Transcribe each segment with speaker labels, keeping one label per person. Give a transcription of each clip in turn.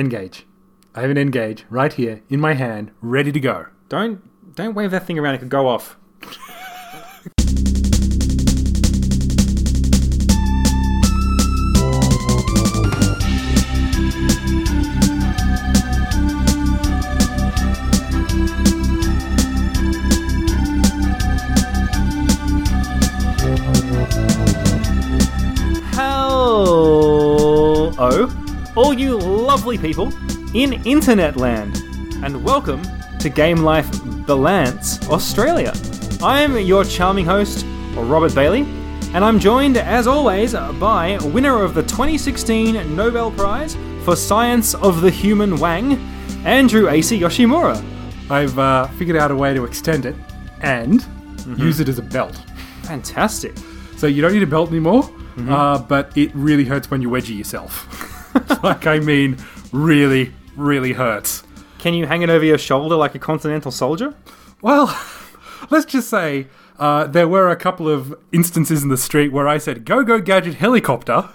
Speaker 1: Engage. I have an engage right here in my hand, ready to go.
Speaker 2: Don't don't wave that thing around. It could go off. Hello, all you lovely people in internet land, and welcome to Game Life Balance Australia. I'm your charming host, Robert Bailey, and I'm joined, as always, by winner of the 2016 Nobel Prize for Science of the Human Wang, Andrew Acey Yoshimura.
Speaker 1: I've uh, figured out a way to extend it and
Speaker 2: Mm-hmm.
Speaker 1: use it as a belt.
Speaker 2: Fantastic.
Speaker 1: So you don't need a belt anymore,
Speaker 2: Mm-hmm.
Speaker 1: uh, but it really hurts when you wedgie yourself. like, I mean, really, really hurts.
Speaker 2: Can you hang it over your shoulder like a continental soldier?
Speaker 1: Well, let's just say uh, there were a couple of instances in the street where I said, go, go, gadget helicopter,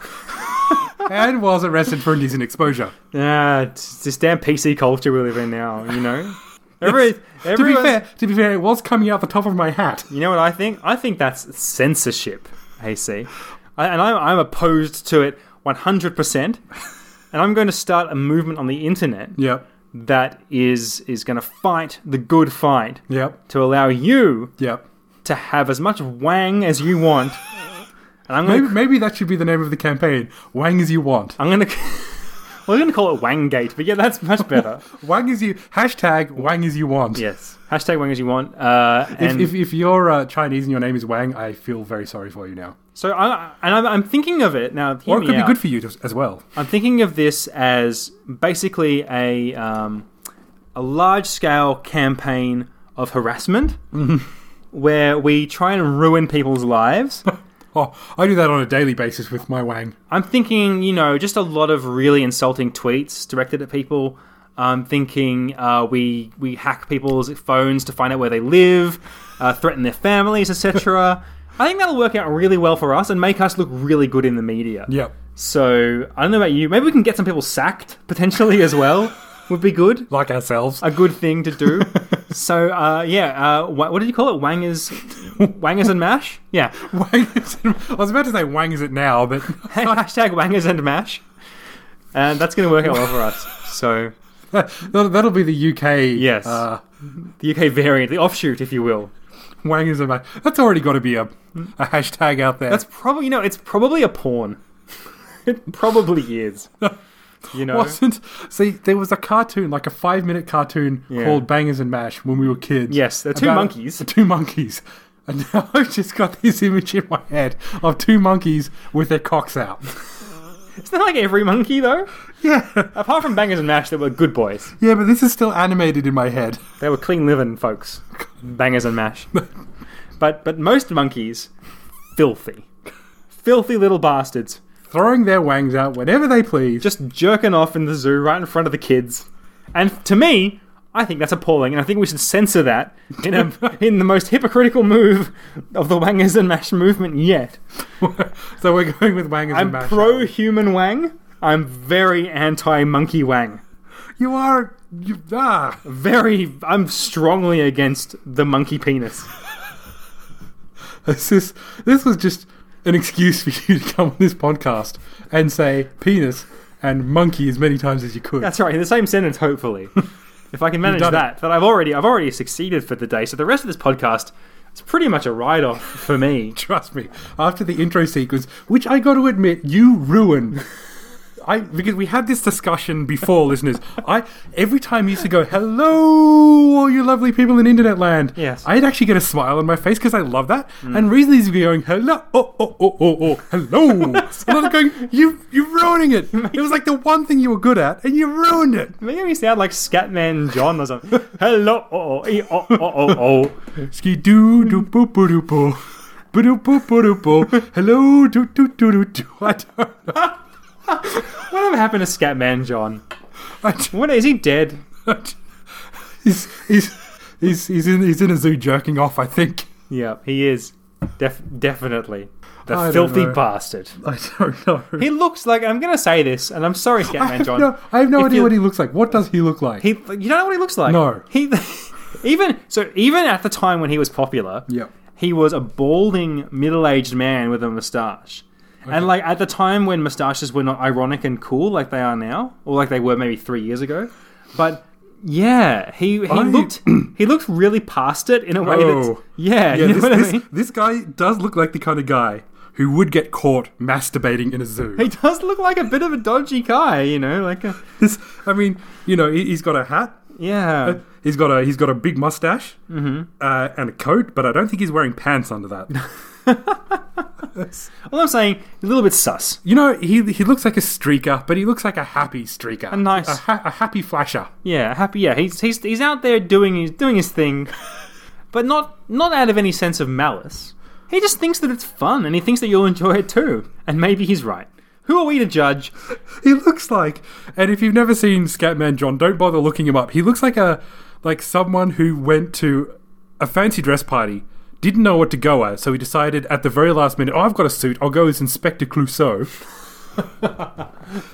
Speaker 1: and was arrested for indecent exposure.
Speaker 2: Ah, it's this damn PC culture we live in now, you know? Every,
Speaker 1: To be,
Speaker 2: everyone's-
Speaker 1: fair, to be fair, it was coming out the top of my hat.
Speaker 2: You know what I think? I think that's censorship, AC. I, and I'm, I'm opposed to it 100%. And I'm going to start a movement on the internet
Speaker 1: Yep,
Speaker 2: that is, is going to fight the good fight
Speaker 1: yep,
Speaker 2: to allow you
Speaker 1: yep.
Speaker 2: to have as much wang as you want. And I'm going
Speaker 1: Maybe,
Speaker 2: to.
Speaker 1: maybe that should be the name of the campaign. Wang as you want.
Speaker 2: I'm going to. We're going to call it Wanggate, but yeah, that's much better.
Speaker 1: Wang as you hashtag Wang as you want.
Speaker 2: yes. Hashtag Wang as you want. Uh,
Speaker 1: If,
Speaker 2: and
Speaker 1: if, if you're uh, Chinese and your name is Wang, I feel very sorry for you now.
Speaker 2: so I, and I'm, I'm thinking of it now. Hear
Speaker 1: Or it
Speaker 2: me
Speaker 1: could be
Speaker 2: out.
Speaker 1: good for you just, as well.
Speaker 2: I'm thinking of this as basically a um, a large scale campaign of harassment,
Speaker 1: Mm-hmm.
Speaker 2: where we try and ruin people's lives.
Speaker 1: Oh, I do that on a daily basis with my Wang.
Speaker 2: I'm thinking, you know, just a lot of really insulting tweets directed at people. I'm thinking uh, we we hack people's phones to find out where they live, uh, threaten their families, etc. I think that'll work out really well for us and make us look really good in the media.
Speaker 1: Yep.
Speaker 2: So I don't know about you. Maybe we can get some people sacked potentially as well. Would be good.
Speaker 1: Like ourselves.
Speaker 2: A good thing to do. so uh, yeah, uh, wha- what did you call it? Wangers, wangers and mash. Yeah.
Speaker 1: Wang is, I was about to say Wang is it now, but
Speaker 2: Hashtag wangers and mash. And that's going to work out well for us. So
Speaker 1: that'll, that'll be the UK
Speaker 2: Yes.
Speaker 1: uh,
Speaker 2: the UK variant, the offshoot, if you will.
Speaker 1: Wang is a ma- That's already got to be a, a hashtag out there.
Speaker 2: That's probably you know it's probably a porn. it probably is. You know.
Speaker 1: wasn't see there was a cartoon like a five minute cartoon
Speaker 2: Yeah.
Speaker 1: called bangers and mash when we were kids
Speaker 2: Yes, they're two
Speaker 1: About-
Speaker 2: monkeys.
Speaker 1: two monkeys and now i've just got this image in my head of two monkeys with their cocks out
Speaker 2: It's not like every monkey though.
Speaker 1: yeah
Speaker 2: Apart from bangers and mash, they were good boys.
Speaker 1: yeah but this is still animated in my head
Speaker 2: They were clean living folks, bangers and mash. but but most monkeys, filthy, filthy little bastards,
Speaker 1: throwing their wangs out whenever they please
Speaker 2: just jerking off in the zoo right in front of the kids. And to me, I think that's appalling, and I think we should censor that in a, in the most hypocritical move of the wangers and mash movement yet.
Speaker 1: so we're going with bangers and
Speaker 2: I'm
Speaker 1: mash
Speaker 2: pro human wang. I'm very anti monkey wang.
Speaker 1: you are you ah
Speaker 2: Very, I'm strongly against the monkey penis.
Speaker 1: this is this was just an excuse for you to come on this podcast and say penis and monkey as many times as you could
Speaker 2: That's right, in the same sentence, hopefully. if I can manage
Speaker 1: done
Speaker 2: that, but I've already I've already succeeded for the day. So the rest of this podcast it's pretty much a write off for me.
Speaker 1: Trust me, after the intro sequence, which I got to admit, you ruined. I because we had this discussion before, listeners. I every time you used to go, "Hello, all you lovely people in internet land."
Speaker 2: Yes.
Speaker 1: I'd actually get a smile on my face because I love that. And recently, you'd be going, "Hello, oh, oh, oh, oh, oh, hello," and I was going, "You, you're ruining it." It was like the one thing you were good at, and you ruined it.
Speaker 2: Maybe we sound like Scatman John or something. Hello, oh, oh, eh, oh, oh, oh, oh.
Speaker 1: Ski doo doo boo boo doo boo. Boo doo boo boo doo boo. Hello, doo doo doo doo doo. I don't know.
Speaker 2: Whatever happened to Scatman John?
Speaker 1: I don't
Speaker 2: What is he dead?
Speaker 1: he's, he's, he's, he's, in, he's in a zoo jerking off, I think.
Speaker 2: Yeah, he is. Def- definitely. The
Speaker 1: I don't
Speaker 2: filthy
Speaker 1: know.
Speaker 2: bastard.
Speaker 1: I don't know.
Speaker 2: He looks like I'm gonna say this, and I'm sorry,
Speaker 1: I
Speaker 2: Scatman
Speaker 1: have
Speaker 2: John.
Speaker 1: no, I have no
Speaker 2: If
Speaker 1: idea
Speaker 2: you-
Speaker 1: what he looks like. What does he look like?
Speaker 2: He, you don't know what he looks like.
Speaker 1: No.
Speaker 2: He, even so, even at the time when he was popular,
Speaker 1: Yep.
Speaker 2: he was a balding middle-aged man with a moustache. And like at the time when moustaches were not ironic and cool like they are now, or like they were maybe three years ago, but yeah, he he
Speaker 1: I-
Speaker 2: looked he looked really past it in a way
Speaker 1: Oh.
Speaker 2: that
Speaker 1: yeah,
Speaker 2: yeah, you know
Speaker 1: this,
Speaker 2: what I
Speaker 1: this-
Speaker 2: mean.
Speaker 1: this guy does look like the kind of guy who would get caught masturbating in a zoo.
Speaker 2: He does look like a bit of a dodgy guy, you know, like a,
Speaker 1: This, I mean, you know, he, he's got a hat.
Speaker 2: yeah.
Speaker 1: He's got a he's got a big mustache
Speaker 2: Mm-hmm.
Speaker 1: uh, and a coat, but I don't think he's wearing pants under that.
Speaker 2: All I'm saying, a little bit sus.
Speaker 1: you know, he he looks like a streaker, but he looks like a happy streaker, a
Speaker 2: nice-
Speaker 1: a, ha- a happy flasher.
Speaker 2: Yeah, happy. Yeah, he's he's he's out there doing his doing his thing, but not not out of any sense of malice. He just thinks that it's fun, and he thinks that you'll enjoy it too. And maybe he's right. Who are we to judge?
Speaker 1: He looks like, and if you've never seen Scatman John, don't bother looking him up. He looks like a like someone who went to a fancy dress party, didn't know what to go as, so he decided at the very last minute, oh, I've got a suit, I'll go as Inspector Clouseau.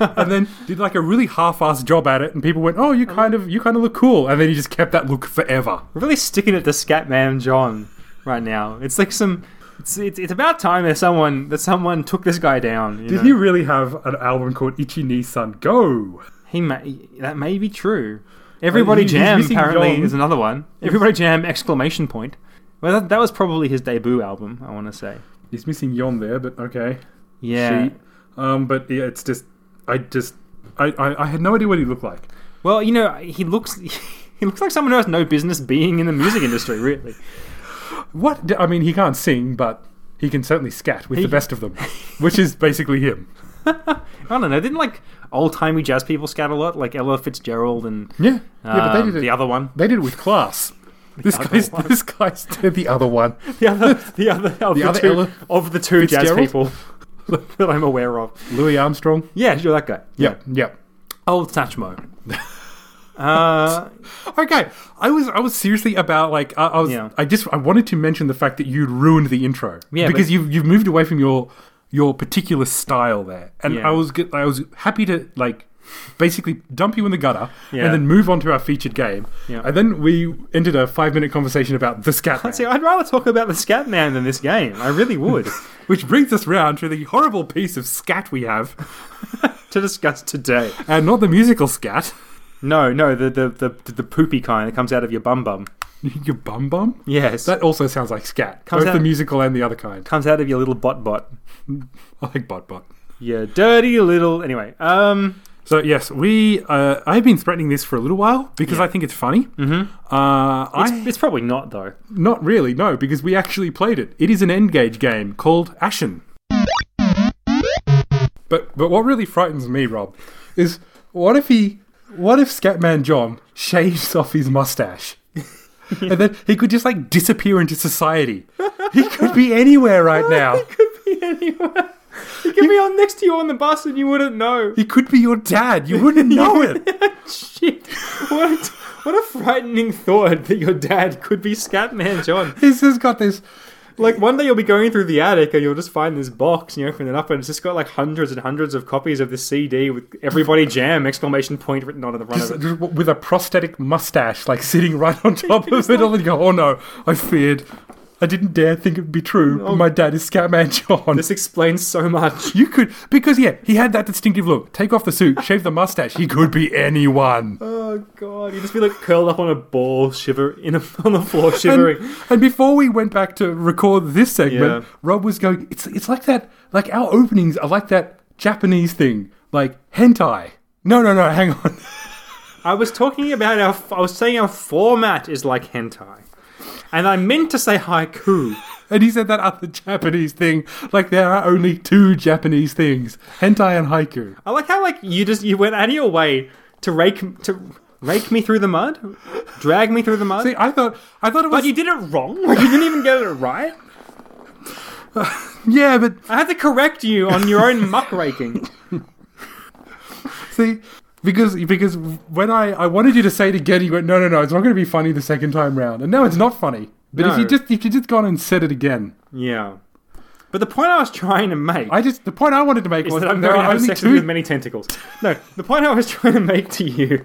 Speaker 1: and then did like a really half-assed job at it, and people went, "Oh, you kind of, you kind of look cool." And then he just kept that look forever.
Speaker 2: We're really sticking it to Scatman John right now. It's like some. It's, it's, it's about time that someone that someone took this guy down. You
Speaker 1: Did
Speaker 2: know?
Speaker 1: he really have an album called Ichi Ni San Go?
Speaker 2: He may that may be true. Everybody
Speaker 1: Oh, he's
Speaker 2: Jam
Speaker 1: missing
Speaker 2: apparently
Speaker 1: John.
Speaker 2: is another one. Everybody Jam exclamation point. Well, that, that was probably his debut album. I want to say.
Speaker 1: He's missing Yon there, but okay.
Speaker 2: Yeah.
Speaker 1: sheet. Um, but yeah, it's just I just I, I, I had no idea what he looked like.
Speaker 2: Well, you know, he looks he looks like someone who has no business being in the music industry. Really,
Speaker 1: What d- I mean, he can't sing, but he can certainly scat with
Speaker 2: He-
Speaker 1: the best of them, which is basically him.
Speaker 2: I don't know. Didn't like old timey jazz people scat a lot, like Ella Fitzgerald and
Speaker 1: Yeah, yeah, but they
Speaker 2: um,
Speaker 1: did it.
Speaker 2: the other one,
Speaker 1: they did it with class. This
Speaker 2: other
Speaker 1: guy's
Speaker 2: one.
Speaker 1: this guy's the other one.
Speaker 2: the other the other of the,
Speaker 1: other
Speaker 2: two,
Speaker 1: Ella
Speaker 2: of the two jazz
Speaker 1: Fitzgerald?
Speaker 2: people that I'm aware of.
Speaker 1: Louis Armstrong.
Speaker 2: Yeah, you're that guy.
Speaker 1: Yep, yep.
Speaker 2: old Satchmo. uh,
Speaker 1: Okay, I was I was seriously about like I, I was
Speaker 2: Yeah.
Speaker 1: I just I wanted to mention the fact that you'd ruined the intro
Speaker 2: Yeah,
Speaker 1: because
Speaker 2: but-
Speaker 1: you've you've moved away from your your particular style there, and
Speaker 2: Yeah.
Speaker 1: I was get, I was happy to like basically dump you in the gutter
Speaker 2: Yeah.
Speaker 1: and then move on to our featured game,
Speaker 2: Yeah.
Speaker 1: and then we ended a five minute conversation about the scat, Man,
Speaker 2: see, I'd rather talk about the Scat Man than this game. I really would
Speaker 1: which brings us round to the horrible piece of scat we have,
Speaker 2: to discuss today.
Speaker 1: and not the musical scat,
Speaker 2: No, no, the the, the the poopy kind that comes out of your bum bum.
Speaker 1: your bum bum.
Speaker 2: Yes,
Speaker 1: That also sounds like scat,
Speaker 2: Comes
Speaker 1: both
Speaker 2: out-
Speaker 1: the musical and the other kind.
Speaker 2: comes out of your little bot bot.
Speaker 1: I like bot bot.
Speaker 2: Yeah, dirty little. Anyway, um,
Speaker 1: So yes, we. Uh, I've been threatening this for a little while because I think it's funny. Mm-hmm. Uh,
Speaker 2: it's,
Speaker 1: I
Speaker 2: it's probably not though.
Speaker 1: not really no because we actually played it. It is an end gauge E game called Ashen. But but what really frightens me, Rob, is what if he what if Scatman John shaves off his mustache? And then he could just like disappear into society. He could be anywhere right now.
Speaker 2: Could be anywhere. It could be on next to you on the bus, and you wouldn't know.
Speaker 1: He could be your dad. You wouldn't know it.
Speaker 2: Shit! What? What a frightening thought that your dad could be Scatman John.
Speaker 1: He's just got this
Speaker 2: Like one day you'll be going through the attic and you'll just find this box and you open it up and it's just got like hundreds and hundreds of copies of this CD with "Everybody Jam!" exclamation point written on the front of it.
Speaker 1: Just with a prosthetic mustache, like sitting right on top of it, and go, "Oh no, I feared, I didn't dare think it'd be true." But my dad is Scatman John.
Speaker 2: Oh. This explains so much.
Speaker 1: you could because yeah, he had that distinctive look. Take off the suit, shave the mustache. He could be anyone.
Speaker 2: Oh god, you just be like curled up on a ball, shiver in a, on the floor, shivering.
Speaker 1: And, and before we went back to record this segment,
Speaker 2: Yeah.
Speaker 1: Rob was going, "It's it's like that. Like our openings are like that Japanese thing, like hentai." No, no, no. Hang on.
Speaker 2: I was talking about our. I was saying our format is like hentai, and I meant to say haiku.
Speaker 1: And he said that other Japanese thing, like there are only two Japanese things: hentai and haiku.
Speaker 2: I like how like you just you went out of your way to rake to rake me through the mud, drag me through the mud.
Speaker 1: See, I thought, I thought it was.
Speaker 2: but you did it wrong. Like you didn't even get it right.
Speaker 1: yeah, but
Speaker 2: I had to correct you on your own muck raking.
Speaker 1: see, because because when I I wanted you to say it again, you went, no, no, no, it's not going to be funny the second time round, and now it's not funny. But if
Speaker 2: No.
Speaker 1: you just if you just gone and said it again,
Speaker 2: Yeah. But the point I was trying to make
Speaker 1: I just the point I wanted to make
Speaker 2: is
Speaker 1: was
Speaker 2: that I'm
Speaker 1: there
Speaker 2: going to
Speaker 1: are
Speaker 2: have
Speaker 1: only
Speaker 2: sex with
Speaker 1: two.
Speaker 2: many tentacles. No, the point I was trying to make to you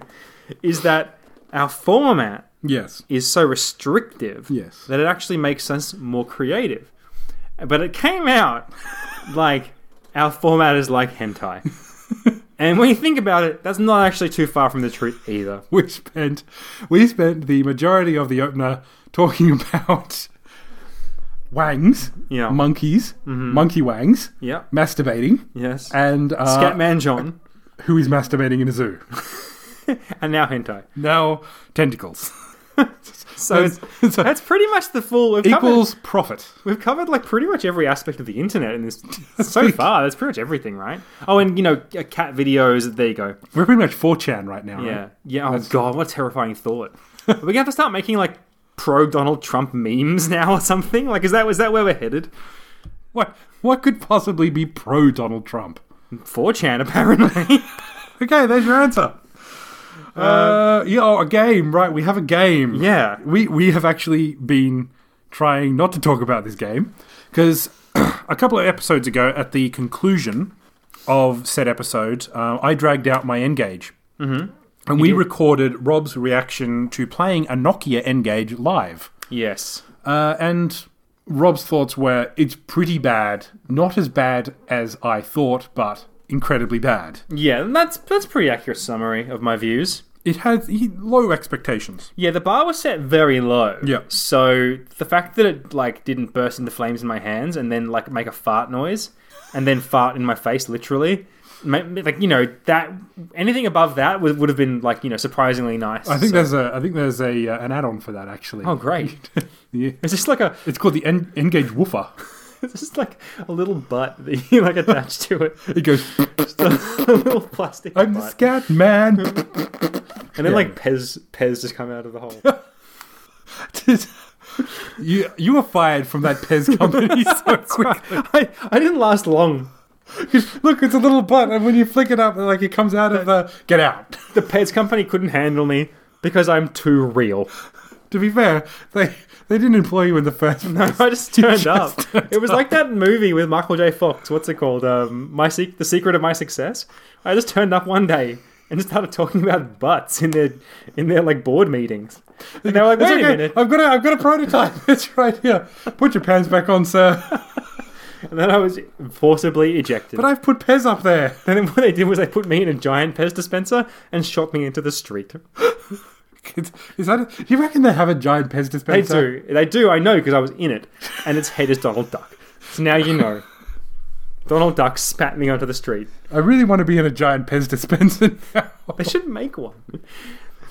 Speaker 2: is that our format
Speaker 1: yes.
Speaker 2: is so restrictive
Speaker 1: Yes.
Speaker 2: that it actually makes us more creative. But it came out like our format is like hentai. and when you think about it, that's not actually too far from the truth either.
Speaker 1: We spent we spent the majority of the opener talking about wangs,
Speaker 2: Yeah.
Speaker 1: monkeys,
Speaker 2: Mm-hmm.
Speaker 1: monkey wangs,
Speaker 2: Yeah.
Speaker 1: masturbating,
Speaker 2: Yes.
Speaker 1: and uh,
Speaker 2: Scatman John.
Speaker 1: who is masturbating in a zoo.
Speaker 2: And now hentai.
Speaker 1: now tentacles
Speaker 2: So it's,
Speaker 1: So-
Speaker 2: that's pretty much the full. We've covered,
Speaker 1: equals profit.
Speaker 2: we've covered like pretty much every aspect of the internet in this so far. That's pretty much everything, right? Oh, and you know, uh, cat videos. There you go.
Speaker 1: We're pretty much 4chan right now.
Speaker 2: Yeah,
Speaker 1: Right?
Speaker 2: yeah. Oh god, what a terrifying thought. We're gonna have to start making like pro Donald Trump memes now or something. Like, is that is that where we're headed?
Speaker 1: What what could possibly be pro Donald Trump?
Speaker 2: 4chan apparently.
Speaker 1: Okay, there's your answer. Uh, yeah, oh, a game, right? We have a game.
Speaker 2: yeah.
Speaker 1: we we have actually been trying not to talk about this game because a couple of episodes ago, at the conclusion of said episode, uh, I dragged out my N gauge, mm-hmm. and we recorded Rob's reaction to playing a Nokia N gauge live.
Speaker 2: Yes.
Speaker 1: Uh, and Rob's thoughts were it's pretty bad. Not as bad as I thought, but incredibly bad.
Speaker 2: Yeah, and that's that's a pretty accurate summary of my views.
Speaker 1: It has he, low expectations.
Speaker 2: Yeah, the bar was set very low.
Speaker 1: Yeah.
Speaker 2: So the fact that it like didn't burst into flames in my hands and then like make a fart noise and then fart in my face literally, ma- like you know that anything above that would, would have been like you know surprisingly nice.
Speaker 1: I think
Speaker 2: So-
Speaker 1: there's a I think there's a uh, an add-on for that actually.
Speaker 2: oh great.
Speaker 1: Yeah.
Speaker 2: It's just like a
Speaker 1: It's called the N- N-Gage Woofer.
Speaker 2: it's just like a little butt that you like attach to it.
Speaker 1: It goes,
Speaker 2: Just a, a little plastic
Speaker 1: I'm the
Speaker 2: butt.
Speaker 1: scat man.
Speaker 2: and then
Speaker 1: yeah.
Speaker 2: like Pez Pez just come out of the hole.
Speaker 1: you you were fired from that Pez company so quick.
Speaker 2: I, I didn't last long.
Speaker 1: Look, it's a little butt, and when you flick it up, like it comes out of the get out.
Speaker 2: The Pez company couldn't handle me because I'm too real.
Speaker 1: To be fair, they they didn't employ you in the first place.
Speaker 2: I just turned up. it was like that movie with Michael J. Fox. What's it called? Um, my Se- the secret of my success. I just turned up one day and just started talking about butts in their in their like board meetings. And they were like,
Speaker 1: It's
Speaker 2: "Wait
Speaker 1: okay,
Speaker 2: a minute!"
Speaker 1: I've got a I've got a prototype. It's right here. Put your pants back on, sir.
Speaker 2: And then I was forcibly ejected.
Speaker 1: But I've put Pez up there.
Speaker 2: and then what they did was they put me in a giant Pez dispenser and shot me into the street.
Speaker 1: Is, is that? Do you reckon they have a giant Pez
Speaker 2: They
Speaker 1: dispenser?
Speaker 2: do, they do. I know because I was in it, and its head is Donald Duck. So now you know. Donald Duck spat me onto the street.
Speaker 1: I really want to be in a giant Pez dispenser now.
Speaker 2: They should make one.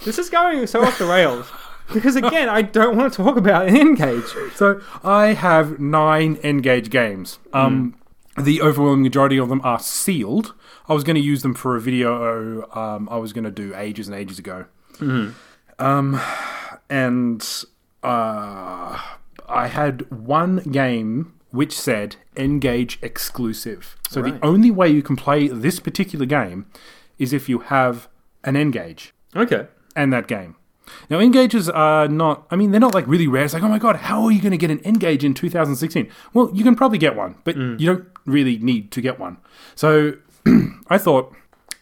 Speaker 2: This is going so off the rails. Because again, I don't want to talk about N-Gage.
Speaker 1: So I have nine N-Gage E games. Um, The overwhelming majority of them are sealed. I was going to use them for a video um, I was going to do ages and ages ago. Um, and uh, I had one game which said N-Gage E exclusive. So
Speaker 2: Right.
Speaker 1: the only way you can play this particular game is if you have an N-Gage
Speaker 2: Okay.
Speaker 1: and that game. Now, engages are not, I mean, they're not like really rare. It's like, oh my God, how are you going to get an engage in 2016? Well, you can probably get one, but you don't really need to get one. So I thought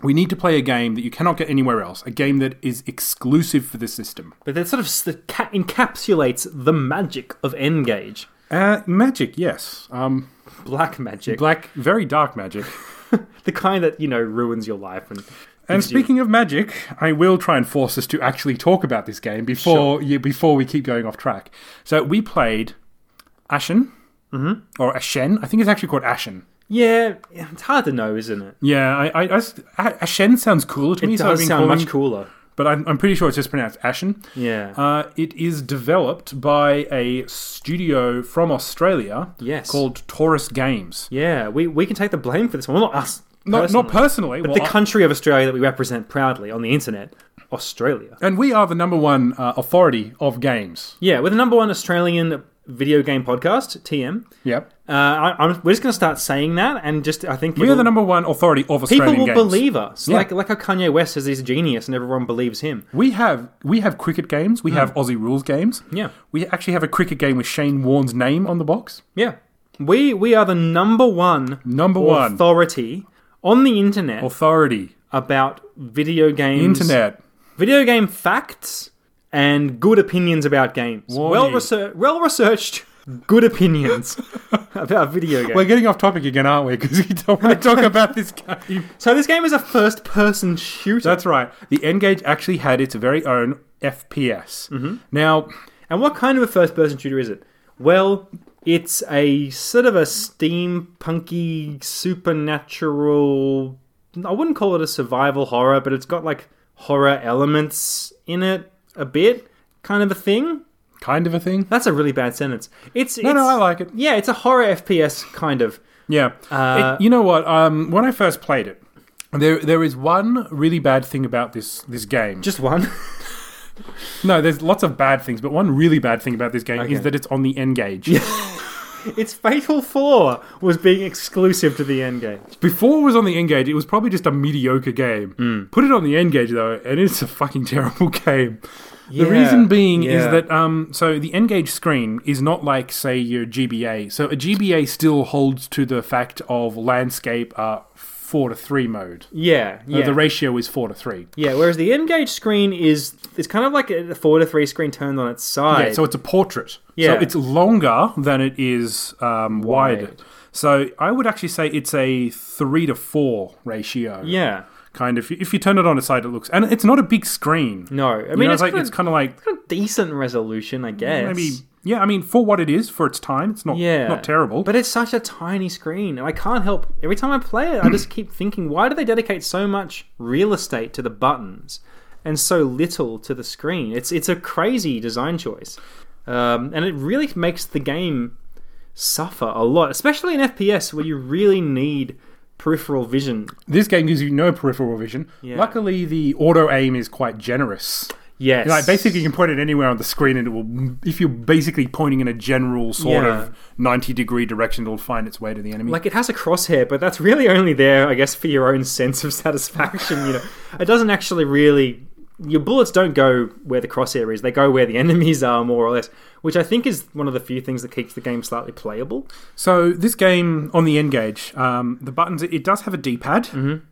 Speaker 1: we need to play a game that you cannot get anywhere else, a game that is exclusive for the system.
Speaker 2: But that sort of s- ca- encapsulates the magic of N-Gage.
Speaker 1: Uh, magic, yes. Um,
Speaker 2: Black magic.
Speaker 1: black, very dark magic.
Speaker 2: the kind that, you know, ruins your life. And,
Speaker 1: And
Speaker 2: gives you-
Speaker 1: speaking of magic, I will try and force us to actually talk about this game before you, before we keep going off track. So we played Ashen
Speaker 2: Mm-hmm.
Speaker 1: or Ashen. I think it's actually called Ashen.
Speaker 2: Yeah, it's hard to know, isn't it?
Speaker 1: Yeah, I, I, I s- A- Ashen sounds cooler to me.
Speaker 2: It
Speaker 1: so I've
Speaker 2: does
Speaker 1: been
Speaker 2: sound
Speaker 1: calling-
Speaker 2: much cooler.
Speaker 1: but I'm, I'm pretty sure it's just pronounced Ashen.
Speaker 2: Yeah.
Speaker 1: Uh, it is developed by a studio from Australia.
Speaker 2: Yes.
Speaker 1: called Taurus Games.
Speaker 2: yeah, we, we can take the blame for this one. Well, not us.
Speaker 1: Not not personally,
Speaker 2: But
Speaker 1: well,
Speaker 2: the
Speaker 1: I-
Speaker 2: country of Australia that we represent proudly on the internet, Australia.
Speaker 1: and we are the number one uh, authority of games.
Speaker 2: Yeah, we're the number one Australian video game podcast, TM.
Speaker 1: Yep.
Speaker 2: Uh, I, I'm, we're just going to start saying that, and just I think
Speaker 1: We are
Speaker 2: people-
Speaker 1: the number one authority of Australian
Speaker 2: people will
Speaker 1: games.
Speaker 2: believe us.
Speaker 1: Yeah.
Speaker 2: Like like how Kanye West says he's a genius, and everyone believes him.
Speaker 1: We have we have cricket games. We have Aussie rules games.
Speaker 2: Yeah.
Speaker 1: We actually have a cricket game with Shane Warne's name on the box.
Speaker 2: Yeah, we we are the number one
Speaker 1: Number one
Speaker 2: authority on the internet
Speaker 1: authority
Speaker 2: about video games,
Speaker 1: internet.
Speaker 2: video game facts, and good opinions about games.
Speaker 1: Warning.
Speaker 2: Well researched, well researched, good opinions about video games.
Speaker 1: We're getting off topic again, aren't we? Because we don't want to talk about this game.
Speaker 2: so this game is a first-person shooter,
Speaker 1: That's right. The N-Gage actually had its very own FPS. Now,
Speaker 2: and what kind of a first-person shooter is it? Well. It's a sort of a steampunky supernatural. I wouldn't call it a survival horror, but it's got like horror elements in it a bit, kind of a thing.
Speaker 1: kind of a thing.
Speaker 2: That's a really bad sentence. It's
Speaker 1: No, no, I like it.
Speaker 2: Yeah, it's a horror FPS kind of.
Speaker 1: Yeah.
Speaker 2: Uh,
Speaker 1: It- you know what? Um, when I first played it, there there is one really bad thing about this this game.
Speaker 2: Just one.
Speaker 1: no, there's lots of bad things, but one really bad thing about this game
Speaker 2: Okay.
Speaker 1: is that it's on the N-Gage.
Speaker 2: its Fatal Four was being exclusive to the end game.
Speaker 1: Before it was on the N Gage, it was probably just a mediocre game.
Speaker 2: Hmm.
Speaker 1: Put it on the N Gage though, and it's a fucking terrible game.
Speaker 2: Yeah,
Speaker 1: The reason being is
Speaker 2: yeah.
Speaker 1: that um, so the N Gage screen is not like say your GBA. So a GBA still holds to the fact of landscape uh, four to three mode.
Speaker 2: Yeah,
Speaker 1: Uh,
Speaker 2: yeah,
Speaker 1: the ratio is four to three.
Speaker 2: yeah. Whereas the end gauge screen is it's kind of like a four to three screen turned on its side.
Speaker 1: Yeah, so it's a portrait.
Speaker 2: Yeah.
Speaker 1: So it's longer than it is um,
Speaker 2: Wide.
Speaker 1: wider. So I would actually say it's a three to four ratio.
Speaker 2: yeah,
Speaker 1: Kind of. If you turn it on its side, it looks, and it's not a big screen.
Speaker 2: no, I
Speaker 1: I mean,
Speaker 2: mean
Speaker 1: it's, like it's kind of like
Speaker 2: kind of decent resolution, I guess.
Speaker 1: maybe yeah. I mean, for what it is for its time, it's not
Speaker 2: E Yeah,
Speaker 1: not terrible.
Speaker 2: But it's such a tiny screen, and I can't help. Every time I play it, I just keep thinking, why do they dedicate so much real estate to the buttons and so little to the screen? It's it's a crazy design choice, um, and it really makes the game suffer a lot, especially in FPS where you really need peripheral vision.
Speaker 1: this game gives you no peripheral vision.
Speaker 2: Yeah.
Speaker 1: Luckily, the auto aim is quite generous.
Speaker 2: Yes,
Speaker 1: Like basically, you can point it anywhere on the screen, and it will. If you're basically pointing in a general sort
Speaker 2: Yeah.
Speaker 1: of ninety degree direction, it'll find its way to the enemy.
Speaker 2: Like it has a crosshair, but that's really only there, I guess, for your own sense of satisfaction. You know, it doesn't actually really. Your bullets don't go where the crosshair is; they go where the enemies are, more or less. Which I think is one of the few things that keeps the game slightly playable.
Speaker 1: So this game on the N gauge, um, the buttons it does have a D-pad.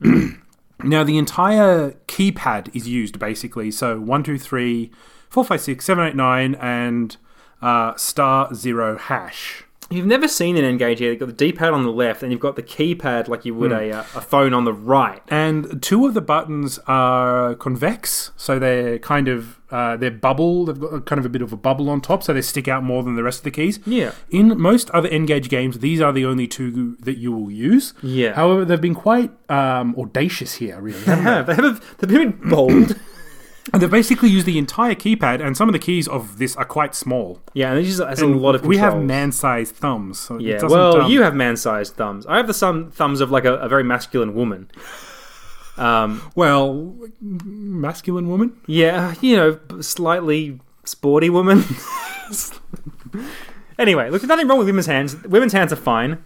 Speaker 1: now the entire keypad is used basically. So one, two, three, four, five, six, seven, eight, nine, and uh, star zero hash.
Speaker 2: If you've never seen an N-Gage here, you've got the D-pad on the left, and you've got the keypad like you would a, uh, a phone on the right.
Speaker 1: And two of the buttons are convex, so they're kind of uh, they're bubble. They've got kind of a bit of a bubble on top, so they stick out more than the rest of the keys.
Speaker 2: Yeah.
Speaker 1: In most other N gauge games, these are the only two that you will use.
Speaker 2: Yeah.
Speaker 1: However, they've been quite um, audacious here, really. haven't
Speaker 2: Yeah, they have a, they've been bold.
Speaker 1: they? and they basically use the entire keypad, and some of the keys of this are quite small.
Speaker 2: yeah, and it's just that's a lot of.
Speaker 1: we have
Speaker 2: controls.
Speaker 1: man-sized thumbs. So it
Speaker 2: Yeah,
Speaker 1: doesn't,
Speaker 2: well,
Speaker 1: um,
Speaker 2: you have man-sized thumbs. I have the some thumbs of like a, a very masculine woman. Um,
Speaker 1: well, masculine woman.
Speaker 2: Yeah, you know, b- slightly sporty woman. anyway, look, there's nothing wrong with women's hands. Women's hands are fine,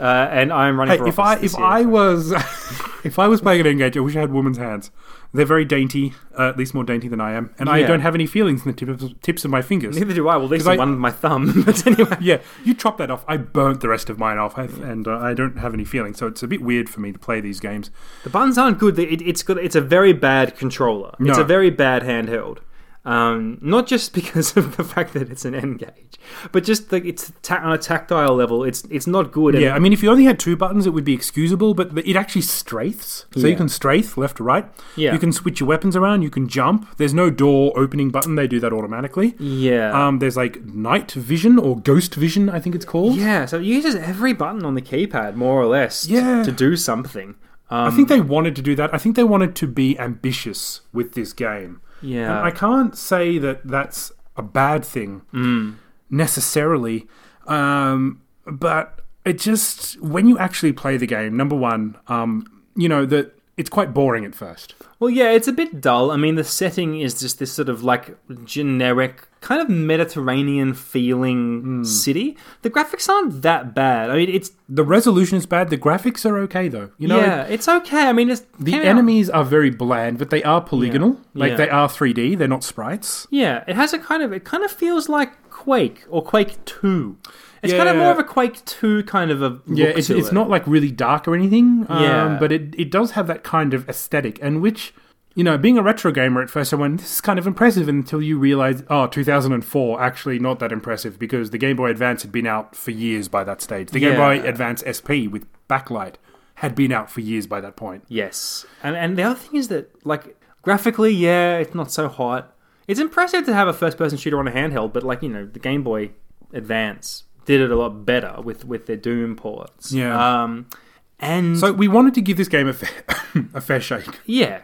Speaker 2: uh, and I'm running
Speaker 1: Hey,
Speaker 2: for
Speaker 1: if I
Speaker 2: office
Speaker 1: if
Speaker 2: this year.
Speaker 1: I was if I was playing an engage, I wish I had women's hands. They're very dainty, uh, at least more dainty than I am, and I
Speaker 2: Yeah.
Speaker 1: don't have any feelings in the tip of, tips of my fingers.
Speaker 2: neither do I. Well, at least
Speaker 1: 'Cause I-
Speaker 2: one with my thumb. but anyway,
Speaker 1: yeah, you chop that off. I burnt the rest of mine off, I, and uh, I don't have any feelings, so it's a bit weird for me to play these games.
Speaker 2: the buttons aren't good. It, it's got it's a very bad controller. It's
Speaker 1: No.
Speaker 2: a very bad handheld. Um, not just because of the fact that it's an N gauge, but just that it's ta- on a tactile level. It's it's not good. and
Speaker 1: Yeah, I mean, if you only had two buttons, it would be excusable, but the, it actually strafes. So
Speaker 2: Yeah.
Speaker 1: you can strafe left to right.
Speaker 2: Yeah.
Speaker 1: You can switch your weapons around. You can jump. There's no door opening button. They do that automatically.
Speaker 2: yeah.
Speaker 1: Um, there's like night vision or ghost vision, I think it's called.
Speaker 2: Yeah, so it uses every button on the keypad more or less t-
Speaker 1: Yeah.
Speaker 2: to do something. Um,
Speaker 1: I think they wanted to do that. I think they wanted to be ambitious with this game.
Speaker 2: yeah,
Speaker 1: And I can't say that that's a bad thing
Speaker 2: Mm.
Speaker 1: necessarily, um, but it just when you actually play the game, number one, um, you know that it's quite boring at first.
Speaker 2: well, yeah, it's a bit dull. I mean, the setting is just this sort of like generic kind of Mediterranean feeling
Speaker 1: Hmm.
Speaker 2: city. The graphics aren't that bad. I mean, it's
Speaker 1: The resolution is bad. The graphics are okay though. You know,
Speaker 2: yeah, it's okay. I mean, it's
Speaker 1: the
Speaker 2: came out-
Speaker 1: enemies are very bland, but they are polygonal. Like
Speaker 2: Yeah.
Speaker 1: they are 3D. They're not sprites.
Speaker 2: Yeah, it has a kind of it kind of feels like Quake or Quake Two. It's kind of
Speaker 1: Yeah.
Speaker 2: more of a Quake Two kind of a
Speaker 1: Yeah,
Speaker 2: look
Speaker 1: it's,
Speaker 2: to
Speaker 1: it's
Speaker 2: it.
Speaker 1: not like really dark or anything. Um,
Speaker 2: Yeah.
Speaker 1: but it it does have that kind of aesthetic, and which. You know, being a retro gamer at first, I went, this is kind of impressive until you realize, oh, 2004, actually not that impressive because the Game Boy Advance had been out for years by that stage. The Game
Speaker 2: Yeah.
Speaker 1: Boy Advance SP with backlight had been out for years by that point.
Speaker 2: Yes, and and the other thing is that like graphically, yeah, it's not so hot. It's impressive to have a first-person shooter on a handheld, but like you know, the Game Boy Advance did it a lot better with with their Doom ports.
Speaker 1: Yeah.
Speaker 2: um, and
Speaker 1: So we wanted to give this game a fair, a fair shake.
Speaker 2: yeah,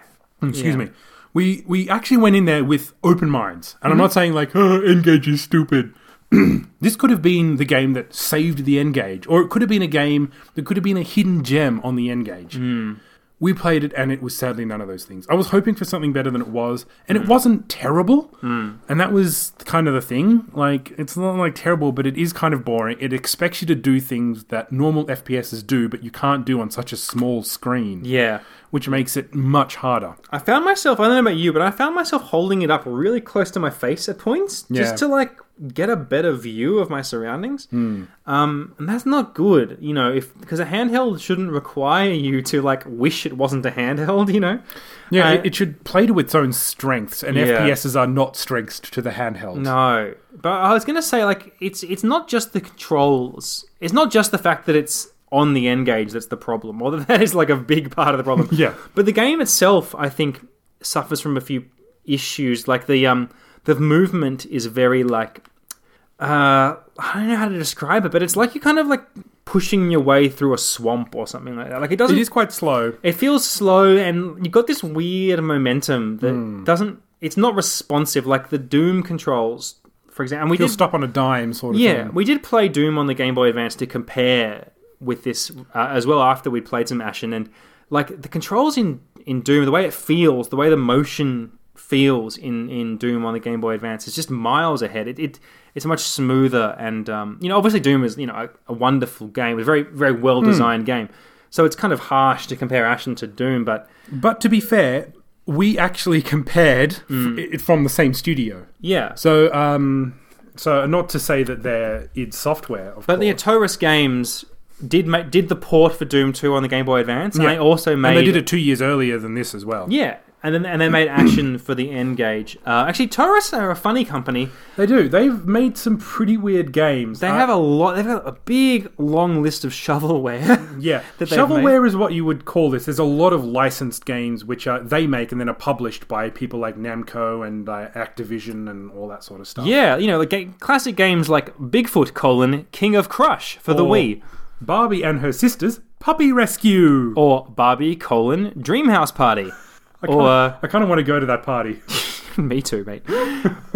Speaker 1: Excuse me. We we actually went in there with open minds,
Speaker 2: Mm-hmm.
Speaker 1: and I'm not saying like oh, Engage is stupid. this could have been the game that saved the Engage, E, or it could have been a game that could have been a hidden gem on the Engage. E.
Speaker 2: Mm.
Speaker 1: We played it, and it was sadly none of those things. I was hoping for something better than it was, and
Speaker 2: Mm.
Speaker 1: it wasn't terrible. And that was kind of the thing. Like it's not like terrible, but it is kind of boring. It expects you to do things that normal FPSs do, but you can't do on such a small screen,
Speaker 2: Yeah,
Speaker 1: which makes it much harder.
Speaker 2: I found myself. I don't know about you, but I found myself holding it up really close to my face at points,
Speaker 1: Yeah.
Speaker 2: just to like get a better view of my surroundings.
Speaker 1: Hmm.
Speaker 2: Um, and that's not good, you know, if because a handheld shouldn't require you to like wish it wasn't a handheld, you know.
Speaker 1: Yeah,
Speaker 2: Uh,
Speaker 1: it, it should play to its own strengths, and
Speaker 2: Yeah.
Speaker 1: FPSs are not strengths to the handheld.
Speaker 2: No, but I was gonna say like it's it's not just the controls. It's not just the fact that it's on the end gauge that's the problem, although that is like a big part of the problem.
Speaker 1: Yeah.
Speaker 2: but the game itself, I think, suffers from a few issues. Like the um the movement is very like uh I don't know how to describe it, but it's like you're kind of like pushing your way through a swamp or something like that. Like it doesn't
Speaker 1: It is quite slow.
Speaker 2: it feels slow, and you've got this weird momentum that doesn't. It's not responsive like the Doom controls, for example. And we
Speaker 1: You'll
Speaker 2: did,
Speaker 1: stop on a dime, sort of.
Speaker 2: yeah,
Speaker 1: thing.
Speaker 2: we did play Doom on the Game Boy Advance to compare with this uh, as well after we played some Ashen, and like the controls in in Doom, the way it feels, the way the motion feels in in Doom on the Game Boy Advance is just miles ahead. It, it it's much smoother, and um, you know, obviously Doom is you know a, a wonderful game, a very very well designed game. So it's kind of harsh to compare Ashen to Doom, but
Speaker 1: But to be fair, we actually compared
Speaker 2: Mm.
Speaker 1: f- it from the same studio.
Speaker 2: yeah.
Speaker 1: So, um, so not to say that they're id software, of
Speaker 2: But the
Speaker 1: course.
Speaker 2: Atorus games did make did the port for Doom 2 on the Game Boy Advance, and
Speaker 1: Yeah.
Speaker 2: they also made
Speaker 1: and they did it two years earlier than this as well.
Speaker 2: Yeah, and then and they made Ashen for the N gauge. Uh, actually, Taurus are a funny company.
Speaker 1: They do. They've made some pretty weird games. Uh,
Speaker 2: They have a lot. They've got a big long list of shovelware.
Speaker 1: Yeah,
Speaker 2: that they've
Speaker 1: shovelware is what you would call this. There's a lot of licensed games which are they make and then are published by people like Namco and uh, Activision and all that sort of stuff.
Speaker 2: yeah, you know, the ga- classic games like Bigfoot colon King of Crush for the
Speaker 1: Or
Speaker 2: Wii,
Speaker 1: Barbie and her sisters, Puppy Rescue.
Speaker 2: or Barbie colon Dreamhouse Party,
Speaker 1: kinda-
Speaker 2: or uh,
Speaker 1: I kind of want to go to that party.
Speaker 2: me too, mate.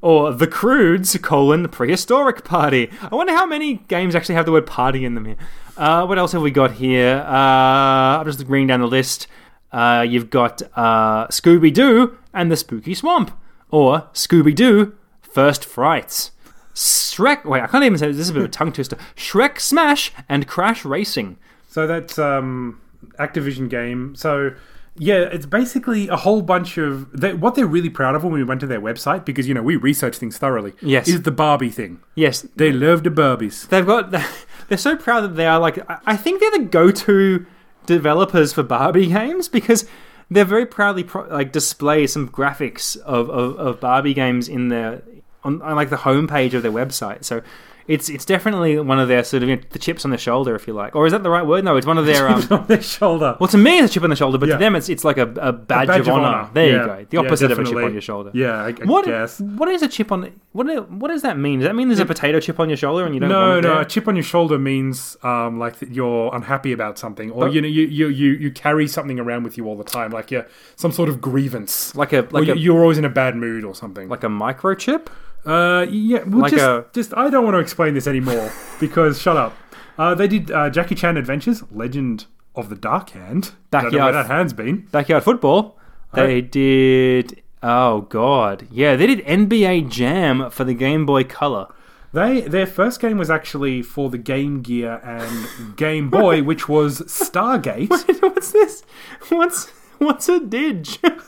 Speaker 2: Or the Crudes colon prehistoric party. I wonder how many games actually have the word party in them here. Uh, what else have we got here? Uh, I'm just reading down the list. Uh, you've got uh, Scooby Doo and the Spooky Swamp, or Scooby Doo First Frights. Shrek. Wait, I can't even say this. this is a bit of a tongue twister. Shrek Smash and Crash Racing.
Speaker 1: so that's um, Activision game. So yeah, it's basically a whole bunch of they, what they're really proud of when we went to their website because you know we research things thoroughly.
Speaker 2: Yes.
Speaker 1: is the Barbie thing.
Speaker 2: Yes,
Speaker 1: They love the Barbies.
Speaker 2: They've got. They're so proud that they are like. I- I think they're the go-to developers for Barbie games because they're very proudly pro- like display some graphics of, of, of Barbie games in their on, on like the homepage of their website. So it's it's definitely one of their sort of you know, the chips on the shoulder, if you like. Or is that the right word? No, it's one of their. Um,
Speaker 1: on their shoulder.
Speaker 2: well, to me, it's a chip on the shoulder, but
Speaker 1: Yeah.
Speaker 2: to them, it's it's like a, a, badge,
Speaker 1: badge
Speaker 2: of, honor. There you go. The
Speaker 1: Yeah,
Speaker 2: opposite of a chip
Speaker 1: definitely.
Speaker 2: on your shoulder.
Speaker 1: Yeah, I, I
Speaker 2: What,
Speaker 1: guess.
Speaker 2: what is a chip on what do- what does that mean? Does that mean there's a potato chip on your shoulder and you don't want
Speaker 1: No,
Speaker 2: it
Speaker 1: no.
Speaker 2: there?
Speaker 1: A chip on your shoulder means um, like that you're unhappy about something, or you know, you, you you you carry something around with you all the time, like you're some sort of grievance,
Speaker 2: like a
Speaker 1: or
Speaker 2: like
Speaker 1: you,
Speaker 2: a
Speaker 1: you're always in a bad mood or something.
Speaker 2: like a microchip.
Speaker 1: uh, yeah. Well,
Speaker 2: like
Speaker 1: just,
Speaker 2: a-
Speaker 1: just I don't want to explain this anymore because shut up. Uh, they did uh, Jackie Chan Adventures: Legend of the Dark Hand. Don't know where
Speaker 2: Backyard-
Speaker 1: that hand's been.
Speaker 2: Backyard football. They did Oh god, yeah, they did NBA Jam for the Game Boy Color.
Speaker 1: They their first game was actually for the Game Gear and Game Boy, which was Stargate.
Speaker 2: what's this? What's what's a didge?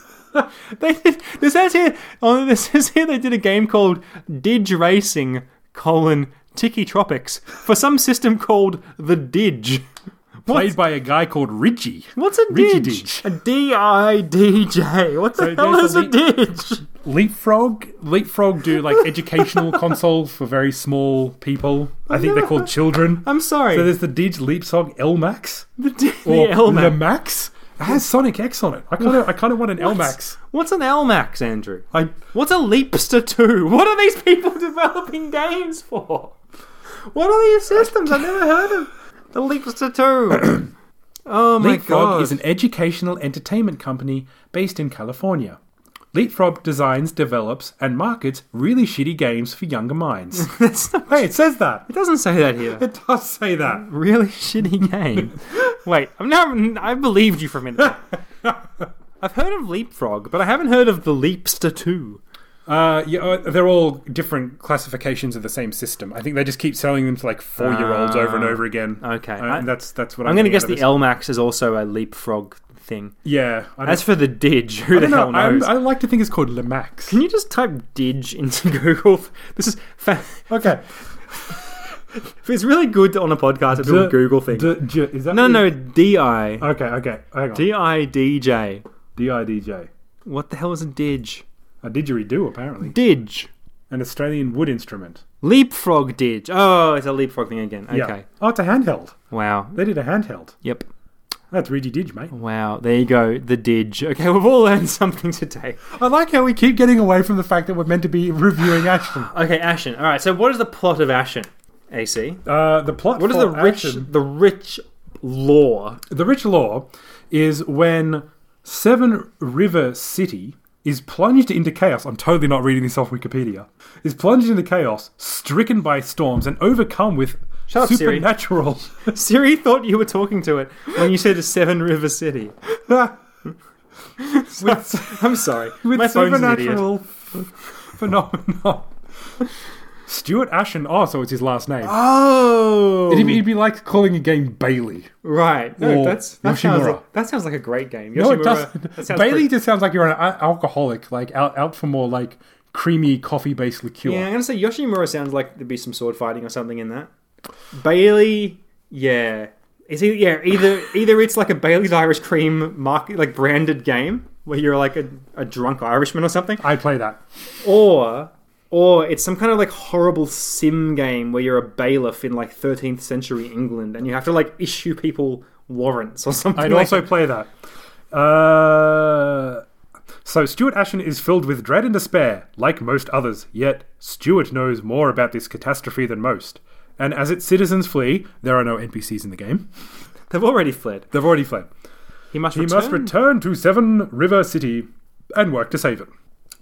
Speaker 2: they did, this says here on this says here they did a game called Didge Racing colon Tiki Tropics for some system called the Didge.
Speaker 1: Played by a guy called Ridgy.
Speaker 2: What's a
Speaker 1: Ridgy
Speaker 2: didge? A D I D J. What
Speaker 1: So
Speaker 2: the hell
Speaker 1: there's
Speaker 2: is
Speaker 1: a
Speaker 2: a didge?
Speaker 1: Leapfrog. Leapfrog do like educational consoles for very small people. I think they're called children.
Speaker 2: I'm sorry.
Speaker 1: So there's the Dig Leapfrog L Max
Speaker 2: the di- the
Speaker 1: or
Speaker 2: LMAX.
Speaker 1: Max. It has Sonic X on it. I kind of I kind of want an L Max.
Speaker 2: What's an L Max, Andrew?
Speaker 1: I
Speaker 2: What's a Leapster 2? What are these people developing games for? What are these systems? I've never heard of the Leapster 2. oh my
Speaker 1: Leapfrog
Speaker 2: god.
Speaker 1: is an educational entertainment company based in California. Leapfrog designs, develops, and markets really shitty games for younger minds.
Speaker 2: That's not-
Speaker 1: hey, it says that.
Speaker 2: it doesn't say that here.
Speaker 1: It does say that.
Speaker 2: really shitty game. Wait, I'm now I believed you for a minute. I've heard of Leapfrog, but I haven't heard of the Leapster 2.
Speaker 1: Uh, yeah, uh, they're all different classifications of the same system. I think they just keep selling them to like four-year-olds over and over again.
Speaker 2: okay.
Speaker 1: Uh,
Speaker 2: I-
Speaker 1: and that's that's what
Speaker 2: I'm
Speaker 1: Ah, I'm
Speaker 2: going to
Speaker 1: getting
Speaker 2: guess
Speaker 1: out of
Speaker 2: the
Speaker 1: this.
Speaker 2: LMAX is also a Leapfrog thing.
Speaker 1: Yeah, I don't,
Speaker 2: As for the Didge, who
Speaker 1: I
Speaker 2: the
Speaker 1: don't
Speaker 2: hell
Speaker 1: know. I'm,
Speaker 2: knows?
Speaker 1: I like to think it's called Lamax.
Speaker 2: Can you just type Didge into Google? This is fa-
Speaker 1: Okay,
Speaker 2: It's really good on a podcast if people
Speaker 1: D-
Speaker 2: Google things.
Speaker 1: D- J- is that
Speaker 2: no,
Speaker 1: the-
Speaker 2: no, D I
Speaker 1: Okay, okay, hang on.
Speaker 2: D I D J.
Speaker 1: D-I-D-J.
Speaker 2: What the hell is a didge?
Speaker 1: A didgeridoo, apparently,
Speaker 2: Didge.
Speaker 1: an Australian wood instrument.
Speaker 2: Leapfrog didge. Oh, it's a leapfrog thing again. Okay.
Speaker 1: Yeah. Oh, it's a handheld.
Speaker 2: Wow.
Speaker 1: They did a handheld.
Speaker 2: Yep.
Speaker 1: That's Reggie Didge, mate.
Speaker 2: Wow. There you go. The didge. Okay, we've all learned something today.
Speaker 1: I like how we keep getting away from the fact that we're meant to be reviewing Ashton.
Speaker 2: Okay, Ashen. All right. So, what is the plot of Ashen? AC.
Speaker 1: Uh, the plot.
Speaker 2: What is
Speaker 1: for
Speaker 2: the rich?
Speaker 1: Ashton-
Speaker 2: The rich lore.
Speaker 1: The rich law is when Seven River City is plunged into chaos. I'm totally not reading this off Wikipedia. Is plunged into chaos, stricken by storms, and overcome with
Speaker 2: Shut up, Siri.
Speaker 1: supernatural.
Speaker 2: Siri thought you were talking to it when you said a Seven River City.
Speaker 1: with
Speaker 2: I'm sorry.
Speaker 1: with
Speaker 2: My phone's an idiot.
Speaker 1: supernatural phenomena. Stuart Ashen. Oh, so it's his last name.
Speaker 2: Ah. Oh,
Speaker 1: It'd, be, it'd be like calling a game Bailey.
Speaker 2: right. No,
Speaker 1: Or
Speaker 2: that's that sounds,
Speaker 1: Yoshimura.
Speaker 2: like, that sounds like a great game.
Speaker 1: No, it
Speaker 2: Yoshimura,
Speaker 1: doesn't.
Speaker 2: that sounds
Speaker 1: Bailey
Speaker 2: pretty-
Speaker 1: just sounds like you're an a- alcoholic, like out, out for more like creamy coffee based liqueur.
Speaker 2: yeah, I'm gonna say Yoshimura sounds like there'd be some sword fighting or something in that. Bailey, yeah, is he? Yeah, either either it's like a Bailey's Irish Cream market like branded game where you're like a, a drunk Irishman or something,
Speaker 1: I play that.
Speaker 2: or or it's some kind of like horrible sim game where you're a bailiff in like 13th century England and you have to like issue people warrants or something.
Speaker 1: I'd
Speaker 2: like
Speaker 1: also play that. Uh, so Stuart Ashen is filled with dread and despair, like most others. Yet Stuart knows more about this catastrophe than most. And as its citizens flee, there are no NPCs in the game.
Speaker 2: They've already fled.
Speaker 1: They've already fled.
Speaker 2: He must
Speaker 1: He
Speaker 2: return.
Speaker 1: must return to Seven River City and work to save it.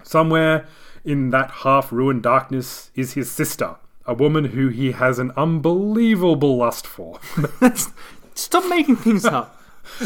Speaker 1: Somewhere in that half ruined darkness is his sister, a woman who he has an unbelievable lust for.
Speaker 2: That's- Stop making things up.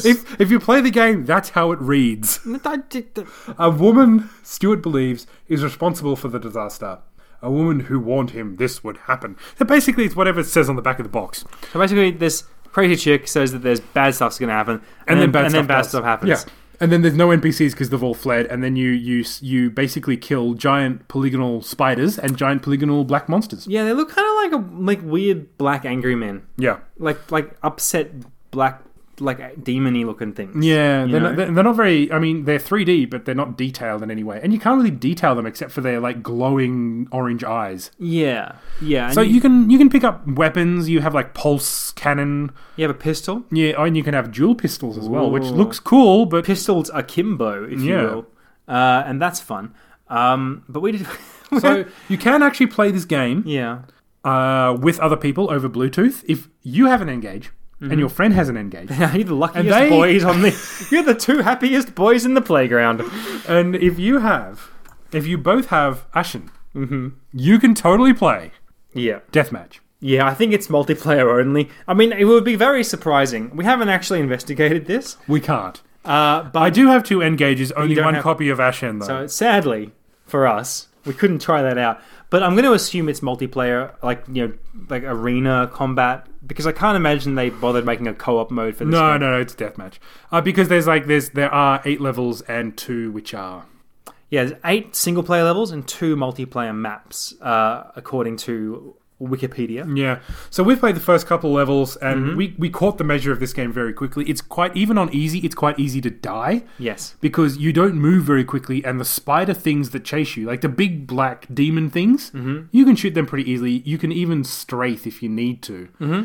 Speaker 1: if, if you play the game, that's how it reads.
Speaker 2: I did the-
Speaker 1: A woman, Stuart believes, is responsible for the disaster. A woman who warned him this would happen. So basically, it's whatever it says on the back of the box.
Speaker 2: So basically, this crazy chick says that there's bad stuff's going to happen,
Speaker 1: And, then, bad,
Speaker 2: and
Speaker 1: stuff
Speaker 2: then bad
Speaker 1: does.
Speaker 2: stuff happens.
Speaker 1: Yeah. And then there's no NPCs because they've all fled. And then you, you you basically kill giant polygonal spiders and giant polygonal black monsters.
Speaker 2: Yeah, they look kind of like a like weird black angry men,
Speaker 1: Yeah.
Speaker 2: like like upset black like demony looking things.
Speaker 1: Yeah, they're
Speaker 2: know?
Speaker 1: not, they're they're not very. I mean, they're 3D, but they're not detailed in any way, and you can't really detail them except for their like glowing orange eyes.
Speaker 2: yeah, yeah. and
Speaker 1: So you can you can pick up weapons. You have like pulse cannon,
Speaker 2: you have a pistol.
Speaker 1: Yeah, and you can have dual pistols as well, which
Speaker 2: Ooh.
Speaker 1: looks cool, but
Speaker 2: Pistols akimbo, if
Speaker 1: Yeah.
Speaker 2: you will, uh, and that's fun. Um, but we did.
Speaker 1: so you can actually play this game
Speaker 2: yeah,
Speaker 1: uh, with other people over Bluetooth if you have an Engage and your friend has an Engage,
Speaker 2: you're the luckiest
Speaker 1: they-
Speaker 2: Mm-hmm. boys on the. You're the two happiest boys in the playground.
Speaker 1: and if you have, if you both have Ashen,
Speaker 2: Mm-hmm.
Speaker 1: you can totally play
Speaker 2: Yeah.
Speaker 1: deathmatch.
Speaker 2: Yeah, I think it's multiplayer only. I mean, it would be very surprising. We haven't actually investigated this.
Speaker 1: We can't.
Speaker 2: Uh, but
Speaker 1: I do have two N gauges, only
Speaker 2: don't
Speaker 1: one
Speaker 2: have-
Speaker 1: copy of Ashen, though.
Speaker 2: So sadly for us, we couldn't try that out. But I'm going to assume it's multiplayer, like you know, like arena combat, because I can't imagine they bothered making a co-op mode for this.
Speaker 1: no,
Speaker 2: game.
Speaker 1: no, no, it's deathmatch. Uh, because there's like there's there are eight levels and two which are
Speaker 2: Yeah, there's eight single player levels and two multiplayer maps, uh, according to Wikipedia.
Speaker 1: Yeah. So we've played the first couple levels and
Speaker 2: Mm-hmm.
Speaker 1: we, we caught the measure of this game very quickly. It's quite even on easy, it's quite easy to die.
Speaker 2: Yes.
Speaker 1: Because you don't move very quickly and the spider things that chase you, like the big black demon things, mm-hmm. you can shoot them pretty easily. You can even strafe if you need to. Mm-hmm.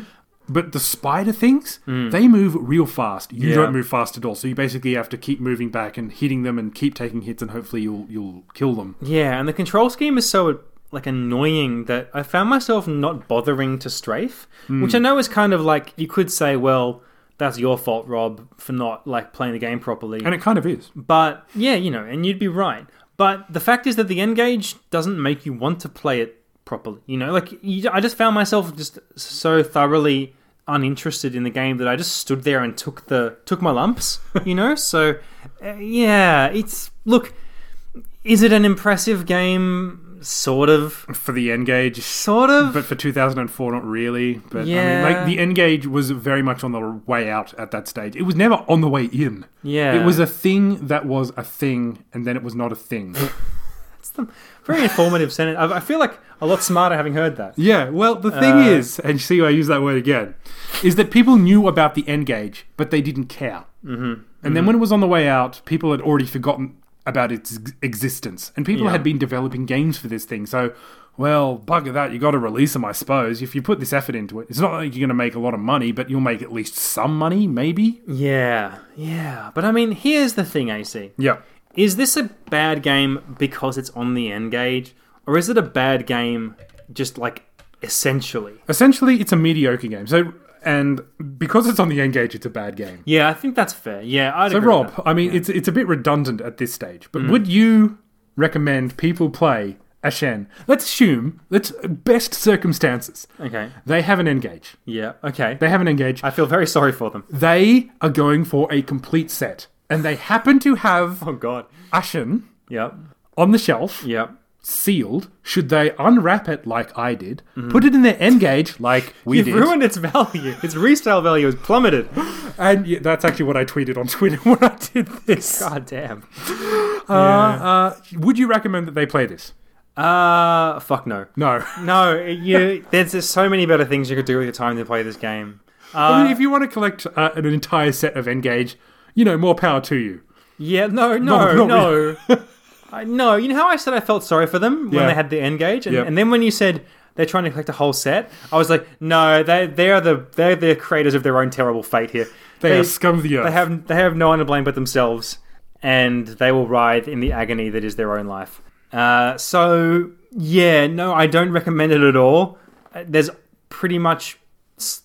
Speaker 1: But the spider things, they move real fast. You
Speaker 2: Yeah.
Speaker 1: don't move fast at all. So you basically have to keep moving back and hitting them and keep taking hits and hopefully you'll you'll kill them.
Speaker 2: Yeah, and the control scheme is so like annoying that I found myself not bothering to strafe, which I know is kind of like you could say, well, that's your fault, Rob, for not like playing the game properly.
Speaker 1: And it kind of is.
Speaker 2: But yeah, you know, and you'd be right. But the fact is that the N gauge doesn't make you want to play it properly. You know, like you, I just found myself just so thoroughly uninterested in the game that I just stood there and took the took my lumps. You know, so uh, yeah, it's look. Is it an impressive game? Sort of,
Speaker 1: For the N gauge,
Speaker 2: sort of.
Speaker 1: but for 2004 not really but
Speaker 2: Yeah.
Speaker 1: I mean, like the N gauge was very much on the way out at that stage it was never on the way in
Speaker 2: yeah,
Speaker 1: it was a thing that was a thing and then it was not a thing
Speaker 2: It's the- very informative sentence. I, I feel like a lot smarter having heard that.
Speaker 1: yeah well the thing
Speaker 2: Uh.
Speaker 1: is and you see i use that word again is that people knew about the N gauge but they didn't care mm-hmm. and then when it was on the way out people had already forgotten about its ex- existence and people
Speaker 2: Yeah.
Speaker 1: had been developing games for this thing so well, bugger that. You got to release them, I suppose. If you put this effort into it, it's not like you're going to make a lot of money, but you'll make at least some money, maybe.
Speaker 2: Yeah, yeah. But I mean, here's the thing, AC.
Speaker 1: Yeah.
Speaker 2: Is this a bad game because it's on the N gauge, or is it a bad game just like essentially?
Speaker 1: Essentially, it's a mediocre game. So, and because it's on the N gauge, it's a bad game.
Speaker 2: Yeah, I think that's fair. Yeah, Mm. I'd
Speaker 1: So,
Speaker 2: agree with
Speaker 1: Rob,
Speaker 2: that.
Speaker 1: I mean, it's it's a bit redundant at this stage. But would you recommend people play Ashen? Let's assume, let's best circumstances.
Speaker 2: Okay.
Speaker 1: They have an N gauge.
Speaker 2: Yeah. Okay.
Speaker 1: They have an N gauge.
Speaker 2: I feel very sorry for them.
Speaker 1: They are going for a complete set, and they happen to have
Speaker 2: Oh God.
Speaker 1: Ashen
Speaker 2: Yep.
Speaker 1: on the shelf,
Speaker 2: Yep.
Speaker 1: sealed. Should they unwrap it like I did, put it in their N gauge like we
Speaker 2: You've
Speaker 1: did?
Speaker 2: Mm-hmm. ruined its value. Its resale value has plummeted.
Speaker 1: And yeah, that's actually what I tweeted on Twitter when I did this.
Speaker 2: God damn.
Speaker 1: Uh, uh, would you recommend that they play this?
Speaker 2: Uh, fuck no.
Speaker 1: No.
Speaker 2: No, you. There's, there's so many better things you could do with your time than play this game.
Speaker 1: I mean, if you want to collect uh, an entire set of Engage, you know, more power to you.
Speaker 2: Yeah, no, no,
Speaker 1: not
Speaker 2: Oh, no. I, no, you know how I said I felt sorry for them when
Speaker 1: Yeah.
Speaker 2: they had the end gauge? And,
Speaker 1: Yep.
Speaker 2: and then when you said they're trying to collect a whole set, I was like, no, they, they are the they're the creators of their own terrible fate here.
Speaker 1: They, are scum of the earth.
Speaker 2: they have they have no one to blame but themselves, and they will writhe in the agony that is their own life. Uh, so yeah, no, I don't recommend it at all. Uh, There's pretty much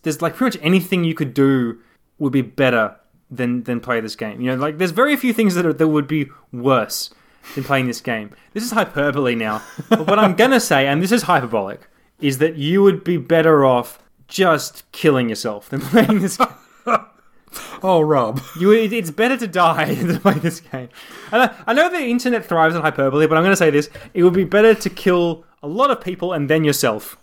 Speaker 2: there's like pretty much anything you could do would be better than than play this game. You know, like there's very few things that are, that would be worse than playing this game. This is hyperbole now, but what I'm gonna say, and this is hyperbolic, is that you would be better off just killing yourself than playing this game.
Speaker 1: oh, Rob.
Speaker 2: You, it- it's better to die than play this game. And I, I know the internet thrives on hyperbole, but I'm going to say this: it would be better to kill a lot of people and then yourself.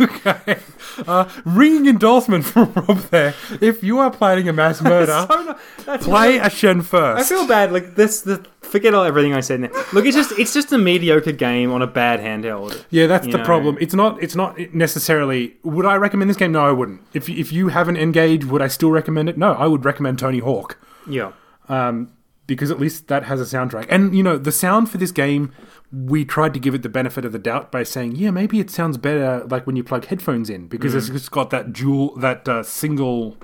Speaker 1: okay. Uh, ringing endorsement from Rob there. If you are planning a mass murder,
Speaker 2: Oh no, that's
Speaker 1: play Ashen
Speaker 2: I
Speaker 1: first.
Speaker 2: feel bad. Like this, the, forget all everything I said. Now. Look, it's just it's just a mediocre game on a bad handheld.
Speaker 1: yeah, that's
Speaker 2: you
Speaker 1: the
Speaker 2: know.
Speaker 1: problem. It's not. It's not necessarily. Would I recommend this game? No, I wouldn't. If if you haven't engaged, would I still recommend it? No, I would recommend Tony Hawk.
Speaker 2: Yeah,
Speaker 1: um, because at least that has a soundtrack. And you know, the sound for this game, we tried to give it the benefit of the doubt by saying, yeah, maybe it sounds better like when you plug headphones in because it's
Speaker 2: Mm-hmm.
Speaker 1: just got that dual, that uh, single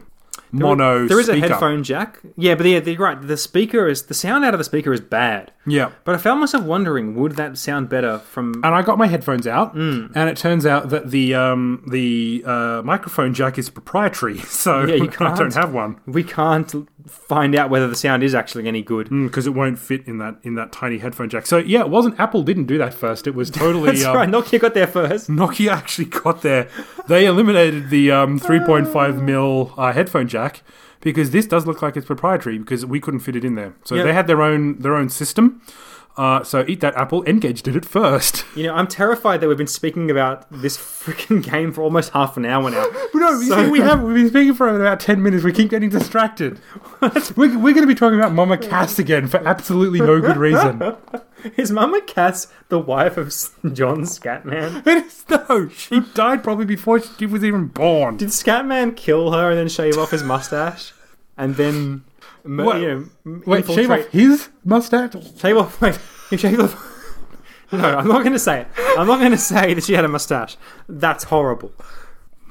Speaker 1: mono.
Speaker 2: There is a
Speaker 1: speaker.
Speaker 2: headphone jack. Yeah, but yeah, you're right. The speaker is the sound out of the speaker is bad.
Speaker 1: Yeah.
Speaker 2: But I found myself wondering, would that sound better from?
Speaker 1: And I got my headphones out,
Speaker 2: Mm.
Speaker 1: and it turns out that the um, the uh, microphone jack is proprietary, so
Speaker 2: Yeah, you
Speaker 1: I
Speaker 2: can't.
Speaker 1: don't have one
Speaker 2: We can't find out whether the sound is actually any good.
Speaker 1: because Mm, it won't fit in that in that tiny headphone jack. So yeah, it wasn't Apple didn't do that first. It was totally
Speaker 2: That's
Speaker 1: um,
Speaker 2: right. Nokia got there first.
Speaker 1: Nokia actually got there. They eliminated the um, 3.5 mil uh, headphone jack Jack, because this does look like it's proprietary because we couldn't fit it in there. So
Speaker 2: Yeah.
Speaker 1: they had their own their own system. Uh, so eat that apple. Engage did it first.
Speaker 2: You know, I'm terrified that we've been speaking about this freaking game for almost half an hour now.
Speaker 1: No, you
Speaker 2: So-
Speaker 1: see, we have we've been speaking for about ten minutes. We keep getting distracted. we're we're going to be talking about Mama Cass again for absolutely no good reason.
Speaker 2: Is Mama Cass the wife of S- John Scatman?
Speaker 1: It is no. She died probably before she was even born.
Speaker 2: Did Scatman kill her and then shave off his mustache? And then, mur-
Speaker 1: What?
Speaker 2: you know, m-
Speaker 1: Wait, shave
Speaker 2: infiltrate-
Speaker 1: off his mustache.
Speaker 2: Shave off. Wait, you shave off. No, I'm not going to say it. I'm not going to say that she had a mustache. That's horrible.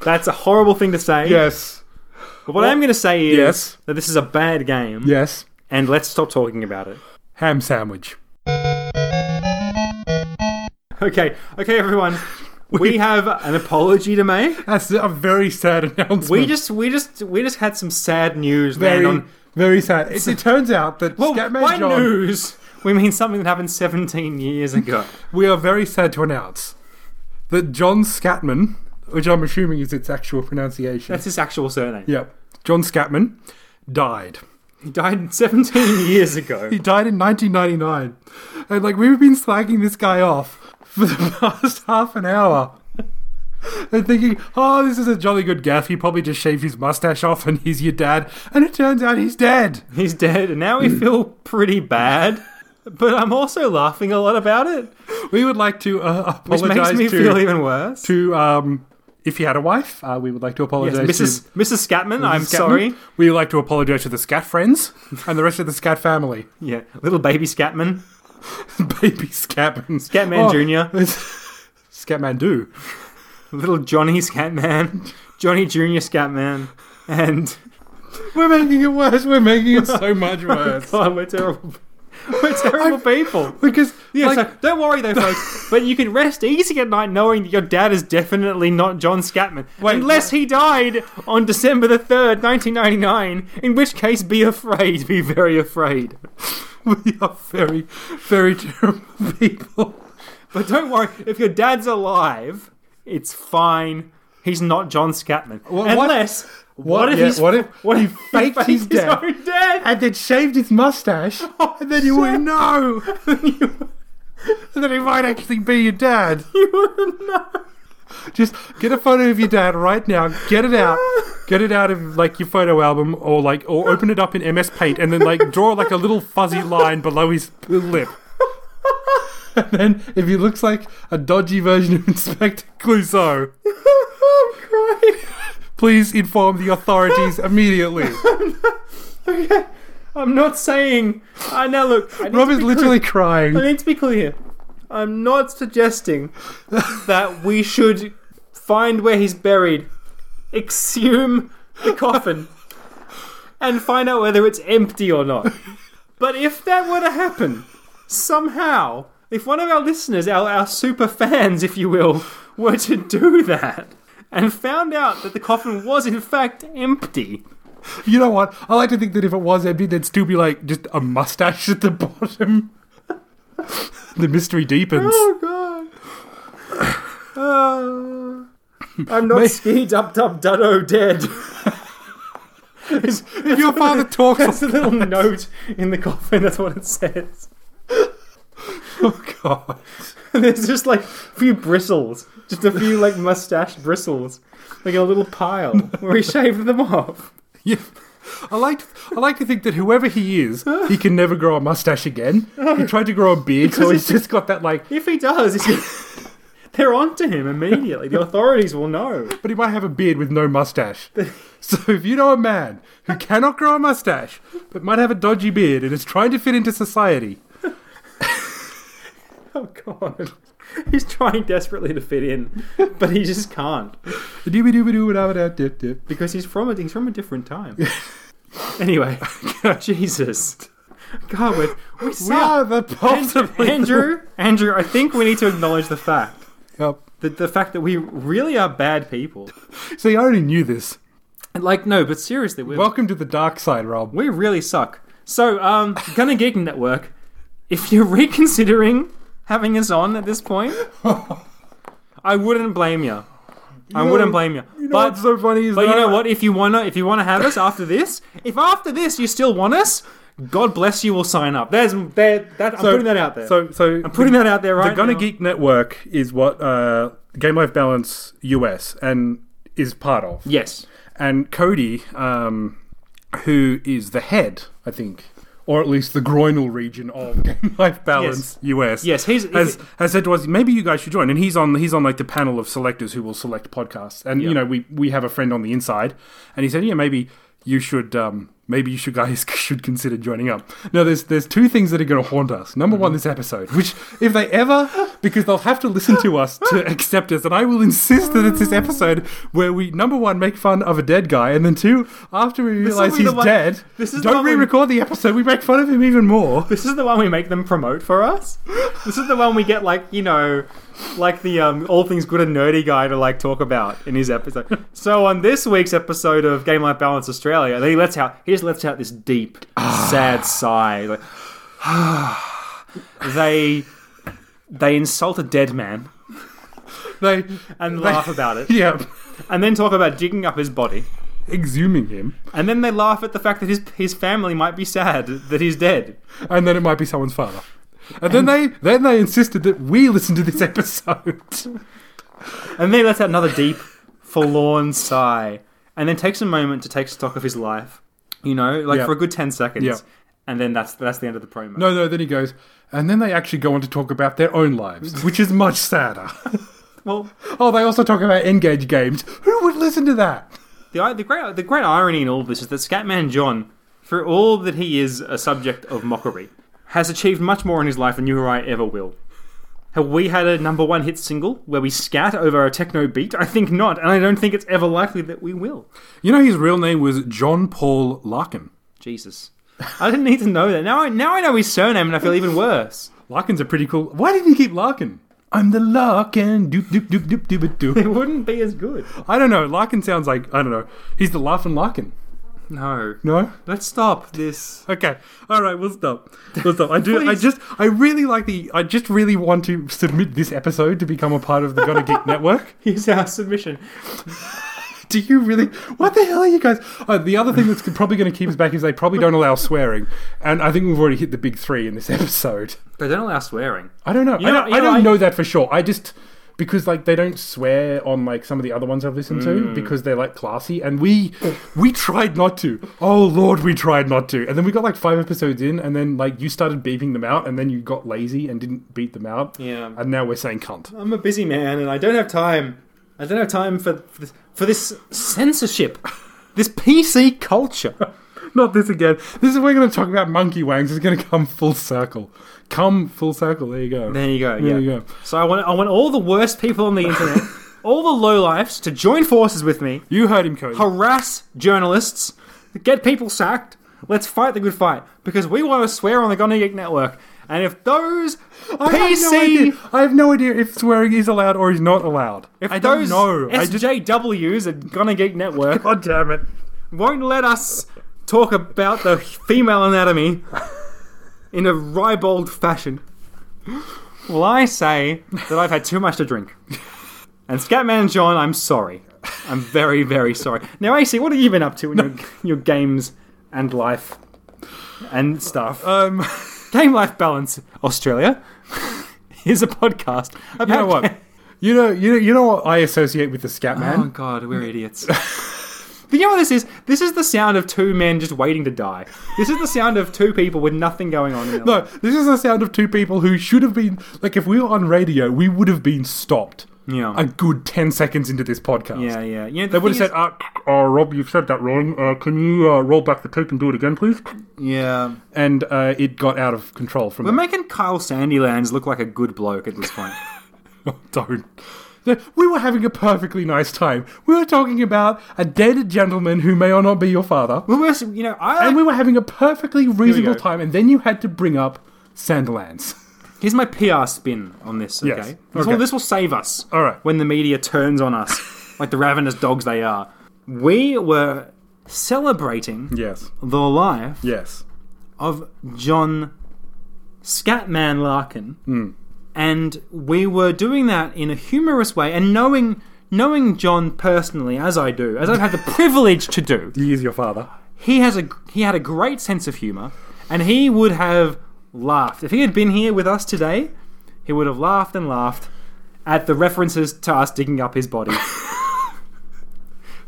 Speaker 2: That's a horrible thing to say.
Speaker 1: Yes.
Speaker 2: But what I'm going to say is
Speaker 1: Yes.
Speaker 2: that this is a bad game.
Speaker 1: Yes.
Speaker 2: And let's stop talking about it.
Speaker 1: Ham sandwich.
Speaker 2: Okay, okay, everyone. We have an apology to make.
Speaker 1: That's a very sad announcement.
Speaker 2: We just, we just, we just had some sad news.
Speaker 1: very,
Speaker 2: Very on,
Speaker 1: very sad. It, it turns out that
Speaker 2: well,
Speaker 1: Scatman
Speaker 2: by
Speaker 1: John,
Speaker 2: news, we mean something that happened 17 years ago.
Speaker 1: we are very sad to announce that John Scatman, which I'm assuming is its actual pronunciation.
Speaker 2: That's his actual surname.
Speaker 1: yep. John Scatman died.
Speaker 2: He died 17 years ago.
Speaker 1: He died in 1999. And like we've been slagging this guy off for the past half an hour. And thinking, oh, this is a jolly good gaff. He probably just shaved his mustache off and he's your dad. And it turns out he's dead.
Speaker 2: He's dead, and now we
Speaker 1: Mm.
Speaker 2: feel pretty bad. But I'm also laughing a lot about it,
Speaker 1: We would like to uh,
Speaker 2: which
Speaker 1: apologize
Speaker 2: makes me
Speaker 1: to,
Speaker 2: feel even worse.
Speaker 1: to um, if you had a wife, uh, we would like to
Speaker 2: Yes,
Speaker 1: apologize to
Speaker 2: Mrs. Mrs. Scatman, I'm
Speaker 1: Scatman.
Speaker 2: sorry.
Speaker 1: We would like to apologize to the Scat friends and the rest of the Scat family.
Speaker 2: Yeah, little baby Scatman,
Speaker 1: Baby Scatman.
Speaker 2: Scatman
Speaker 1: Oh,
Speaker 2: Junior,
Speaker 1: it's- Scatman do.
Speaker 2: little Johnny Scatman, Johnny Junior Scatman, and
Speaker 1: We're making it worse. We're making it so much worse.
Speaker 2: God, oh, we're terrible. We're terrible people.
Speaker 1: because
Speaker 2: Yeah,
Speaker 1: like,
Speaker 2: so don't worry though, folks. but you can rest easy at night knowing that your dad is definitely not John Scatman,
Speaker 1: Wait,
Speaker 2: unless he died on December the third, nineteen ninety nine. In which case, be afraid, be very afraid.
Speaker 1: we are very, very terrible people.
Speaker 2: But don't worry, if your dad's alive, it's fine. He's not John Scatman,
Speaker 1: Wha- what-
Speaker 2: unless what, if
Speaker 1: yeah,
Speaker 2: he's,
Speaker 1: what if he
Speaker 2: he
Speaker 1: faked his death?
Speaker 2: own death?
Speaker 1: And then shaved his mustache. and then you wouldn't know. and then he might actually be your dad.
Speaker 2: You wouldn't know.
Speaker 1: Just get a photo of your dad right now. Get it out. Get it out of like your photo album, or like, or open it up in MS Paint, and then like draw like a little fuzzy line below his lip. And then, if he looks like a dodgy version of Inspector Clouseau,
Speaker 2: I'm crying.
Speaker 1: please inform the authorities immediately.
Speaker 2: Okay, I'm not saying. I now look. I need
Speaker 1: Rob
Speaker 2: to
Speaker 1: is
Speaker 2: be
Speaker 1: literally
Speaker 2: I
Speaker 1: crying.
Speaker 2: need to be clear. I'm not suggesting that we should find where he's buried, exhume the coffin, and find out whether it's empty or not. But if that were to happen, somehow, if one of our listeners, our, our super fans, if you will, were to do that and found out that the coffin was in fact empty,
Speaker 1: You know what? I like to think that if it was empty, there'd still be like just a mustache at the bottom. the mystery deepens.
Speaker 2: Oh god. Uh, I'm not
Speaker 1: Mate.
Speaker 2: ski dup dup duddo dead. There's
Speaker 1: If your father talks like
Speaker 2: there's a little note in the coffin, that's what it says.
Speaker 1: Oh god.
Speaker 2: There's just like a few bristles. Just a few like mustache bristles. Like a little pile where he shaved them off.
Speaker 1: Yeah. I like I like to think that whoever he is, he can never grow a mustache again. He tried to grow a beard, so he's just got that like.
Speaker 2: If he does, it's- they're onto him immediately. The authorities will know.
Speaker 1: But he might have a beard with no mustache. So if you know a man who cannot grow a mustache but might have a dodgy beard and is trying to fit into society,
Speaker 2: Oh god. He's trying desperately to fit in, but he just can't.
Speaker 1: dooby-dooby-doo-ba-da-ba-da-dip-dip.
Speaker 2: Because he's from a he's from a different time. anyway, Jesus, God, we're, we
Speaker 1: we
Speaker 2: suck.
Speaker 1: are the possibly
Speaker 2: Andrew, Andrew, I think we need to acknowledge the fact
Speaker 1: Yep.
Speaker 2: that the fact that we really are bad people.
Speaker 1: See, I already knew this.
Speaker 2: And like, no, but seriously, we
Speaker 1: Welcome to the dark side, Rob.
Speaker 2: we really suck. So, um, Gunna Geek Network, if you're reconsidering having us on at this point, I wouldn't blame you. I wouldn't blame you.
Speaker 1: know
Speaker 2: But-
Speaker 1: what's so funny is
Speaker 2: But you
Speaker 1: that
Speaker 2: know
Speaker 1: I-
Speaker 2: what? If you wanna, if you wanna have us after this, if after this you still want us, God bless you, we'll sign up. There's there. That, I'm
Speaker 1: So-
Speaker 2: putting that out there.
Speaker 1: So, so
Speaker 2: I'm putting that out there right
Speaker 1: the Gunna
Speaker 2: now.
Speaker 1: Geek Network is what uh, Game Life Balance US and is part of.
Speaker 2: yes,
Speaker 1: And Cody, um, who is the head, I think, or at least the groinal region of Game Life Balance US.
Speaker 2: yes, he's, he's
Speaker 1: Has, has said to us, maybe you guys should join, and he's on he's on like the panel of selectors who will select podcasts, and
Speaker 2: Yeah.
Speaker 1: you know we we have a friend on the inside, and he said, yeah, maybe you should um, maybe you should guys should consider joining up. Now there's there's two things that are going to haunt us. Number
Speaker 2: Mm-hmm.
Speaker 1: one, this episode, which if they ever because they'll have to listen to us to accept us, and I will insist that it's this episode where we number one make fun of a dead guy, and then two after we
Speaker 2: will
Speaker 1: realize
Speaker 2: be the
Speaker 1: he's
Speaker 2: one-
Speaker 1: dead,
Speaker 2: this is the
Speaker 1: don't
Speaker 2: one we-
Speaker 1: re-record the episode. We make fun of him even more.
Speaker 2: This is the one we make them promote for us. This is the one we get like you know, like the um, all things good and nerdy guy to like talk about in his episode. So on this week's episode of Game Life Balance Australia, he lets out he just lets out this deep,
Speaker 1: Ah.
Speaker 2: sad sigh. Like, they they insult a dead man
Speaker 1: They
Speaker 2: and laugh about it,
Speaker 1: yeah.
Speaker 2: and then talk about digging up his body,
Speaker 1: exhuming him,
Speaker 2: and then they laugh at the fact that his his family might be sad that he's dead.
Speaker 1: and then it might be someone's father. And then they then they insisted that we listen to this episode.
Speaker 2: And then he lets out another deep, forlorn sigh, and then takes a moment to take stock of his life. You know, like
Speaker 1: Yeah.
Speaker 2: for a good ten seconds,
Speaker 1: Yeah.
Speaker 2: and then that's that's the end of the promo.
Speaker 1: no, no. Then he goes, and then they actually go on to talk about their own lives, which is much sadder.
Speaker 2: well,
Speaker 1: oh, they also talk about engage games. Who would listen to that?
Speaker 2: the the great the great irony in all of this is that Scatman John, for all that he is a subject of mockery, has achieved much more in his life than you or I ever will. Have we had a number one hit single where we scat over a techno beat? I think not, and I don't think it's ever likely that we will.
Speaker 1: You know, his real name was John Paul Larkin.
Speaker 2: Jesus, I didn't need to know that. Now I now I know his surname, and I feel even worse.
Speaker 1: Larkin's a pretty cool. Why did he keep Larkin? I'm the Larkin. Doop doop doop doop doop doop.
Speaker 2: It wouldn't be as good.
Speaker 1: I don't know. Larkin sounds like I don't know. He's the laughing Larkin.
Speaker 2: No.
Speaker 1: No.
Speaker 2: Let's stop this.
Speaker 1: Okay. All right. We'll stop. We'll stop. I do. I
Speaker 2: Please.
Speaker 1: just. I really like the. I just really want to submit this episode to become a part of the Gotta Geek Network.
Speaker 2: Here's our submission.
Speaker 1: Do you really? What the hell are you guys? Oh, the other thing that's probably going to keep us back is they probably don't allow swearing, and I think we've already hit the big three in this episode.
Speaker 2: They don't allow swearing.
Speaker 1: I don't know.
Speaker 2: You
Speaker 1: I
Speaker 2: know-
Speaker 1: don't,
Speaker 2: you
Speaker 1: I
Speaker 2: know,
Speaker 1: don't
Speaker 2: I-
Speaker 1: know that for sure. I just because like they don't swear on like some of the other ones I've listened
Speaker 2: Mm.
Speaker 1: to because they're like classy, and we we tried not to. Oh lord, we tried not to, and then we got like five episodes in, and then like you started beeping them out, and then you got lazy and didn't beat them out,
Speaker 2: Yeah.
Speaker 1: and now we're saying cunt.
Speaker 2: I'm a busy man and I don't have time. I don't have time for for this, for this censorship. This PC culture.
Speaker 1: Not this again. This is we're going to talk about monkey wangs. It's going to come full circle. Come full circle. There you go.
Speaker 2: There you go.
Speaker 1: There
Speaker 2: yeah.
Speaker 1: you go.
Speaker 2: So I want I want all the worst people on the internet, all the lowlifes to join forces with me,
Speaker 1: You heard him, Cody.
Speaker 2: harass journalists, get people sacked. Let's fight the good fight because we want to swear on the Gunna Geek Network. And if those
Speaker 1: I have, no
Speaker 2: PC
Speaker 1: idea. I have no idea if swearing is allowed or is not allowed.
Speaker 2: If
Speaker 1: I
Speaker 2: those
Speaker 1: don't know. I just
Speaker 2: SJWs at Gunna Geek Network
Speaker 1: God damn it.
Speaker 2: won't let us talk about the female anatomy in a ribald fashion, well, I say that I've had too much to drink. And Scatman John, I'm sorry. I'm very, very sorry. Now, AC, what have you been up to in your, your games and life and stuff?
Speaker 1: Um,
Speaker 2: Game Life Balance Australia is a podcast about
Speaker 1: you know what? You know, you know, you know what I associate with the scat
Speaker 2: Oh
Speaker 1: man.
Speaker 2: god, we're idiots. but you know what this is? This is the sound of two men just waiting to die. This is the sound of two people with nothing going on. In their
Speaker 1: No,
Speaker 2: life.
Speaker 1: this is the sound of two people who should have been like if we were on radio, we would have been stopped.
Speaker 2: Yeah.
Speaker 1: a good ten seconds into this podcast.
Speaker 2: Yeah, yeah. You know, the
Speaker 1: They would
Speaker 2: thing
Speaker 1: have said,
Speaker 2: is-
Speaker 1: uh, uh, Rob, you've said that wrong. Uh, can you uh, roll back the tape and do it again, please?
Speaker 2: yeah.
Speaker 1: And uh, it got out of control from
Speaker 2: We're
Speaker 1: there.
Speaker 2: making Kyle Sandylands look like a good bloke at this point.
Speaker 1: Don't. We were having a perfectly nice time. We were talking about a dead gentleman who may or not be your father.
Speaker 2: well, we're, you know, I
Speaker 1: And
Speaker 2: like,
Speaker 1: we were having a perfectly reasonable
Speaker 2: go.
Speaker 1: time, and then you had to bring up Sanderlands.
Speaker 2: here's my PR spin on this. Okay,
Speaker 1: Yes.
Speaker 2: This,
Speaker 1: Okay.
Speaker 2: Will, this will save us.
Speaker 1: All right.
Speaker 2: when the media turns on us, like the ravenous dogs they are. We were celebrating
Speaker 1: Yes.
Speaker 2: the life
Speaker 1: Yes.
Speaker 2: of John Scatman Larkin. And we were doing that in a humorous way and knowing knowing John personally, as I do, as I've had the privilege to do,
Speaker 1: He is your father.
Speaker 2: he has a he had a great sense of humor, and he would have laughed if he had been here with us today. He would have laughed and laughed at the references to us digging up his body.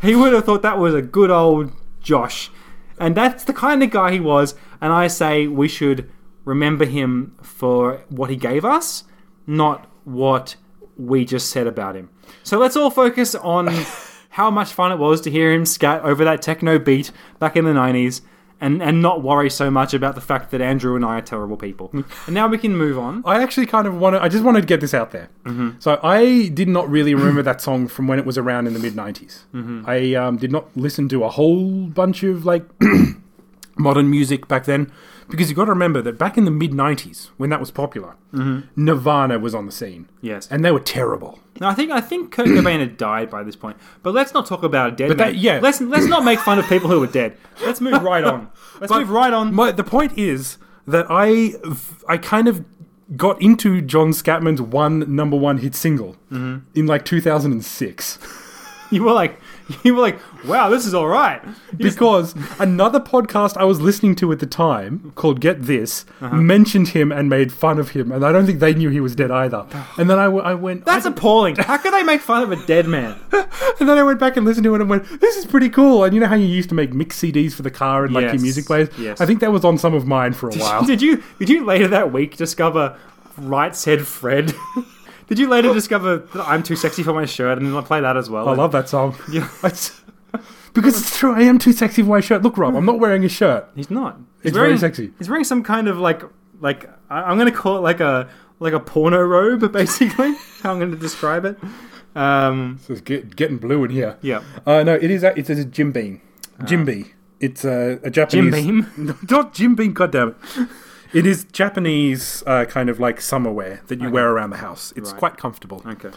Speaker 2: he would have thought that was a good old Josh, and that's the kind of guy he was. And I say we should remember him for what he gave us, not what we just said about him. So let's all focus on how much fun it was to hear him scat over that techno beat back in the 90s and, and not worry so much about the fact that Andrew and I are terrible people. and now we can move on.
Speaker 1: I actually kind of want to. I just wanted to get this out there. So I did not really remember that song from when it was around in the mid '90s. I um, did not listen to a whole bunch of like modern music back then because you got to remember that back in the mid '90s when that was popular, Nirvana was on the scene.
Speaker 2: Yes.
Speaker 1: and they were terrible.
Speaker 2: Now, I think I think Kurt Cobain had died by this point, but let's not talk about a dead. But
Speaker 1: that- yeah.
Speaker 2: let's let's not make fun of people who are dead. Let's move right on. Let's
Speaker 1: But-
Speaker 2: move right on.
Speaker 1: My, the point is that I I kind of got into John Scatman's one number one hit single in like 2006.
Speaker 2: You were like, you were like, wow, this is all right. You just-
Speaker 1: because another podcast I was listening to at the time called Get This mentioned him and made fun of him, and I don't think they knew he was dead either. And then I, w- I went,
Speaker 2: that's appalling. How could they make fun of a dead man?
Speaker 1: and then I went back and listened to it and went, this is pretty cool. And you know how you used to make mix CDs for the car and like your
Speaker 2: Yes,
Speaker 1: music players?
Speaker 2: yes.
Speaker 1: I think that was on some of mine for a while.
Speaker 2: Did you did you later that week discover right said Fred? did you later discover that I'm too sexy for my shirt and then I play that as well?
Speaker 1: I love that song. It's- because it's true. I am too sexy for my shirt. Look, Rob, I'm not wearing a shirt.
Speaker 2: He's not. He's
Speaker 1: It's very sexy.
Speaker 2: He's wearing some kind of like like I- I'm gonna call it like a like a porno robe, basically. how I'm gonna describe it. Um,
Speaker 1: It's get, getting blue in here.
Speaker 2: yeah.
Speaker 1: Uh, no, it is. A, it's a Jim Beam. Jim Bee. It's a, a
Speaker 2: Jim
Speaker 1: Japanese.
Speaker 2: Beam.
Speaker 1: No, Not Jim Beam. Goddamn it! It is Japanese uh, kind of like summer wear that you wear around the house. It's
Speaker 2: Right.
Speaker 1: quite comfortable.
Speaker 2: Okay.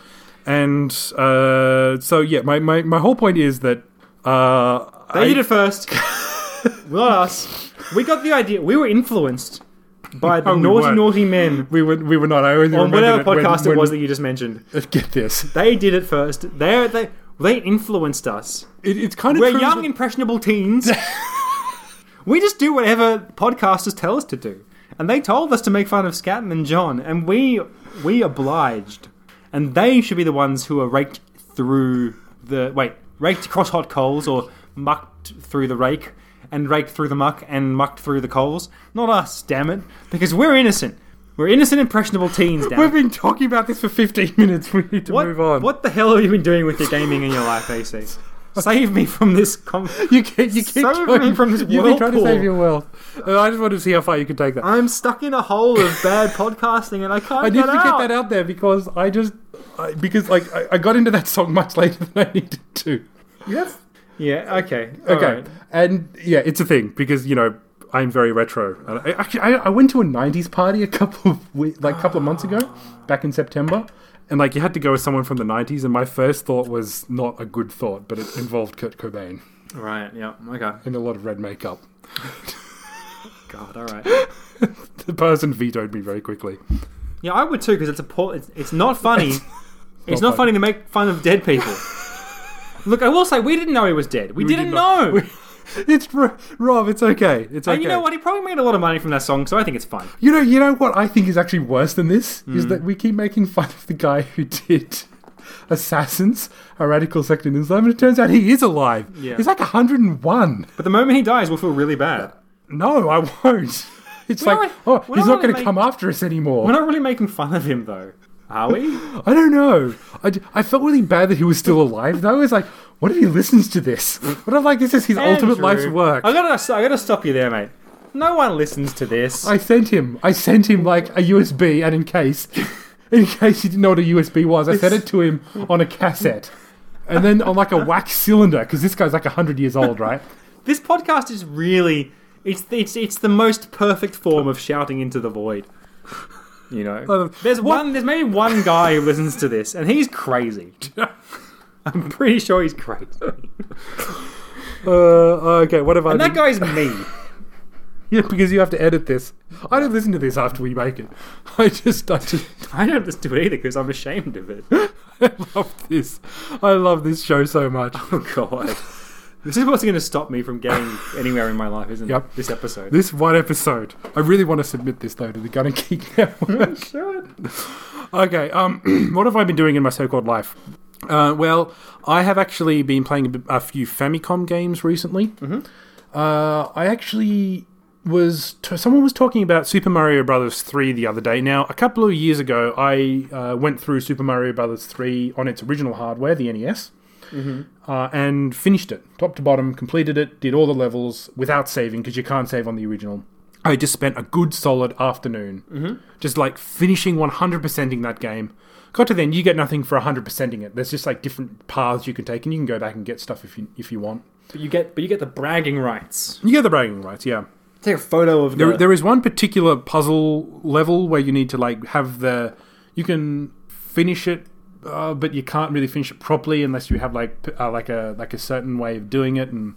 Speaker 1: And uh, so yeah, my, my, my whole point is that uh,
Speaker 2: They
Speaker 1: I-
Speaker 2: did it first. not us. We got the idea. We were influenced by
Speaker 1: No,
Speaker 2: the
Speaker 1: Oh, we
Speaker 2: naughty,
Speaker 1: weren't.
Speaker 2: naughty men
Speaker 1: we were we were not. I only
Speaker 2: on whatever
Speaker 1: remembered it when-
Speaker 2: podcast
Speaker 1: when-
Speaker 2: it was that you just mentioned.
Speaker 1: Get this.
Speaker 2: They did it first. They they they influenced us.
Speaker 1: It, it's kind of
Speaker 2: We're
Speaker 1: true
Speaker 2: young,
Speaker 1: that-
Speaker 2: impressionable teens. we just do whatever podcasters tell us to do, and they told us to make fun of Scatman and John, and we we obliged. And they should be the ones who are raked through the wait, raked across hot coals, or mucked through the rake, and raked through the muck, and mucked through the coals. Not us, damn it, because we're innocent. We're innocent, impressionable teens. Damn it.
Speaker 1: We've been talking about this for 15 minutes. We need to
Speaker 2: What,
Speaker 1: move on.
Speaker 2: what the hell have you been doing with your gaming in your life, AC? Save me from this. Com-
Speaker 1: You keep, you keep
Speaker 2: Save
Speaker 1: trying-
Speaker 2: me from this
Speaker 1: You've been trying to
Speaker 2: whirlpool.
Speaker 1: save your wealth. Uh, I just wanted to see how far you could take that.
Speaker 2: I'm stuck in a hole of bad podcasting and I can't
Speaker 1: I need
Speaker 2: get,
Speaker 1: to
Speaker 2: out.
Speaker 1: get that out there because I just I, because like I, I got into that song much later than I needed to. Yes.
Speaker 2: Yeah, okay.
Speaker 1: Okay.
Speaker 2: Okay.
Speaker 1: And yeah, it's a thing because you know I'm very retro. And I, actually, I, I went to a '90s party a couple of we, like couple of months ago, back in September, and like you had to go with someone from the '90s. And my first thought was not a good thought, but it involved Kurt Cobain
Speaker 2: Right, yeah, okay.
Speaker 1: and a lot of red makeup.
Speaker 2: God, alright.
Speaker 1: The person vetoed me very quickly.
Speaker 2: Yeah, I would too because it's a poor, it's, it's not funny. it's
Speaker 1: It's
Speaker 2: not
Speaker 1: not
Speaker 2: funny to make fun of dead people. Look, I will say we didn't know he was dead. We,
Speaker 1: did
Speaker 2: didn't
Speaker 1: not.
Speaker 2: know.
Speaker 1: It's r- Rob. It's okay. It's okay.
Speaker 2: And you know what? He probably made a lot of money from that song, so I think it's fine.
Speaker 1: You know, you know what I think is actually worse than this
Speaker 2: Hmm.
Speaker 1: is that we keep making fun of the guy who did assassins, a radical sect in Islam, and it turns out he is alive.
Speaker 2: Yeah.
Speaker 1: He's like 101.
Speaker 2: But the moment he dies, we'll feel really bad.
Speaker 1: No, I won't. It's
Speaker 2: We're
Speaker 1: like,
Speaker 2: not-
Speaker 1: oh,
Speaker 2: we're
Speaker 1: he's
Speaker 2: not
Speaker 1: not going
Speaker 2: really
Speaker 1: to come after us anymore.
Speaker 2: We're not really making fun of him though, are we?
Speaker 1: I don't know. I, d- I felt really bad that he was still alive, though. It's like, what if he listens to this? What if, like, this is his ultimate
Speaker 2: Andrew,
Speaker 1: life's work?
Speaker 2: I gotta, I gotta stop you there, mate. No one listens to this.
Speaker 1: I sent him. I sent him like a USB, and in case, in case he didn't know what a USB was, I sent it to him on a cassette, and then on like a wax cylinder because this guy's like hundred years old, right?
Speaker 2: This podcast is really, it's, it's, it's the most perfect form of shouting into the void. You know,
Speaker 1: Uh,
Speaker 2: there's
Speaker 1: what-
Speaker 2: one, there's maybe one guy who listens to this, and he's crazy. I'm pretty sure he's crazy,
Speaker 1: Uh, okay, what have I?
Speaker 2: and that
Speaker 1: been-
Speaker 2: guy's me.
Speaker 1: Yeah, because you have to edit this. I don't listen to this after we make it. I just, I just,
Speaker 2: I don't just do it either because I'm ashamed of it.
Speaker 1: I love this. I love this show so much.
Speaker 2: Oh god. This is what's going to stop me from getting anywhere in my life, isn't
Speaker 1: Yep.
Speaker 2: it? This episode.
Speaker 1: This one episode. I really want to submit this though to the Gun and Geek Network.
Speaker 2: Sure.
Speaker 1: okay, um, what have I been doing in my so-called life? Uh, well, I have actually been playing a bit- a few Famicom games recently. Uh, I actually was t- someone was talking about Super Mario Brothers three the other day. Now, a couple of years ago, I uh, went through Super Mario Brothers three on its original hardware, the E NES, uh, and finished it top to bottom, completed it, did all the levels without saving because you can't save on the original. I just spent a good solid afternoon just like finishing 100%ing that game. Got to then, you get nothing for 100%ing it. There's just like different paths you can take, and you can go back and get stuff if you if you want.
Speaker 2: But you get but you get the bragging rights.
Speaker 1: You get the bragging rights, yeah.
Speaker 2: Take a photo of
Speaker 1: There,
Speaker 2: the,
Speaker 1: there is one particular puzzle level where you need to like have the you can finish it, uh, but you can't really finish it properly unless you have like p- uh, like a like a certain way of doing it, and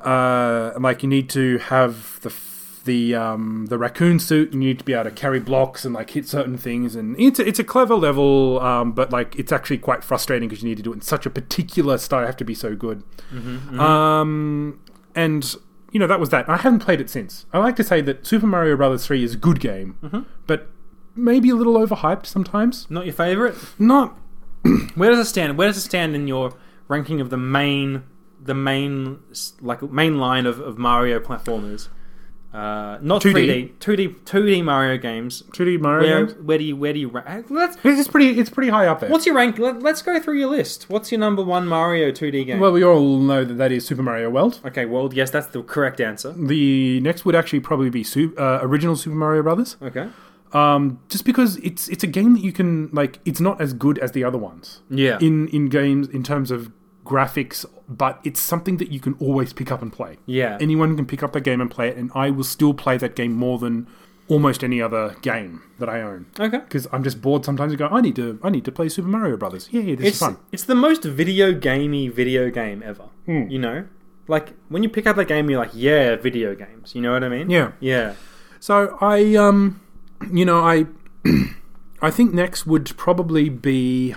Speaker 1: uh, and, like you need to have the f- the um, the raccoon suit, and you need to be able to carry blocks and like hit certain things, and it's a, it's a clever level, um, but like it's actually quite frustrating because you need to do it in such a particular style, you have to be so good. Um, and you know that was that. I haven't played it since. I like to say that Super Mario Brothers Three is a good game, but maybe a little overhyped sometimes.
Speaker 2: Not your favorite.
Speaker 1: Not
Speaker 2: Where does it stand? Where does it stand in your ranking of the main the main s- like main line of, of Mario platformers? Uh, not
Speaker 1: 2D.
Speaker 2: 3D, 2D, 2D Mario games.
Speaker 1: 2D Mario
Speaker 2: Where,
Speaker 1: games.
Speaker 2: where do you where do you rank? Let's
Speaker 1: It's just pretty. It's pretty high up there.
Speaker 2: What's your rank? Let, let's go through your list. What's your number one Mario 2D game?
Speaker 1: well, we all know that that is Super Mario World.
Speaker 2: okay, well, yes, that's the correct answer.
Speaker 1: The next would actually probably be Su- uh, original Super Mario Brothers,
Speaker 2: Okay.
Speaker 1: um, just because it's it's a game that you can like. It's not as good as the other ones
Speaker 2: Yeah.
Speaker 1: in in games in terms of graphics, but it's something that you can always pick up and play.
Speaker 2: yeah.
Speaker 1: anyone can pick up that game and play it, and I will still play that game more than almost any other game that I own.
Speaker 2: okay.
Speaker 1: Because I'm just bored sometimes and go, I need to, I need to play Super Mario Brothers. Yeah, yeah, this is
Speaker 2: It's
Speaker 1: fun.
Speaker 2: it's the most video gamey video game ever.
Speaker 1: Hmm.
Speaker 2: You know, like when you pick up that game, you're like, yeah, video games. You know what I mean?
Speaker 1: Yeah.
Speaker 2: Yeah.
Speaker 1: So I, um, you know, I, I think next would probably be.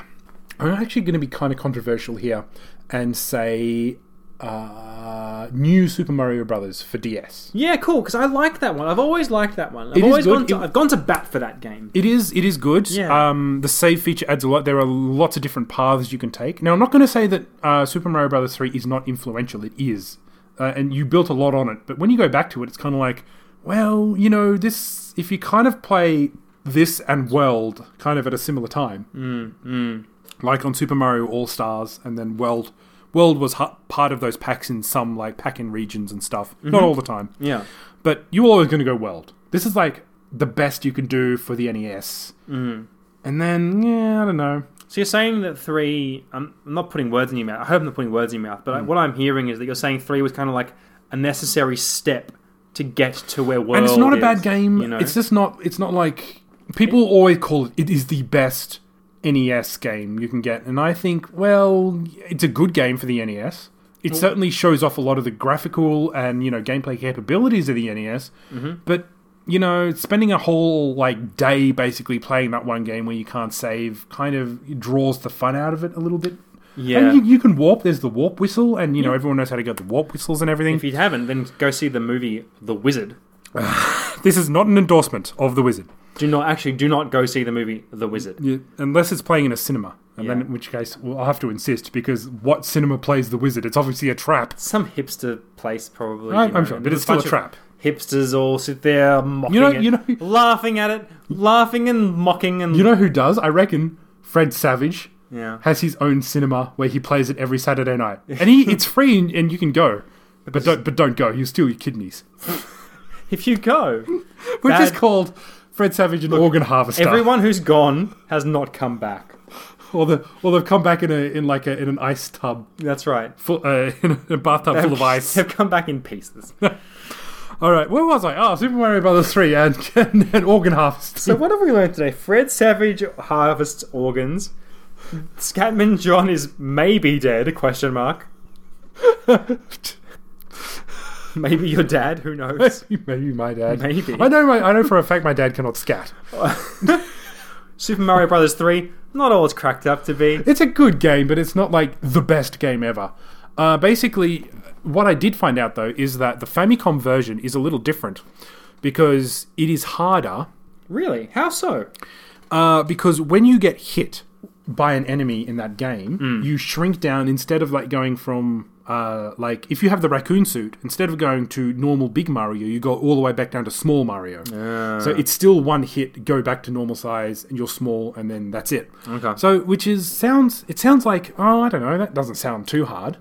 Speaker 1: I'm actually going to be kind of controversial here, and say, uh, new Super Mario Brothers for DS.
Speaker 2: Yeah, cool. Because I like that one. I've always liked that one. I've
Speaker 1: It is
Speaker 2: always
Speaker 1: good.
Speaker 2: gone to,
Speaker 1: It-
Speaker 2: I've gone to bat for that game.
Speaker 1: It is. It is good.
Speaker 2: Yeah.
Speaker 1: Um, the save feature adds a lot. There are lots of different paths you can take. Now, I'm not going to say that uh, Super Mario Brothers Three is not influential. It is, uh, and you built a lot on it. But when you go back to it, it's kind of like, well, you know, this. If you kind of play this and World kind of at a similar time, like on Super Mario All Stars, and then World. World was ha- part of those packs in some like pack in regions and stuff. Not all the time
Speaker 2: Yeah.
Speaker 1: but you're always going to go world. This is like the best you can do for the NES.
Speaker 2: Mm-hmm.
Speaker 1: And then, yeah, I don't know.
Speaker 2: So you're saying that three? I'm, I'm not putting words in your mouth. I hope I'm not putting words in your mouth. But
Speaker 1: Mm.
Speaker 2: I- what I'm hearing is that you're saying three was kind of like a necessary step to get to where world.
Speaker 1: and it's not a
Speaker 2: is,
Speaker 1: bad game.
Speaker 2: You know?
Speaker 1: It's just not. It's not like people always call it. It is the best NES game you can get, and I think, well, it's a good game for the NES. It certainly shows off a lot of the graphical and you know gameplay capabilities of the NES,
Speaker 2: Mm-hmm.
Speaker 1: but. You know, spending a whole like day basically playing that one game where you can't save kind of draws the fun out of it a little bit.
Speaker 2: yeah.
Speaker 1: And you, you can warp. There's the warp whistle, and you know everyone knows how to get the warp whistles and everything.
Speaker 2: if you haven't, then go see the movie The Wizard.
Speaker 1: this is not an endorsement of the wizard,
Speaker 2: Do not actually do not go see the movie The Wizard.
Speaker 1: unless it's playing in a cinema, and then
Speaker 2: Yeah.
Speaker 1: in which case well, I'll have to insist because what cinema plays the wizard? It's obviously a trap.
Speaker 2: Some hipster place probably.
Speaker 1: I'm-
Speaker 2: you know,
Speaker 1: I'm sure, but
Speaker 2: there's
Speaker 1: it's still
Speaker 2: bunch
Speaker 1: a
Speaker 2: of
Speaker 1: trap.
Speaker 2: Hipsters all sit there mocking
Speaker 1: You know-
Speaker 2: it,
Speaker 1: you know-
Speaker 2: laughing at it, laughing and mocking and
Speaker 1: You know who does? I reckon Fred Savage
Speaker 2: yeah.
Speaker 1: has his own cinema where he plays it every Saturday night, and he it's free and, and you can go, but don't but don't go. He'll steal your kidneys,
Speaker 2: If you go,
Speaker 1: which is
Speaker 2: Bad-
Speaker 1: called Fred Savage and Organ Harvester.
Speaker 2: everyone who's gone has not come back.
Speaker 1: or the or they've come back in a in like a, in an ice tub,
Speaker 2: That's right.
Speaker 1: full, uh, in a bathtub full of ice.
Speaker 2: They've come back in pieces.
Speaker 1: All right, where was I? Oh, Super Mario Brothers three and and, and organ harvest.
Speaker 2: so what have we learned today? Fred Savage harvests organs. Scatman John is maybe dead? Question mark. Maybe your dad, who knows?
Speaker 1: Maybe my dad.
Speaker 2: Maybe.
Speaker 1: I know. My, I know for a fact my dad cannot scat.
Speaker 2: Super Mario Brothers 3, not all it's cracked up to be.
Speaker 1: It's a good game, but it's not like the best game ever. Uh, basically, what I did find out though is that the Famicom version is a little different because it is harder.
Speaker 2: Really? How so?
Speaker 1: Uh, because when you get hit by an enemy in that game, you shrink down instead of like going from uh, like if you have the raccoon suit, instead of going to normal big Mario, you go all the way back down to small Mario. So it's still one hit, go back to normal size, and you're small, and then that's it.
Speaker 2: Okay.
Speaker 1: So which is sounds it sounds like oh I don't know that doesn't sound too hard.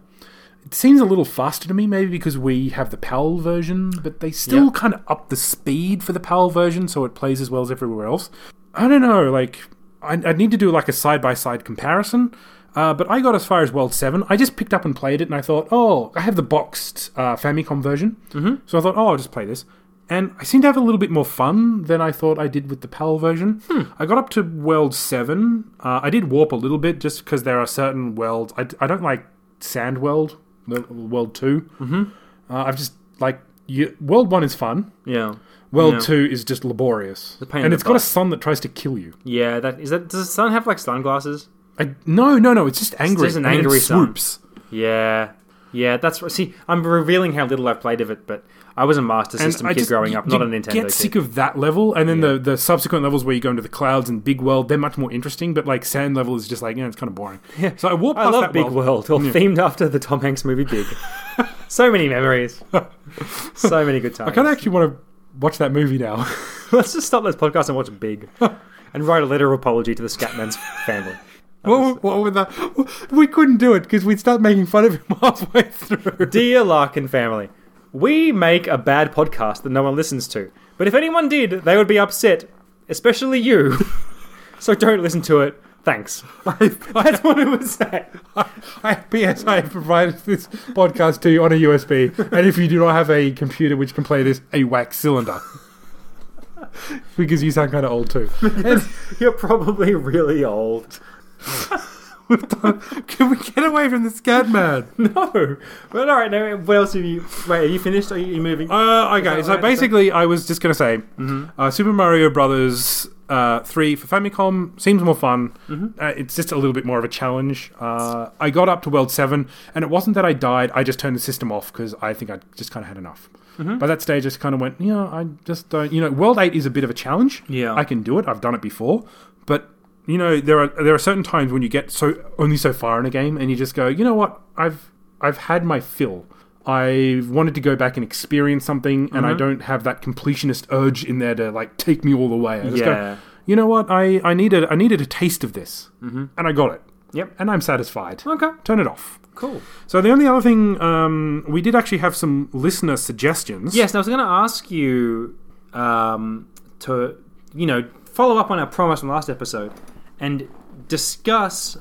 Speaker 1: It seems a little faster to me, maybe because we have the PAL version, but they still
Speaker 2: Yep.
Speaker 1: kind of up the speed for the PAL version so it plays as well as everywhere else. I don't know, like, I, I'd need to do like a side by side comparison, uh, but I got as far as World 7. I just picked up and played it and I thought, oh, I have the boxed uh, Famicom version. Mm-hmm. So I thought, oh, I'll just play this. And I seem to have a little bit more fun than I thought I did with the PAL version. I got up to World 7. Uh, I did warp a little bit just because there are certain worlds. I, I don't like Sand World, the- World 2. Mm-hmm. Uh, I've just, like, you, World 1 is fun.
Speaker 2: Yeah.
Speaker 1: World
Speaker 2: Yeah.
Speaker 1: two is just laborious,
Speaker 2: pain in
Speaker 1: and
Speaker 2: the
Speaker 1: it's got a
Speaker 2: butt.
Speaker 1: son that tries to kill you.
Speaker 2: Yeah, that is that does the sun have like sunglasses?
Speaker 1: I, no, no, no. It's just angry.
Speaker 2: just an
Speaker 1: and then
Speaker 2: angry son.
Speaker 1: swoops.
Speaker 2: Yeah. Yeah, that's right. See, I'm revealing how little I've played of it, but I was a Master
Speaker 1: And
Speaker 2: System
Speaker 1: I
Speaker 2: kid
Speaker 1: just-
Speaker 2: growing
Speaker 1: you-
Speaker 2: up, not a
Speaker 1: you
Speaker 2: Nintendo
Speaker 1: Get
Speaker 2: kid.
Speaker 1: sick of that level, and then the, the subsequent levels where you go into the clouds and big world, they're much more interesting. But like sand level is just like yeah, it's kind of boring. So I walked past
Speaker 2: I love
Speaker 1: that
Speaker 2: Big
Speaker 1: world.
Speaker 2: World, or themed after the Tom Hanks movie Big. so many memories. So many good times.
Speaker 1: I kind of actually want to watch that movie now.
Speaker 2: Let's just stop this podcast and watch Big, and write a letter of apology to the Scatman's family.
Speaker 1: what, would- what would that? We couldn't do it because we'd start making fun of him halfway through.
Speaker 2: Dear Larkin family, we make a bad podcast that no one listens to. But if anyone did, they would be upset, especially you. so don't listen to it. Thanks. That's what it would say.
Speaker 1: I, P.S. I have provided this podcast to you on a USB, and if you do not have a computer which can play this, a wax cylinder. because you sound kind of old too.
Speaker 2: You're probably really old.
Speaker 1: can we get away from the scad man?
Speaker 2: No. But all right, now what else have you? Wait, are you finished? Are you moving?
Speaker 1: Uh, okay,
Speaker 2: that
Speaker 1: so
Speaker 2: right? Mm-hmm.
Speaker 1: basically, I was just going to say uh, Super Mario Brothers uh, 3 for Famicom seems more fun.
Speaker 2: Mm-hmm.
Speaker 1: Uh, it's just a little bit more of a challenge. Uh, I got up to World 7, and it wasn't that I died, I just turned the system off because I think I just kind of had enough.
Speaker 2: Mm-hmm.
Speaker 1: By that stage, I just kind of went, you know, I just don't. You know, World 8 is a bit of a challenge.
Speaker 2: Yeah.
Speaker 1: I can do it, I've done it before, but. You know there are there are certain times when you get so only so far in a game, and you just go, you know what, I've I've had my fill. I wanted to go back and experience something, and
Speaker 2: Mm-hmm.
Speaker 1: I don't have that completionist urge in there to like take me all the way. I just go,
Speaker 2: Yeah.
Speaker 1: you know what? I, I needed I needed a taste of this,
Speaker 2: Mm-hmm.
Speaker 1: and I got it,
Speaker 2: Yep.
Speaker 1: and I'm satisfied.
Speaker 2: Okay.
Speaker 1: Turn it off.
Speaker 2: Cool.
Speaker 1: So the only other thing um, we did actually have some listener suggestions.
Speaker 2: Yes, and I was going to ask you um, to, you know, follow up on our promise from last episode and discuss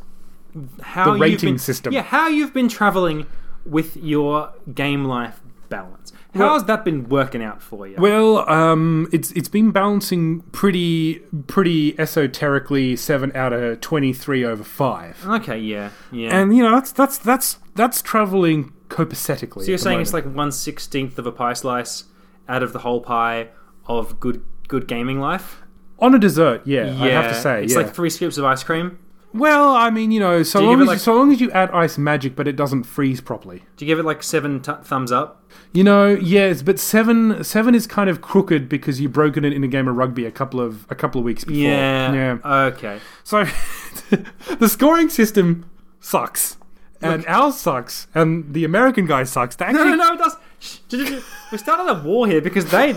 Speaker 2: how
Speaker 1: The
Speaker 2: you've
Speaker 1: rating
Speaker 2: been-
Speaker 1: system.
Speaker 2: Yeah, how you've been traveling with your game life balance. How
Speaker 1: Well-
Speaker 2: has that been working out for you?
Speaker 1: Well, um, it's it's been balancing pretty pretty esoterically seven out of twenty three over five,
Speaker 2: okay, yeah, yeah.
Speaker 1: and you know that's that's that's that's traveling copacetically.
Speaker 2: so you're saying it's like one sixteenth of a pie slice out of the whole pie of good good gaming life.
Speaker 1: on a dessert? Yeah, I have to say,
Speaker 2: it's
Speaker 1: yeah.
Speaker 2: like three scoops of ice cream.
Speaker 1: Well, I mean, you know, so
Speaker 2: you
Speaker 1: long
Speaker 2: give it,
Speaker 1: as
Speaker 2: like-
Speaker 1: you, so long as you add ice magic, but it doesn't freeze properly.
Speaker 2: Do you give it like seven t- thumbs up?
Speaker 1: You know, yes, but seven seven is kind of crooked because you broken it in a game of rugby a couple of a couple of weeks before.
Speaker 2: Yeah.
Speaker 1: yeah.
Speaker 2: Okay.
Speaker 1: So the scoring system sucks, and ours sucks, and the American guy sucks. They
Speaker 2: No,
Speaker 1: actually,
Speaker 2: no, no, it does. Shh, shh, shh, shh. we started a war here because they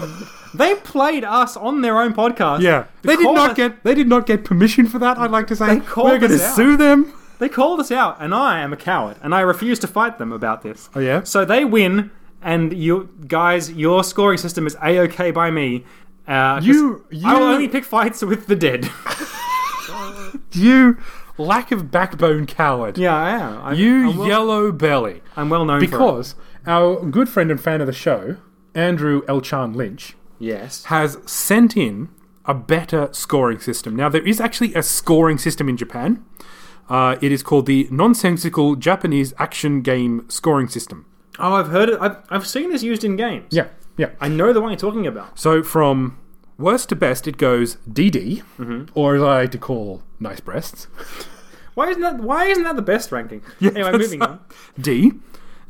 Speaker 2: they played us on their own podcast.
Speaker 1: yeah, they did
Speaker 2: call
Speaker 1: not
Speaker 2: us-
Speaker 1: get they did not get permission for that. I'd like to say
Speaker 2: They called
Speaker 1: we're going to
Speaker 2: us out.
Speaker 1: sue them.
Speaker 2: They called us out, and I am a coward, and I refuse to fight them about this.
Speaker 1: Oh yeah,
Speaker 2: So they win, and you guys, your scoring system is a okay by me. Uh, 'cause
Speaker 1: You-
Speaker 2: I will
Speaker 1: you-
Speaker 2: only pick fights with the dead.
Speaker 1: you lack of backbone coward.
Speaker 2: yeah, I am. I'm,
Speaker 1: You
Speaker 2: I'm well,
Speaker 1: yellow belly.
Speaker 2: I'm well known for
Speaker 1: Because our good friend and fan of the show, Andrew Elchan Lynch,
Speaker 2: it. yes.
Speaker 1: has sent in a better scoring system. Now, there is actually a scoring system in Japan. Uh, it is called the Nonsensical Japanese Action Game Scoring System.
Speaker 2: Oh, I've heard it. I've, I've seen this used in games.
Speaker 1: Yeah, yeah.
Speaker 2: I know the one you're talking about.
Speaker 1: So from worst to best, it goes DD, or as I like to call nice breasts,
Speaker 2: Why isn't that? Why isn't that the best ranking? anyway,
Speaker 1: that's-
Speaker 2: moving on.
Speaker 1: D,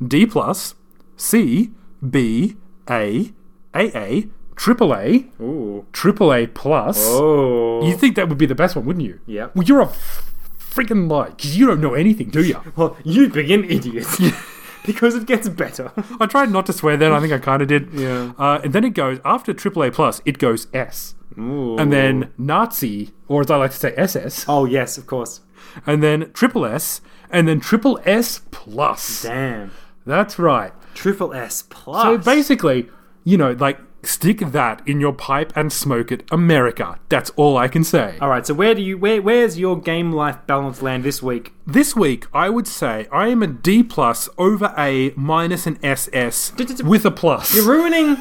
Speaker 1: D plus, C, B, A, AA, triple A,
Speaker 2: Ooh.
Speaker 1: triple A plus.
Speaker 2: Oh.
Speaker 1: You think that would be the best one, wouldn't you?
Speaker 2: Yeah.
Speaker 1: Well, you're a f- freaking liar because you don't know anything, do you?
Speaker 2: Well, you being an idiot. because it gets better.
Speaker 1: I tried not to swear then. I think I kind of did.
Speaker 2: Yeah.
Speaker 1: Uh, and then it goes after AAA plus, it goes S,
Speaker 2: Ooh.
Speaker 1: and then Nazi, or as I like to say, SS,
Speaker 2: Oh yes, of course.
Speaker 1: and then triple S, and then triple S plus.
Speaker 2: Damn.
Speaker 1: That's right.
Speaker 2: Triple S plus.
Speaker 1: So basically, you know, like stick that in your pipe and smoke it, America. That's all I can say.
Speaker 2: All right. So where do you where where's your game life balance land this week?
Speaker 1: This week, I would say I am a D plus over A minus an SS
Speaker 2: D- d- d-
Speaker 1: with a plus.
Speaker 2: You're ruining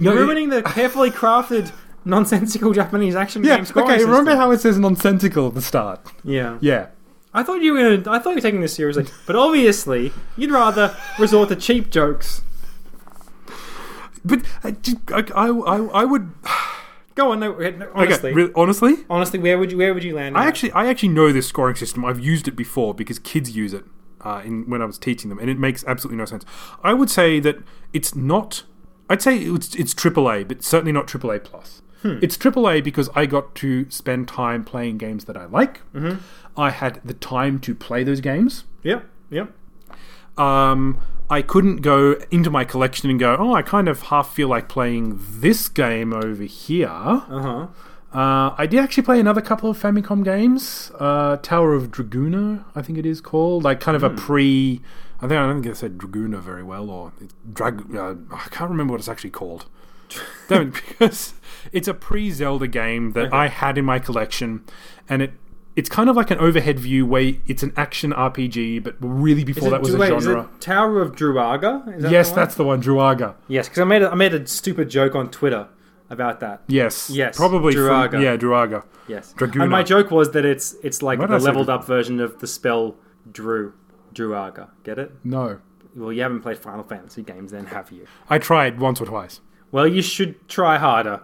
Speaker 1: No,
Speaker 2: you're ruining the carefully crafted nonsensical Japanese action
Speaker 1: Yeah.
Speaker 2: game scoring
Speaker 1: Okay.
Speaker 2: system.
Speaker 1: Remember how it says nonsensical at the start?
Speaker 2: Yeah.
Speaker 1: Yeah.
Speaker 2: I thought you were. Gonna, I thought you were taking this seriously, but obviously you'd rather resort to cheap jokes.
Speaker 1: But I, ju- I, I, I- I would
Speaker 2: Go on. No, no, honestly,
Speaker 1: okay, really, honestly,
Speaker 2: honestly, where would you where would you land?
Speaker 1: I
Speaker 2: on that?
Speaker 1: actually I actually know this scoring system. I've used it before because kids use it uh, in, when I was teaching them, and it makes absolutely no sense. I would say that it's not. I'd say it's it's AAA, but certainly not AAA plus. It's AAA because I got to spend time playing games that I like. I had the time to play those games.
Speaker 2: Yep. Yep.
Speaker 1: um, I couldn't go into my collection and go, oh, I kind of half feel like playing this game over here.
Speaker 2: Uh
Speaker 1: uh
Speaker 2: huh.
Speaker 1: I did actually play another couple of Famicom games, uh, Tower of Draguna, I think it is called, like kind of
Speaker 2: Hmm.
Speaker 1: a pre. I think I don't think I said Draguna very well, or it's drag. Uh, I can't remember what it's actually called. Damn it, because it's a pre-Zelda game that I had in my collection, and it it's kind of like an overhead view where it's an action RPG, but really before that was
Speaker 2: Is it-
Speaker 1: a
Speaker 2: wait,
Speaker 1: genre.
Speaker 2: is it Tower of Druaga? Is that
Speaker 1: Yes,
Speaker 2: the one?
Speaker 1: that's the one, Druaga.
Speaker 2: yes. Because I made a, I made a stupid joke on Twitter about that.
Speaker 1: Yes.
Speaker 2: Yes,
Speaker 1: Probably from-
Speaker 2: Druaga.
Speaker 1: yeah, Druaga.
Speaker 2: Yes.
Speaker 1: Draguna.
Speaker 2: And my joke was that it's it's like
Speaker 1: Why did
Speaker 2: the
Speaker 1: I say
Speaker 2: leveled
Speaker 1: Dra-
Speaker 2: up version of the spell Drew Druaga. Get it?
Speaker 1: No.
Speaker 2: Well, you haven't played Final Fantasy games, then have you?
Speaker 1: I tried once or twice.
Speaker 2: Well, you should try harder,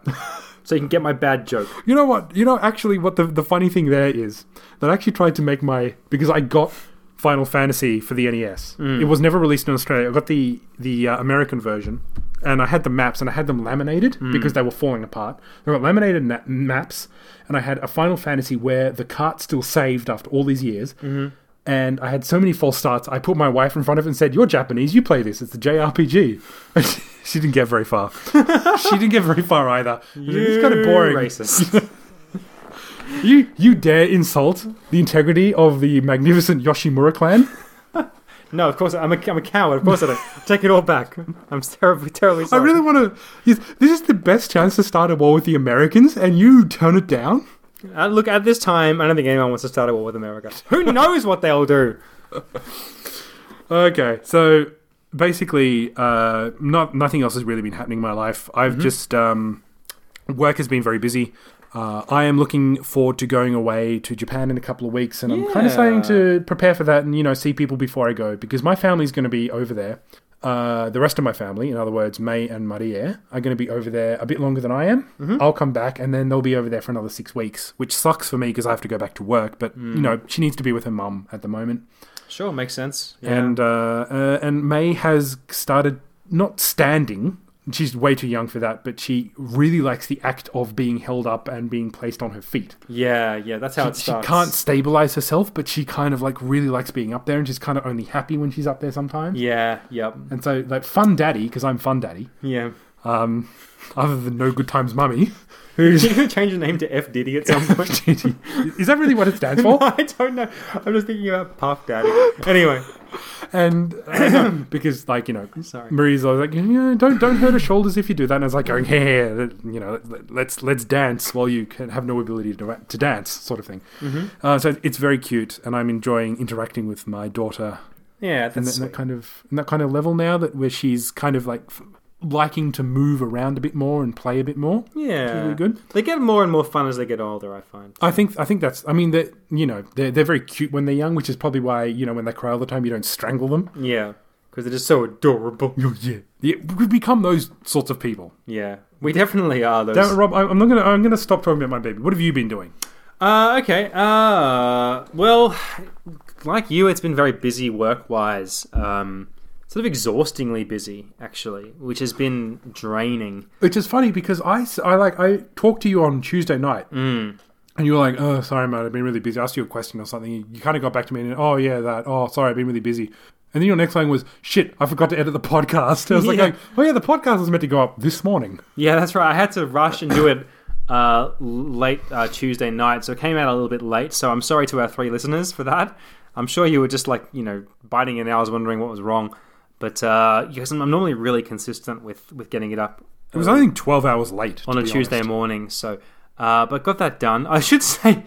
Speaker 2: so you can get my bad joke.
Speaker 1: You know what? You know actually what the the funny thing there is that I actually tried to make my because I got Final Fantasy for the NES. It was never released in Australia. I got the the uh, American version, and I had the maps and I had them laminated because they were falling apart. I got laminated na- maps, and I had a Final Fantasy where the cart still saved after all these years. And I had so many false starts. I put my wife in front of it and said, "You're Japanese. You play this. It's a JRPG." And she, she didn't get very far. she didn't get very far either. it's kind of
Speaker 2: You
Speaker 1: boring.
Speaker 2: Racist.
Speaker 1: You you dare insult the integrity of the magnificent Yoshimura clan?
Speaker 2: no, of course I'm a, I'm a coward. Of course I don't. Take it all back. I'm terribly, terribly
Speaker 1: I
Speaker 2: sorry.
Speaker 1: really want to. This is the best chance to start a war with the Americans, and you turn it down.
Speaker 2: Uh, look, at this time, I don't think anyone wants to start a war with America. Who knows what they'll do?
Speaker 1: Okay, so basically, uh, not nothing else has really been happening in my life. I've just um, work has been very busy. Uh, I am looking forward to going away to Japan in a couple of weeks, and I'm kind of starting to prepare for that, and you know, see people before I go because my family's going to be over there. Uh, the rest of my family, in other words, May and Maria, are going to be over there a bit longer than I am. I'll come back, and then they'll be over there for another six weeks, which sucks for me because I have to go back to work. But you know, she needs to be with her mum at the moment
Speaker 2: Sure, makes sense.
Speaker 1: and uh, uh, and May has started not standing. She's way too young for that, but she really likes the act of being held up and being placed on her feet.
Speaker 2: yeah, yeah, that's how it
Speaker 1: She
Speaker 2: starts.
Speaker 1: can't stabilize herself, but she kind of like really likes being up there, and she's kind of only happy when she's up there sometimes.
Speaker 2: Yeah, yep,
Speaker 1: And so, like, fun daddy, because I'm fun daddy.
Speaker 2: yeah.
Speaker 1: Um, other than no good times, mummy.
Speaker 2: Did you change your name to F Diddy at some point?
Speaker 1: Is that really what it stands for?
Speaker 2: I don't know. I'm just thinking about Puff Daddy. Anyway,
Speaker 1: and because like you know
Speaker 2: Sorry.
Speaker 1: marie's always like yeah, don't don't hurt her shoulders if you do that and i was like going hey, hey, hey, let- you know let, let's let's dance while you can have no ability to, to dance sort of thing
Speaker 2: Mm-hmm.
Speaker 1: uh, so it's very cute and i'm enjoying interacting with my daughter
Speaker 2: yeah,
Speaker 1: and
Speaker 2: that's
Speaker 1: that, that
Speaker 2: sweet.
Speaker 1: kind of in that kind of level now that where she's kind of like f- liking to move around a bit more and play a bit more
Speaker 2: yeah.
Speaker 1: really good
Speaker 2: They get more and more fun as they get older. I find.
Speaker 1: I think I think that's I mean that you know they're, they're very cute when they're young which is probably why you know when they cry all the time you don't strangle them
Speaker 2: Yeah. because it is so adorable.
Speaker 1: Oh, yeah. yeah. We've become those sorts of people.
Speaker 2: Yeah, we definitely are those.
Speaker 1: Now, Rob, I- I'm not gonna. I'm gonna stop talking about my baby. What have you been doing?
Speaker 2: Uh, okay. Uh, well, like you, it's been very busy work wise. Um, sort of exhaustingly busy, actually, which has been draining.
Speaker 1: Which is funny because I, s- I, like I talked to you on Tuesday night, and you were like, "Oh, sorry, mate, I've been really busy." I asked you a question or something. You kind of got back to me, and oh yeah, that. Oh, sorry, I've been really busy. And then your next line was, "Shit, I forgot to edit the podcast." I was like,
Speaker 2: Yeah.
Speaker 1: like, "Oh yeah, the podcast was meant to go up this morning."
Speaker 2: Yeah, that's right. I had to rush and do it uh, l- late uh, Tuesday night, so it came out a little bit late. So I'm sorry to our three listeners for that. I'm sure you were just like you know biting your nails, wondering what was wrong. But uh, because I'm, I'm normally really consistent with with getting it up
Speaker 1: It was, I think, twelve hours late
Speaker 2: on a Tuesday morning. So, uh, but got that done. I should say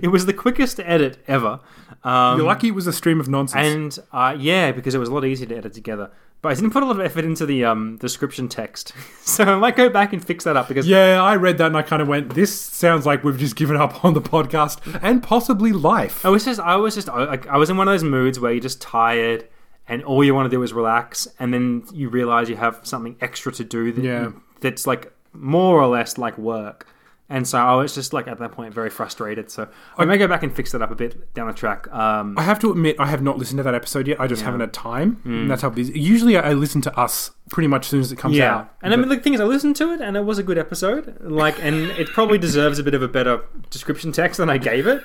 Speaker 2: it was the quickest edit ever. Um,
Speaker 1: You're lucky it was a stream of nonsense.
Speaker 2: and uh, yeah, because it was a lot easier to edit together. But I didn't put a lot of effort into the um, description text, so I might go back and fix that up because
Speaker 1: yeah, I read that and I kind of went, "This sounds like we've just given up on the podcast and possibly life."
Speaker 2: I was just I was just I- like I was in one of those moods where you're just tired and all you want to do is relax, and then you realize you have something extra to do that
Speaker 1: Yeah.
Speaker 2: that's like more or less like work. And so I was just like at that point very frustrated. So I may go back and fix that up a bit down the track. Um,
Speaker 1: I have to admit, I have not listened to that episode yet. I just haven't had time.
Speaker 2: Hmm.
Speaker 1: And that's how busy. Usually, I I listen to us pretty much as soon as it comes
Speaker 2: yeah,
Speaker 1: out.
Speaker 2: and I mean the thing is, I listened to it and it was a good episode. Like, and it probably deserves a bit of a better description text than I gave it.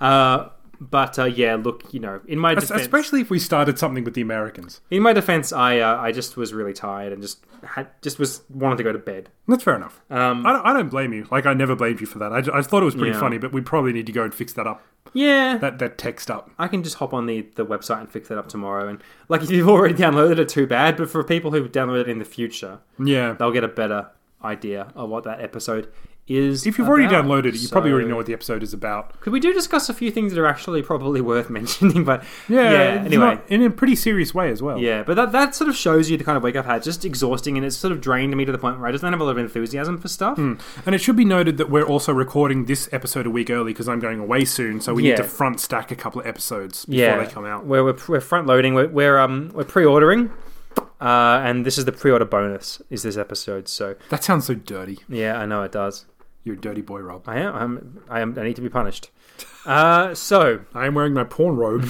Speaker 2: Uh, but uh, yeah, look, you know, in my
Speaker 1: Es-
Speaker 2: defense,
Speaker 1: especially if we started something with the Americans.
Speaker 2: In my defense, I uh, I just was really tired and just had, just was wanted to go to bed.
Speaker 1: That's fair enough.
Speaker 2: Um,
Speaker 1: I, don't, I don't blame you. Like, I never blamed you for that. I, ju- I thought it was pretty
Speaker 2: Yeah.
Speaker 1: funny, but we probably need to go and fix that up.
Speaker 2: yeah,
Speaker 1: That that text up.
Speaker 2: I can just hop on the, the website and fix that up tomorrow. And like, if you've already downloaded it, too bad. But for people who download it in the future,
Speaker 1: Yeah.
Speaker 2: they'll get a better idea of what that episode is.
Speaker 1: If you've already
Speaker 2: about.
Speaker 1: downloaded it, you probably
Speaker 2: So-
Speaker 1: already know what the episode is about.
Speaker 2: Because we do discuss a few things that are actually probably worth mentioning, but
Speaker 1: Yeah.
Speaker 2: yeah.
Speaker 1: it's
Speaker 2: anyway,
Speaker 1: not- in a pretty serious way as well.
Speaker 2: Yeah, but that, that sort of shows you the kind of week I've had. Just exhausting, and it's sort of drained me to the point where I just don't have a lot of enthusiasm for stuff.
Speaker 1: Hmm. And it should be noted that we're also recording this episode a week early because I'm going away soon, so we need
Speaker 2: Yeah.
Speaker 1: to front stack a couple of episodes before they come out.
Speaker 2: Where we're, we're front loading, we're, we're um we're pre-ordering, uh, and this is the pre-order bonus is this episode. So
Speaker 1: That sounds so dirty.
Speaker 2: yeah, I know it does.
Speaker 1: You're a dirty boy, Rob.
Speaker 2: I am I'm, I am I need to be punished. Uh, so
Speaker 1: I am wearing my porn robe.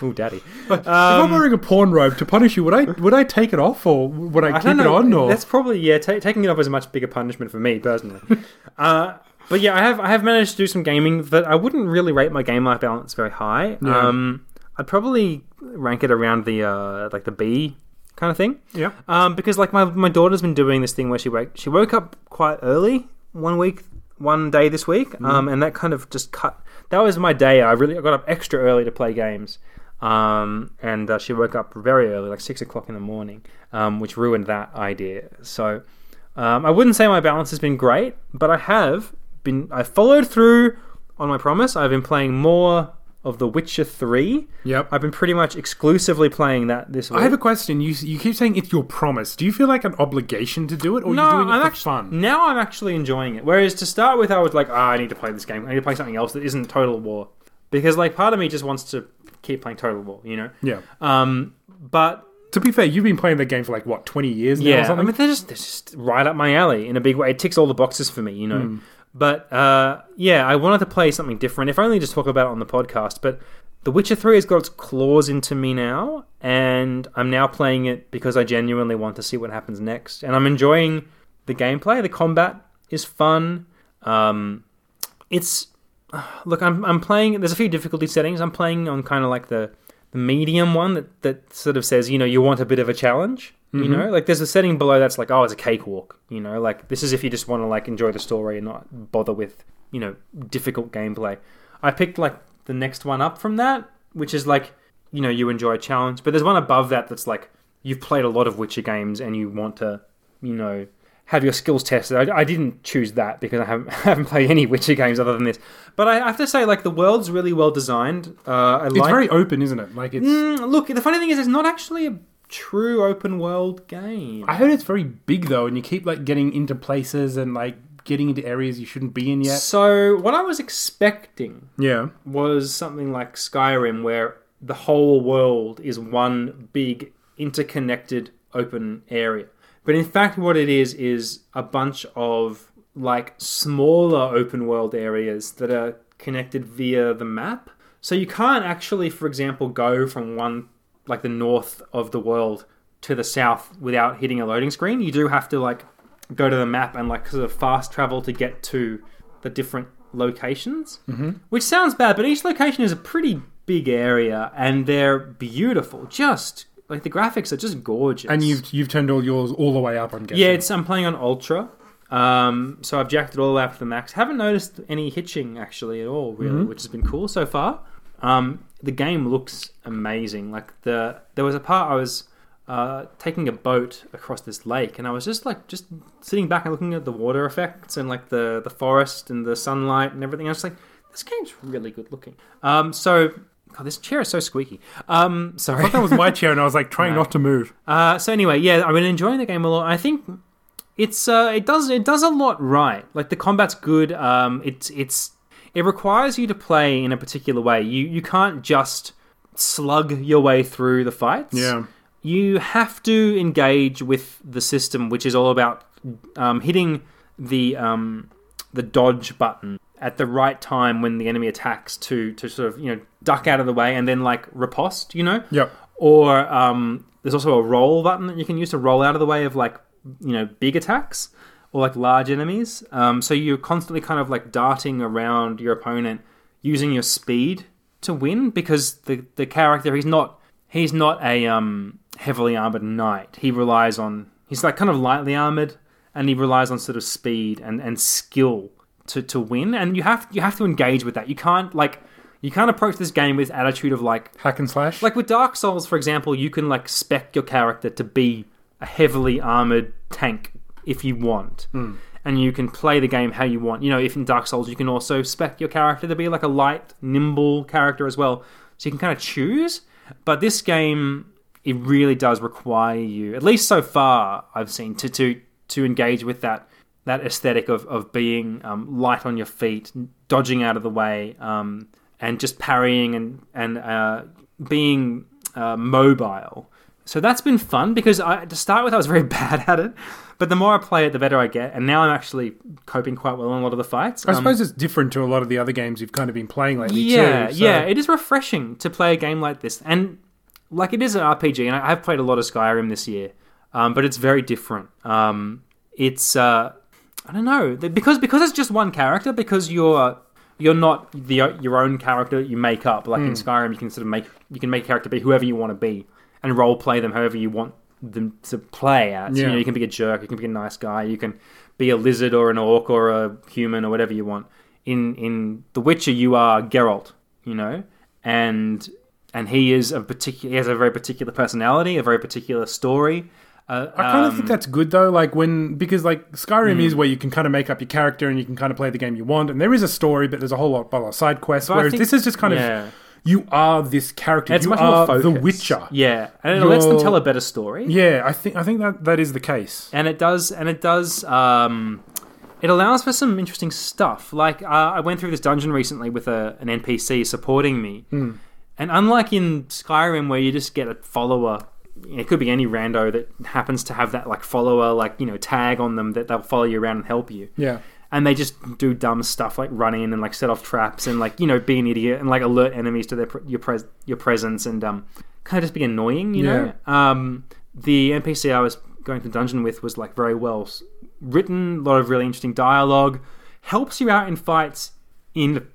Speaker 2: oh daddy,
Speaker 1: if I'm wearing a porn robe to punish you, would I would I take it off or would I,
Speaker 2: I
Speaker 1: keep
Speaker 2: don't
Speaker 1: it
Speaker 2: know.
Speaker 1: on? Or
Speaker 2: That's probably yeah. ta taking it off is a much bigger punishment for me personally. uh, but yeah, I have I have managed to do some gaming that I wouldn't really rate my game life balance very high.
Speaker 1: Yeah.
Speaker 2: Um, I'd probably rank it around the uh, like the B kind of thing.
Speaker 1: yeah.
Speaker 2: Um, because like my, my daughter's been doing this thing where she woke she woke up quite early one week one day this week. Um, and that kind of just cut. That was my day. I really I got up extra early to play games. Um, and uh, she woke up very early, like six o'clock in the morning, um, which ruined that idea. So um, I wouldn't say my balance has been great, but I have been. I followed through on my promise. I've been playing more of The Witcher Three.
Speaker 1: Yep.
Speaker 2: I've been pretty much exclusively playing that this week.
Speaker 1: I have a question. You you keep saying it's your promise. Do you feel like an obligation to do it, or you're doing it for
Speaker 2: actu-
Speaker 1: fun?
Speaker 2: Now I'm actually enjoying it. Whereas to start with, I was like, ah, I need to play this game. I need to play something else that isn't Total War, because like part of me just wants to keep playing Total War, you know.
Speaker 1: Yeah.
Speaker 2: Um, but
Speaker 1: To be fair, you've been playing the game for like what twenty years now, or
Speaker 2: yeah, I
Speaker 1: something.
Speaker 2: mean, they're just, they're just right up my alley in a big way. It ticks all the boxes for me, you know.
Speaker 1: Hmm.
Speaker 2: But uh, yeah, I wanted to play something different, if only just talk about it on the podcast. But The Witcher 3 has got its claws into me now, and I'm now playing it because I genuinely want to see what happens next. And I'm enjoying the gameplay, the combat is fun. Um, it's look i'm, I'm playing there's a few difficulty settings i'm playing on kind of like the, the medium one that, that sort of says you know you want a bit of a challenge you know like there's a setting below that's like oh it's a cakewalk you know like this is if you just want to like enjoy the story and not bother with you know difficult gameplay i picked like the next one up from that which is like you know you enjoy a challenge but there's one above that that's like you've played a lot of witcher games and you want to you know have your skills tested. I, I didn't choose that because I haven't, haven't played any Witcher games other than this. But I have to say, like the world's really well designed. Uh, I
Speaker 1: it's
Speaker 2: like.
Speaker 1: very open, isn't it? Like it's.
Speaker 2: Mm, look, the funny thing is, it's not actually a true open world game.
Speaker 1: I heard it's very big though, and you keep like getting into places and like getting into areas you shouldn't be in yet.
Speaker 2: So what I was expecting
Speaker 1: Yeah.
Speaker 2: was something like Skyrim, where the whole world is one big interconnected open area. But in fact, what it is is a bunch of like smaller open world areas that are connected via the map. So you can't actually, for example, go from one like the north of the world to the south without hitting a loading screen. You do have to like go to the map and like sort of fast travel to get to the different locations, mm-hmm. which sounds bad, but each location is a pretty big area and they're beautiful. Just like the graphics are just gorgeous.
Speaker 1: And you've you've turned all yours all the way up. I'm guessing.
Speaker 2: yeah, it's, I'm playing on ultra, um, so I've jacked it all out to the max. Haven't noticed any hitching actually at all, really, which has been cool so far. Um, the game looks amazing. Like the there was a part I was uh, taking a boat across this lake, and I was just like just sitting back and looking at the water effects and like the the forest and the sunlight and everything. I was like, this game's really good looking. Um, so. God, this chair is so squeaky. Um, sorry.
Speaker 1: That was my chair, and I was like trying not to move.
Speaker 2: Uh, so anyway, yeah, I've been enjoying the game a lot. I think it's uh, it does it does a lot right. Like the combat's good. Um, it's it's it requires you to play in a particular way. You you can't just slug your way through the fights.
Speaker 1: Yeah.
Speaker 2: You have to engage with the system, which is all about um, hitting the um, the dodge button at the right time when the enemy attacks to to sort of you know duck out of the way and then like riposte, you know.
Speaker 1: Yep.
Speaker 2: Or um, there's also a roll button that you can use to roll out of the way of like you know big attacks or like large enemies. Um, so you're constantly kind of like darting around your opponent using your speed to win because the the character he's not he's not a um, heavily armored knight. He relies on he's like kind of lightly armored and he relies on sort of speed and, and skill to, to win. And you have you have to engage with that. You can't like you can't approach this game with attitude of like
Speaker 1: Hack and slash.
Speaker 2: like with Dark Souls, for example, you can like spec your character to be a heavily armored tank if you want. And you can play the game how you want. You know, if in Dark Souls, you can also spec your character to be like a light, nimble character as well. So you can kind of choose. But this game, it really does require you, at least so far I've seen, to to, to engage with that that aesthetic of, of being um, light on your feet, dodging out of the way, um, and just parrying and and uh, being uh, mobile. So that's been fun because I, to start with I was very bad at it, but the more I play it, the better I get, and now I'm actually coping quite well in a lot of the fights.
Speaker 1: I
Speaker 2: Um,
Speaker 1: suppose it's different to a lot of the other games you've kind of been playing lately.
Speaker 2: yeah,
Speaker 1: too, so-
Speaker 2: yeah, it is refreshing to play a game like this, and like it is an RPG, and I- I've played a lot of Skyrim this year, um, but it's very different. Um, it's uh, I don't know The- because because it's just one character because you're you're not the your own character that you make up like
Speaker 1: Hmm.
Speaker 2: in Skyrim you can sort of make you can make a character be whoever you want to be and role play them however you want them to play as you
Speaker 1: Yeah.
Speaker 2: know you can be a jerk you can be a nice guy you can be a lizard or an orc or a human or whatever you want in in The Witcher you are Geralt you know and and he is a particular he has a very particular personality a very particular story uh,
Speaker 1: I kind of think that's good though, like when because like Skyrim
Speaker 2: Hmm.
Speaker 1: is where you can kind of make up your character and you can kind of play the game you want, and there is a story, but there's a whole lot, lot of side quests.
Speaker 2: But I
Speaker 1: whereas
Speaker 2: think-
Speaker 1: this is just kind
Speaker 2: yeah.
Speaker 1: of you are this character,
Speaker 2: It's
Speaker 1: you
Speaker 2: much
Speaker 1: are
Speaker 2: more focused.
Speaker 1: the Witcher.
Speaker 2: Yeah, and it lets them
Speaker 1: You're-
Speaker 2: tell a better story.
Speaker 1: Yeah, I think I think that that is the case.
Speaker 2: And it does, and it does. Um, it allows for some interesting stuff. Like uh, I went through this dungeon recently with a, an NPC supporting me,
Speaker 1: Hmm.
Speaker 2: and unlike in Skyrim where you just get a follower, it could be any rando that happens to have that like follower, like you know, tag on them that they'll follow you around and help you
Speaker 1: Yeah,
Speaker 2: and they just do dumb stuff like run in and like set off traps and like you know be an idiot and like alert enemies to their pre- your pres- your presence and um kind of just be annoying you know um the npc i was going to dungeon with was like very well s- written a lot of really interesting dialogue helps you out in fights in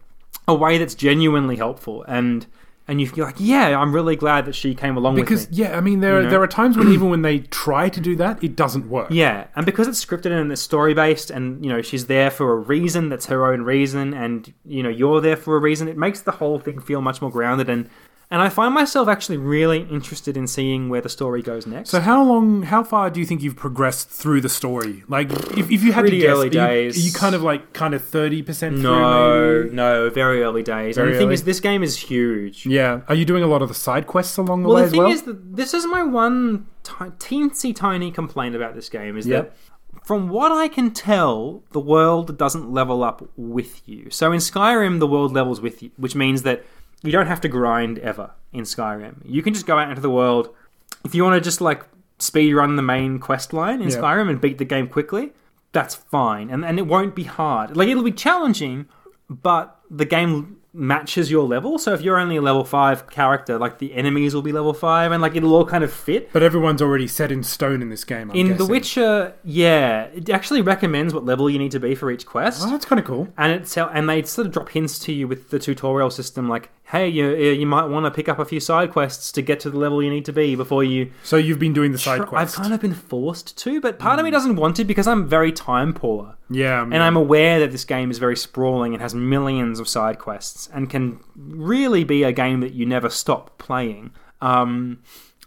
Speaker 2: a way that's genuinely helpful and and you feel like yeah i'm really glad that she came along with me
Speaker 1: because yeah, I mean there are
Speaker 2: know?
Speaker 1: there are times when even when they try to do that, it doesn't work.
Speaker 2: Yeah, and because it's scripted and it's story based, and you know she's there for a reason that's her own reason, and you know you're there for a reason. It makes the whole thing feel much more grounded, and and I find myself actually really interested in seeing where the story goes next.
Speaker 1: So how long, how far do you think you've progressed through the story? Like, if, if you had
Speaker 2: Pretty
Speaker 1: to guess,
Speaker 2: early
Speaker 1: are you, are
Speaker 2: days.
Speaker 1: you kind of like kind of thirty percent?
Speaker 2: no, no, very early days.
Speaker 1: Very
Speaker 2: and the thing
Speaker 1: early.
Speaker 2: is, this game is huge.
Speaker 1: Yeah. Are you doing a lot of the side quests along the
Speaker 2: Well,
Speaker 1: way
Speaker 2: the
Speaker 1: as
Speaker 2: thing
Speaker 1: well?
Speaker 2: is that this is my one ti- teensy tiny complaint about this game is
Speaker 1: Yep.
Speaker 2: that, from what I can tell, the world doesn't level up with you. So in Skyrim, the world levels with you, which means that you don't have to grind ever in Skyrim. You can just go out into the world. If you want to just like speed run the main quest line in
Speaker 1: Yeah.
Speaker 2: Skyrim and beat the game quickly, that's fine. And and it won't be hard. Like it'll be challenging, but the game matches your level. So if you're only a level 5 character, like the enemies will be level 5 and like it'll all kind of fit.
Speaker 1: But everyone's already set in stone in this game. I'm
Speaker 2: In The
Speaker 1: guessing.
Speaker 2: Witcher, yeah, it actually recommends what level you need to be for each quest
Speaker 1: Oh, that's kind of cool.
Speaker 2: and it tell and they sort of drop hints to you with the tutorial system, like, hey, you you might want to pick up a few side quests to get to the level you need to be before you.
Speaker 1: So you've been doing the side
Speaker 2: Tr- I've
Speaker 1: quests. Hmm.
Speaker 2: kind of been forced to, but part of me doesn't want to because I'm very time poor,
Speaker 1: yeah,
Speaker 2: and I'm aware that this game is very sprawling and has millions of side quests and can really be a game that you never stop playing. Um,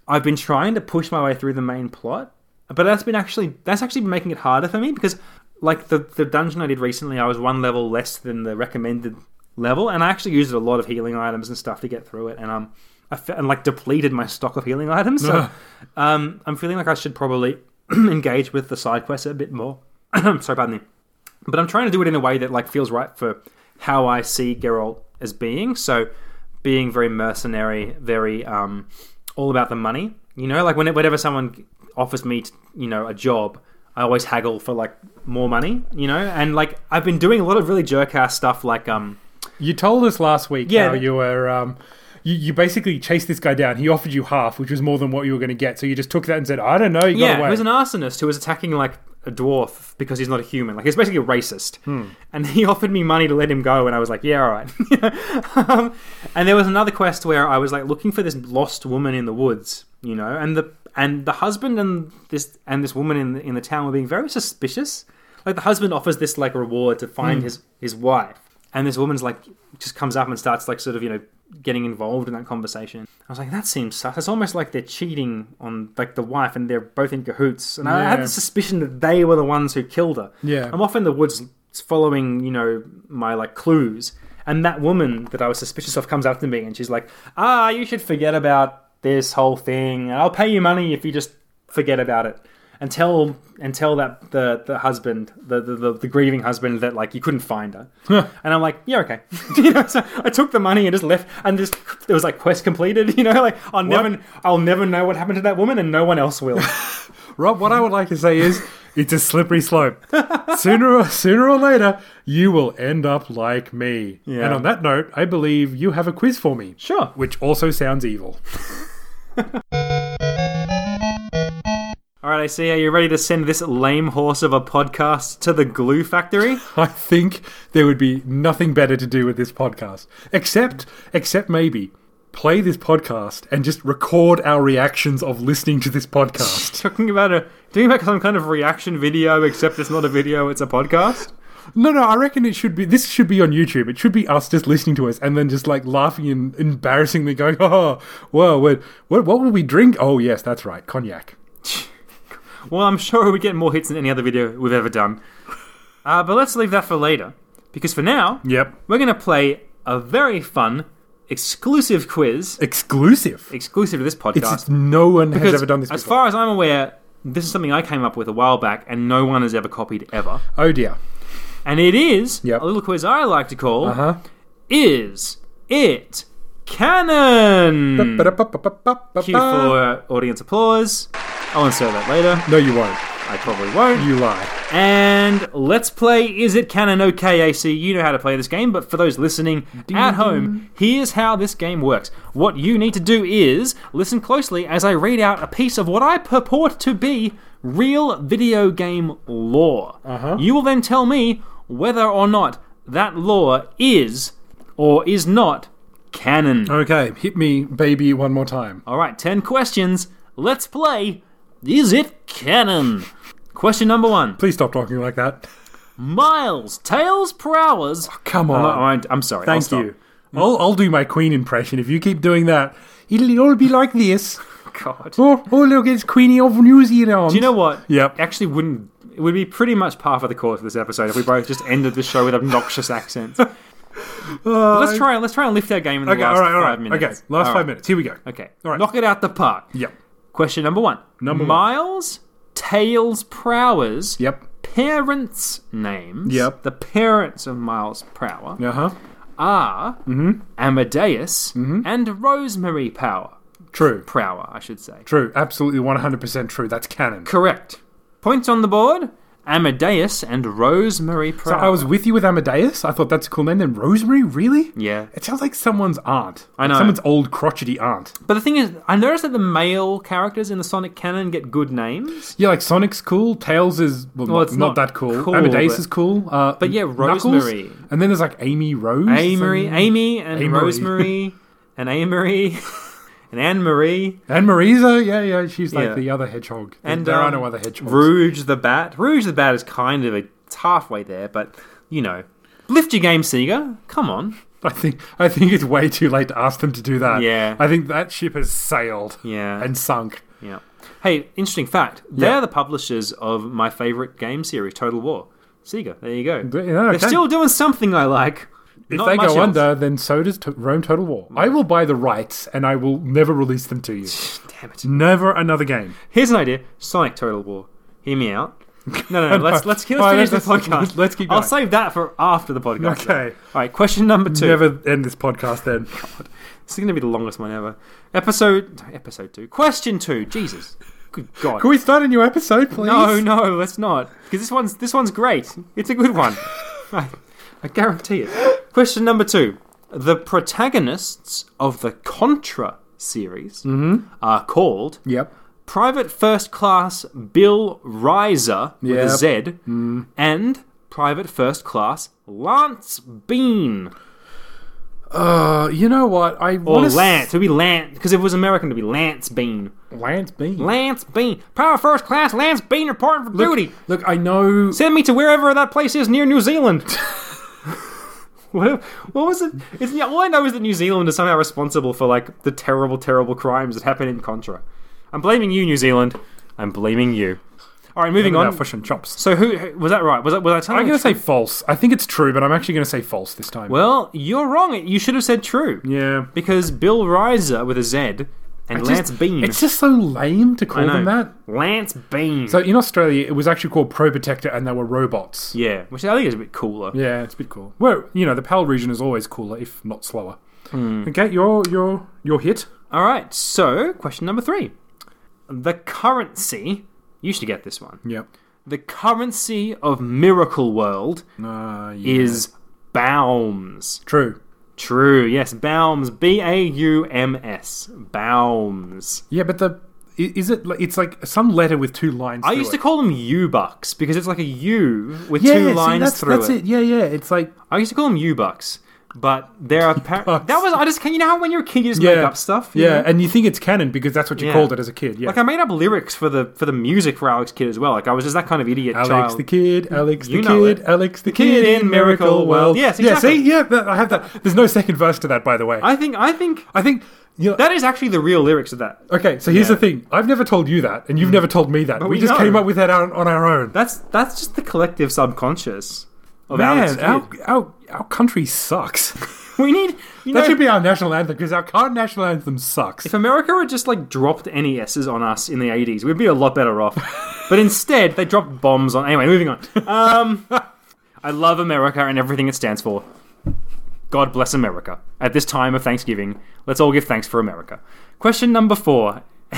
Speaker 2: I've been trying to push my way through the main plot, but that's been actually that's actually been making it harder for me because like the the dungeon I did recently, I was one level less than the recommended level, and I actually used a lot of healing items and stuff to get through it, and um, I fe- and like depleted my stock of healing items, so um, I'm feeling like I should probably engage with the side quests a bit more. Sorry, pardon me, but I'm trying to do it in a way that like feels right for how I see Geralt as being. So being very mercenary, very um, all about the money. You know, like when, whenever someone offers me, t- you know, a job, I always haggle for like more money. You know, and like I've been doing a lot of really jerk ass stuff, like um,
Speaker 1: You told us last week
Speaker 2: Yeah.
Speaker 1: how you were. Um, you, you basically chased this guy down. He offered you half, which was more than what you were going to get. So you just took that and said, "I don't know." You
Speaker 2: yeah,
Speaker 1: got
Speaker 2: he
Speaker 1: away.
Speaker 2: was an arsonist who was attacking like a dwarf because he's not a human. Like he's basically a racist,
Speaker 1: Hmm.
Speaker 2: and he offered me money to let him go, and I was like, yeah, all right. um, and there was another quest where I was like looking for this lost woman in the woods, you know, and the and the husband and this and this woman in the, in the town were being very suspicious. Like the husband offers this like reward to find his his wife, and this woman's like just comes up and starts like sort of you know getting involved in that conversation. I was like, that seems sus. It's almost like they're cheating on like the wife, and they're both in cahoots. And I had
Speaker 1: Yeah.
Speaker 2: the suspicion that they were the ones who killed her.
Speaker 1: Yeah.
Speaker 2: I'm off in the woods following you know my like clues, and that woman that I was suspicious of comes after me, and she's like, ah, you should forget about this whole thing, and I'll pay you money if you just forget about it. And tell and tell that the the husband the the, the, the grieving husband that like you couldn't find her, and I'm like yeah okay, you know, so I took the money and just left and just it was like quest completed you know like I'll never I'll never know what happened to that woman and no one else will.
Speaker 1: Rob, what I would like to say is, it's a slippery slope. sooner or sooner or later, you will end up like me.
Speaker 2: Yeah.
Speaker 1: And on that note, I believe you have a quiz for me,
Speaker 2: sure,
Speaker 1: which also sounds evil.
Speaker 2: All right, I see. Are you ready to send this lame horse of a podcast to the glue factory?
Speaker 1: I think there would be nothing better to do with this podcast, except, except maybe play this podcast and just record our reactions of listening to this podcast.
Speaker 2: talking about a doing about some kind of reaction video, except it's not a video; it's a podcast.
Speaker 1: No, no, I reckon it should be. This should be on YouTube. It should be us just listening to us and then just like laughing and embarrassingly going, "Oh, whoa, what, what, what will we drink? Oh, yes, that's right, cognac."
Speaker 2: Well, I'm sure we get more hits than any other video we've ever done. Uh, but let's leave that for later, because for now
Speaker 1: Yep,
Speaker 2: we're going to play a very fun, exclusive quiz,
Speaker 1: exclusive.
Speaker 2: exclusive to this
Speaker 1: It's
Speaker 2: podcast.
Speaker 1: no one has
Speaker 2: Because
Speaker 1: ever done this
Speaker 2: as
Speaker 1: before.
Speaker 2: far as I'm aware, this is something I came up with a while back, and no one has ever copied ever.
Speaker 1: oh dear.
Speaker 2: And it is
Speaker 1: Yep.
Speaker 2: a little quiz I like to call.
Speaker 1: Uh huh.
Speaker 2: is it canon? Hmm. Cue
Speaker 1: No,
Speaker 2: for audience applause. I'll insert that later.
Speaker 1: you won't.
Speaker 2: I probably won't.
Speaker 1: You lie.
Speaker 2: And let's play Is It Canon OKAC. You know how to play this game, but for those listening at home, here's how this game works. What you need to do is listen closely as I read out a piece of what I purport to be real video game lore.
Speaker 1: Uh-huh.
Speaker 2: You will then tell me whether or not that lore is or is not canon.
Speaker 1: Okay, hit me, baby, one more time.
Speaker 2: All right, 10 questions. Let's play Is It Canon? Question number one.
Speaker 1: Please stop talking like that.
Speaker 2: Miles, tails per hours.
Speaker 1: Come
Speaker 2: Oh,
Speaker 1: on.
Speaker 2: I'm, I'm sorry. I'll
Speaker 1: Thank
Speaker 2: stop.
Speaker 1: you. I'll, I'll do my queen impression if you keep doing that. It'll all be like this.
Speaker 2: God. Do
Speaker 1: Oh, oh look, it's Queenie of New Zealand.
Speaker 2: you know what?
Speaker 1: Yep.
Speaker 2: Actually, wouldn't it would be pretty much par for the course of this episode if we both just ended the show with obnoxious accents. But let's try. Let's try and lift our game in the
Speaker 1: Uh, Okay,
Speaker 2: last
Speaker 1: all right, all
Speaker 2: five
Speaker 1: right.
Speaker 2: minutes.
Speaker 1: Okay, last
Speaker 2: All
Speaker 1: five
Speaker 2: right.
Speaker 1: minutes. Here we go.
Speaker 2: Okay.
Speaker 1: All right.
Speaker 2: Knock it out the park.
Speaker 1: Yep.
Speaker 2: Question number one.
Speaker 1: Number one.
Speaker 2: Miles, tails per hours.
Speaker 1: Yep.
Speaker 2: parents' names.
Speaker 1: Yep.
Speaker 2: The parents of Miles Prower
Speaker 1: Uh huh.
Speaker 2: are
Speaker 1: Mm-hmm.
Speaker 2: Amadeus and Rosemary Power.
Speaker 1: True.
Speaker 2: Prower, I should say.
Speaker 1: True. Absolutely 100% true. That's canon.
Speaker 2: Correct. Points on the board Amadeus and Rosemary Prower.
Speaker 1: So I was with you with Amadeus. I thought that's a cool name. Then Rosemary, really?
Speaker 2: Yeah.
Speaker 1: It sounds like someone's aunt.
Speaker 2: I know.
Speaker 1: Someone's old crotchety aunt.
Speaker 2: But the thing is, I noticed that the male characters in the Sonic canon get good names.
Speaker 1: Yeah, like Sonic's cool. Tails is well,
Speaker 2: Well,
Speaker 1: not,
Speaker 2: it's
Speaker 1: not
Speaker 2: not
Speaker 1: that cool.
Speaker 2: cool,
Speaker 1: Amadeus
Speaker 2: but-
Speaker 1: is cool. Uh, but
Speaker 2: yeah, Rosemary.
Speaker 1: And then there's like Amy Rose.
Speaker 2: Amory,
Speaker 1: and,
Speaker 2: Amy and
Speaker 1: Amory.
Speaker 2: Rosemary and Amory and Anne Marie.
Speaker 1: and Marisa. Yeah, yeah. She's like
Speaker 2: Yeah.
Speaker 1: the other hedgehog.
Speaker 2: And,
Speaker 1: there are
Speaker 2: um,
Speaker 1: no other hedgehogs.
Speaker 2: Rouge the Bat. Rouge the Bat is kind of a, it's halfway there, but you know. Lift your game, Sega. Come on.
Speaker 1: I think I think it's way too late to ask them to do that.
Speaker 2: Yeah.
Speaker 1: I think that ship has sailed.
Speaker 2: Yeah.
Speaker 1: and sunk.
Speaker 2: Yeah. Hey, interesting fact. They're the publishers of my favorite game series, Total War. Sega. There you go.
Speaker 1: Yeah, okay.
Speaker 2: They're still doing something I like.
Speaker 1: If
Speaker 2: Not
Speaker 1: they
Speaker 2: much
Speaker 1: go
Speaker 2: else.
Speaker 1: under, then so does to- Rome Total War. I will buy the rights, and I will never release them to you.
Speaker 2: Damn it.
Speaker 1: Never another game.
Speaker 2: Here's an idea: Sonic Total War. Hear me out. No, no, no. let's let's, keep, let's
Speaker 1: All right,
Speaker 2: finish
Speaker 1: let's-
Speaker 2: this podcast.
Speaker 1: let's- let's keep
Speaker 2: I'll
Speaker 1: going.
Speaker 2: save that for after the podcast.
Speaker 1: Okay.
Speaker 2: All right. Question number two.
Speaker 1: Never end this podcast then.
Speaker 2: This is going to be the longest one ever. Episode episode two. Question two. Jesus. Good God.
Speaker 1: Can we start a new episode, please?
Speaker 2: no, no, let's not. Because this one's this one's great. It's a good one. I, I guarantee it. Question number two. The protagonists of the Contra series
Speaker 1: Mm-hmm.
Speaker 2: are called
Speaker 1: Yep.
Speaker 2: Private First Class Bill Riser with a
Speaker 1: Yep. Mm.
Speaker 2: Z and Private First Class Lance Bean
Speaker 1: Uh, you know what? I
Speaker 2: or
Speaker 1: want
Speaker 2: Lance. It would be Lance because it was American to be Lance Bean.
Speaker 1: Lance Bean.
Speaker 2: Lance Bean, Private First Class Lance Bean reporting for duty.
Speaker 1: Look, I know.
Speaker 2: Send me to wherever that place is near New Zealand. what, what was it? It's, yeah, all I know is that New Zealand is somehow responsible for like the terrible, terrible crimes that happen in Contra. I'm blaming you, New Zealand. I'm blaming you. All right, moving
Speaker 1: Now
Speaker 2: on.
Speaker 1: fish and chops.
Speaker 2: So who, who was that? Right? Was that? Was I telling?
Speaker 1: I'm
Speaker 2: the
Speaker 1: going to say
Speaker 2: truth?
Speaker 1: false. I think it's true, but I'm actually going to say false this time.
Speaker 2: Well, you're wrong. You should have said true.
Speaker 1: yeah.
Speaker 2: Because Bill Riser with a Z and Lance
Speaker 1: Just-
Speaker 2: Bean.
Speaker 1: It's just so lame to
Speaker 2: I
Speaker 1: call them
Speaker 2: know.
Speaker 1: that.
Speaker 2: Lance Bean.
Speaker 1: So in Australia, it was actually called Pro Protector, and they were robots.
Speaker 2: yeah, which I think is a bit cooler.
Speaker 1: Yeah, it's a bit cool. Well, you know, the PAL region is always cooler, if not slower.
Speaker 2: Hmm.
Speaker 1: Okay, your your your hit.
Speaker 2: All right, so question number three. The currency, you should get this one.
Speaker 1: Yep.
Speaker 2: The currency of Miracle World
Speaker 1: Uh, yeah.
Speaker 2: is Baums.
Speaker 1: true.
Speaker 2: True, yes, Baums. B A U M S. Baums.
Speaker 1: Yeah, but the i- is it? li- It's like some letter with two lines.
Speaker 2: I
Speaker 1: through
Speaker 2: used to
Speaker 1: it.
Speaker 2: call them U Bucks because it's like a U with
Speaker 1: yeah,
Speaker 2: two
Speaker 1: see,
Speaker 2: lines
Speaker 1: that's,
Speaker 2: through
Speaker 1: that's it. Yeah, yeah. It's like
Speaker 2: I used to call them U Bucks, but there are par-
Speaker 1: U-Bucks.
Speaker 2: that was I just can you know how when you're a kid you just
Speaker 1: yeah,
Speaker 2: make up stuff. you
Speaker 1: Yeah,
Speaker 2: know?
Speaker 1: and you think it's canon because that's what you
Speaker 2: Yeah.
Speaker 1: called it as a kid. Yeah,
Speaker 2: like I made up lyrics for the for the music for Alex Kid as well. Like I was just that kind of idiot
Speaker 1: Alex
Speaker 2: child.
Speaker 1: the kid, Alex
Speaker 2: You
Speaker 1: the
Speaker 2: know
Speaker 1: kid,
Speaker 2: it.
Speaker 1: Alex the kid in Miracle World.
Speaker 2: Yes,
Speaker 1: Yeah,
Speaker 2: exactly.
Speaker 1: see, yeah, that, I have that. There's no second verse to that, by the way. I,
Speaker 2: I think I think
Speaker 1: think you know,
Speaker 2: that is actually the real lyrics of that.
Speaker 1: Okay, so here's
Speaker 2: Yeah.
Speaker 1: the thing. I've never told you that, and you've never told me that. Mm. we,
Speaker 2: we
Speaker 1: just
Speaker 2: know.
Speaker 1: came up with that on, on our own.
Speaker 2: That's that's just the collective subconscious of Alex
Speaker 1: Man,
Speaker 2: Kidd.
Speaker 1: our, our, our country sucks.
Speaker 2: We need you
Speaker 1: that
Speaker 2: know,
Speaker 1: should be our national anthem because our current national anthem sucks.
Speaker 2: if America had just like dropped NESs on us in the eighties, we'd be a lot better off. but instead, they dropped bombs on. Anyway, moving on. Um, I love America and everything it stands for. God bless America. At this time of Thanksgiving, let's all give thanks for America. Question number four.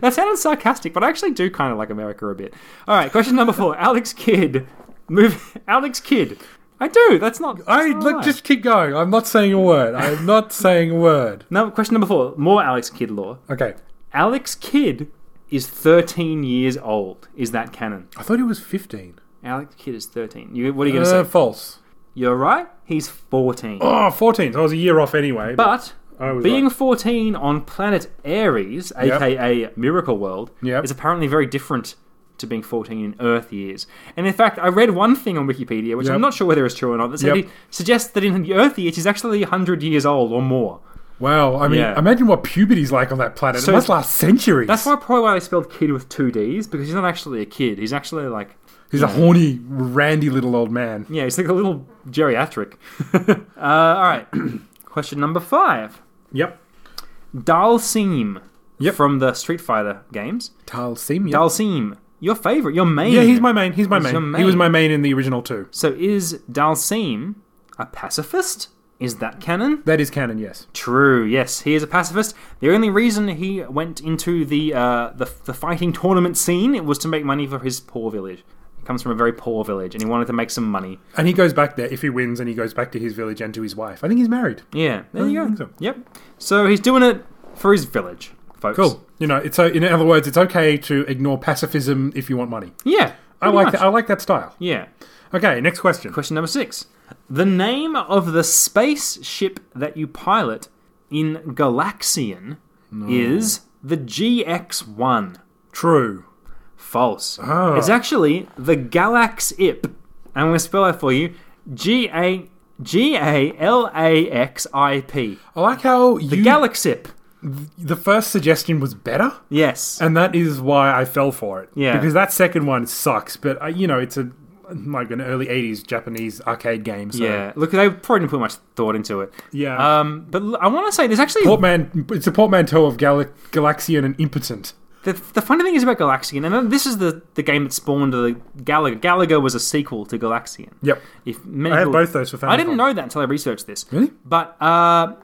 Speaker 2: that sounded sarcastic, but I actually do kind of like America a bit. All right, question number four. Alex Kidd, move. Alex Kidd. I do. That's not.
Speaker 1: I
Speaker 2: that's not a
Speaker 1: look,
Speaker 2: lie.
Speaker 1: just keep going. I'm not saying a word. I'm not saying a word.
Speaker 2: No, question number four. More Alex Kidd lore.
Speaker 1: Okay,
Speaker 2: Alex Kidd is 13 years old. Is that canon?
Speaker 1: I thought it was 15.
Speaker 2: Alex Kidd is 13. You, what are you going to
Speaker 1: Uh,
Speaker 2: say?
Speaker 1: false.
Speaker 2: You're right. He's 14.
Speaker 1: Oh, 14. So I was a year off anyway.
Speaker 2: But
Speaker 1: I was
Speaker 2: being
Speaker 1: right.
Speaker 2: 14 on planet Ares, aka Miracle World,
Speaker 1: Yep.
Speaker 2: is apparently very different to being 14 in Earth years. And in fact, I read one thing on Wikipedia, which
Speaker 1: Yep.
Speaker 2: I'm not sure whether it's true or not, that said
Speaker 1: Yep.
Speaker 2: it suggests that in the Earth years, he's actually 100 years old or more.
Speaker 1: wow, I mean,
Speaker 2: Yeah.
Speaker 1: imagine what puberty's like on that planet.
Speaker 2: So-
Speaker 1: it must last centuries.
Speaker 2: That's why probably why I spelled kid with two D's, because he's not actually a kid. He's actually like
Speaker 1: He's a horny, randy little old man.
Speaker 2: Yeah, he's like a little geriatric. uh, all right. Question number five.
Speaker 1: Yep.
Speaker 2: Dalsim.
Speaker 1: Yep.
Speaker 2: From the Street Fighter games.
Speaker 1: Talsim. Yep.
Speaker 2: Dalsim. Your favorite, your main.
Speaker 1: Yeah, he's my main. He's my
Speaker 2: Hmm. He's your
Speaker 1: main. He
Speaker 2: main.
Speaker 1: was my main in the original too.
Speaker 2: So is Dalsim a pacifist? Is that canon?
Speaker 1: That is canon, yes.
Speaker 2: True. Yes, he is a pacifist. The only reason he went into the uh, the, the fighting tournament scene it was to make money for his poor village. He comes from a very poor village, and he wanted to make some money.
Speaker 1: And he goes back there if he wins, and he goes back to his village and to his wife. I think he's married.
Speaker 2: Yeah, there you
Speaker 1: I
Speaker 2: go.
Speaker 1: think so.
Speaker 2: Yep. So he's doing it for his village, folks.
Speaker 1: Cool. You know, it's o- in other words, it's okay to ignore pacifism if you want money.
Speaker 2: Yeah.
Speaker 1: I
Speaker 2: pretty
Speaker 1: like
Speaker 2: much.
Speaker 1: that. I like that style.
Speaker 2: Yeah.
Speaker 1: Okay, next question.
Speaker 2: Question number six. The name of the spaceship that you pilot in Galaxian is the GX1.
Speaker 1: True.
Speaker 2: False.
Speaker 1: Ah.
Speaker 2: It's actually the Galaxip. and I'm going to spell that for you. G A G A L A X I P.
Speaker 1: I like how you,
Speaker 2: Galaxip.
Speaker 1: the first suggestion was better,
Speaker 2: Yes.
Speaker 1: and that is why I fell for it.
Speaker 2: Yeah.
Speaker 1: Because that second one sucks, but uh, you know, it's a like an early '80s Japanese arcade game. So.
Speaker 2: yeah. Look, they probably didn't put much thought into it.
Speaker 1: Yeah.
Speaker 2: Um, but l- I want to say there's actually
Speaker 1: Portman. It's a portmanteau of Gal- Galaxian and impotent.
Speaker 2: the, the funny thing is about Galaxian, and then this is the, the game that spawned the Galaga. Galaga was a sequel to Galaxian.
Speaker 1: Yep.
Speaker 2: If many
Speaker 1: I had
Speaker 2: people-
Speaker 1: both those for Famicom.
Speaker 2: I didn't know that until I researched this.
Speaker 1: Really?
Speaker 2: But uh,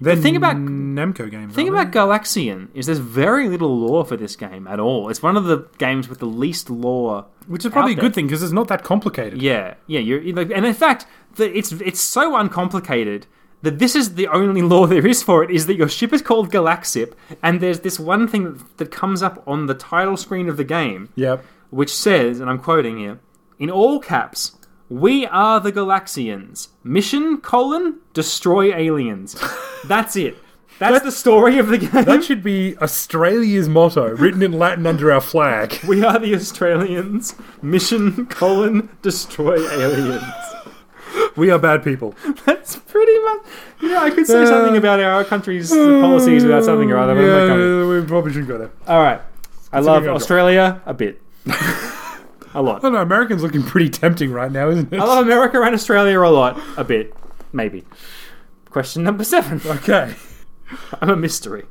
Speaker 1: They're
Speaker 2: thing about-
Speaker 1: Namco games.
Speaker 2: thing
Speaker 1: aren't
Speaker 2: about Galaxian is there's very little lore for this game at all. It's one of the games with the least lore.
Speaker 1: they? which is probably a
Speaker 2: out
Speaker 1: good thing because it's not that complicated.
Speaker 2: Yeah, yeah. You're, you know, and in fact, the, it's it's so uncomplicated that this is the only law there is for it is that your ship is called Galaxip, and there's this one thing that, that comes up on the title screen of the game,
Speaker 1: Yep.
Speaker 2: which says, and I'm quoting here, in all caps. We are the Galaxians. Mission colon destroy aliens. That's it. That's, the story of the game.
Speaker 1: That should be Australia's motto, written in Latin under our flag.
Speaker 2: We are the Australians. Mission colon destroy aliens.
Speaker 1: We are bad people.
Speaker 2: That's pretty much. You know, I could
Speaker 1: Uh,
Speaker 2: say something about our country's policies without something or other. but I'm not gonna.
Speaker 1: Yeah, we probably shouldn't go there.
Speaker 2: All right. I love
Speaker 1: good job.
Speaker 2: Australia a bit. a lot.
Speaker 1: I don't know. Americans looking pretty tempting right now, isn't it?
Speaker 2: I love America and Australia a lot. A bit. Maybe. Question number seven.
Speaker 1: okay.
Speaker 2: I'm a mystery.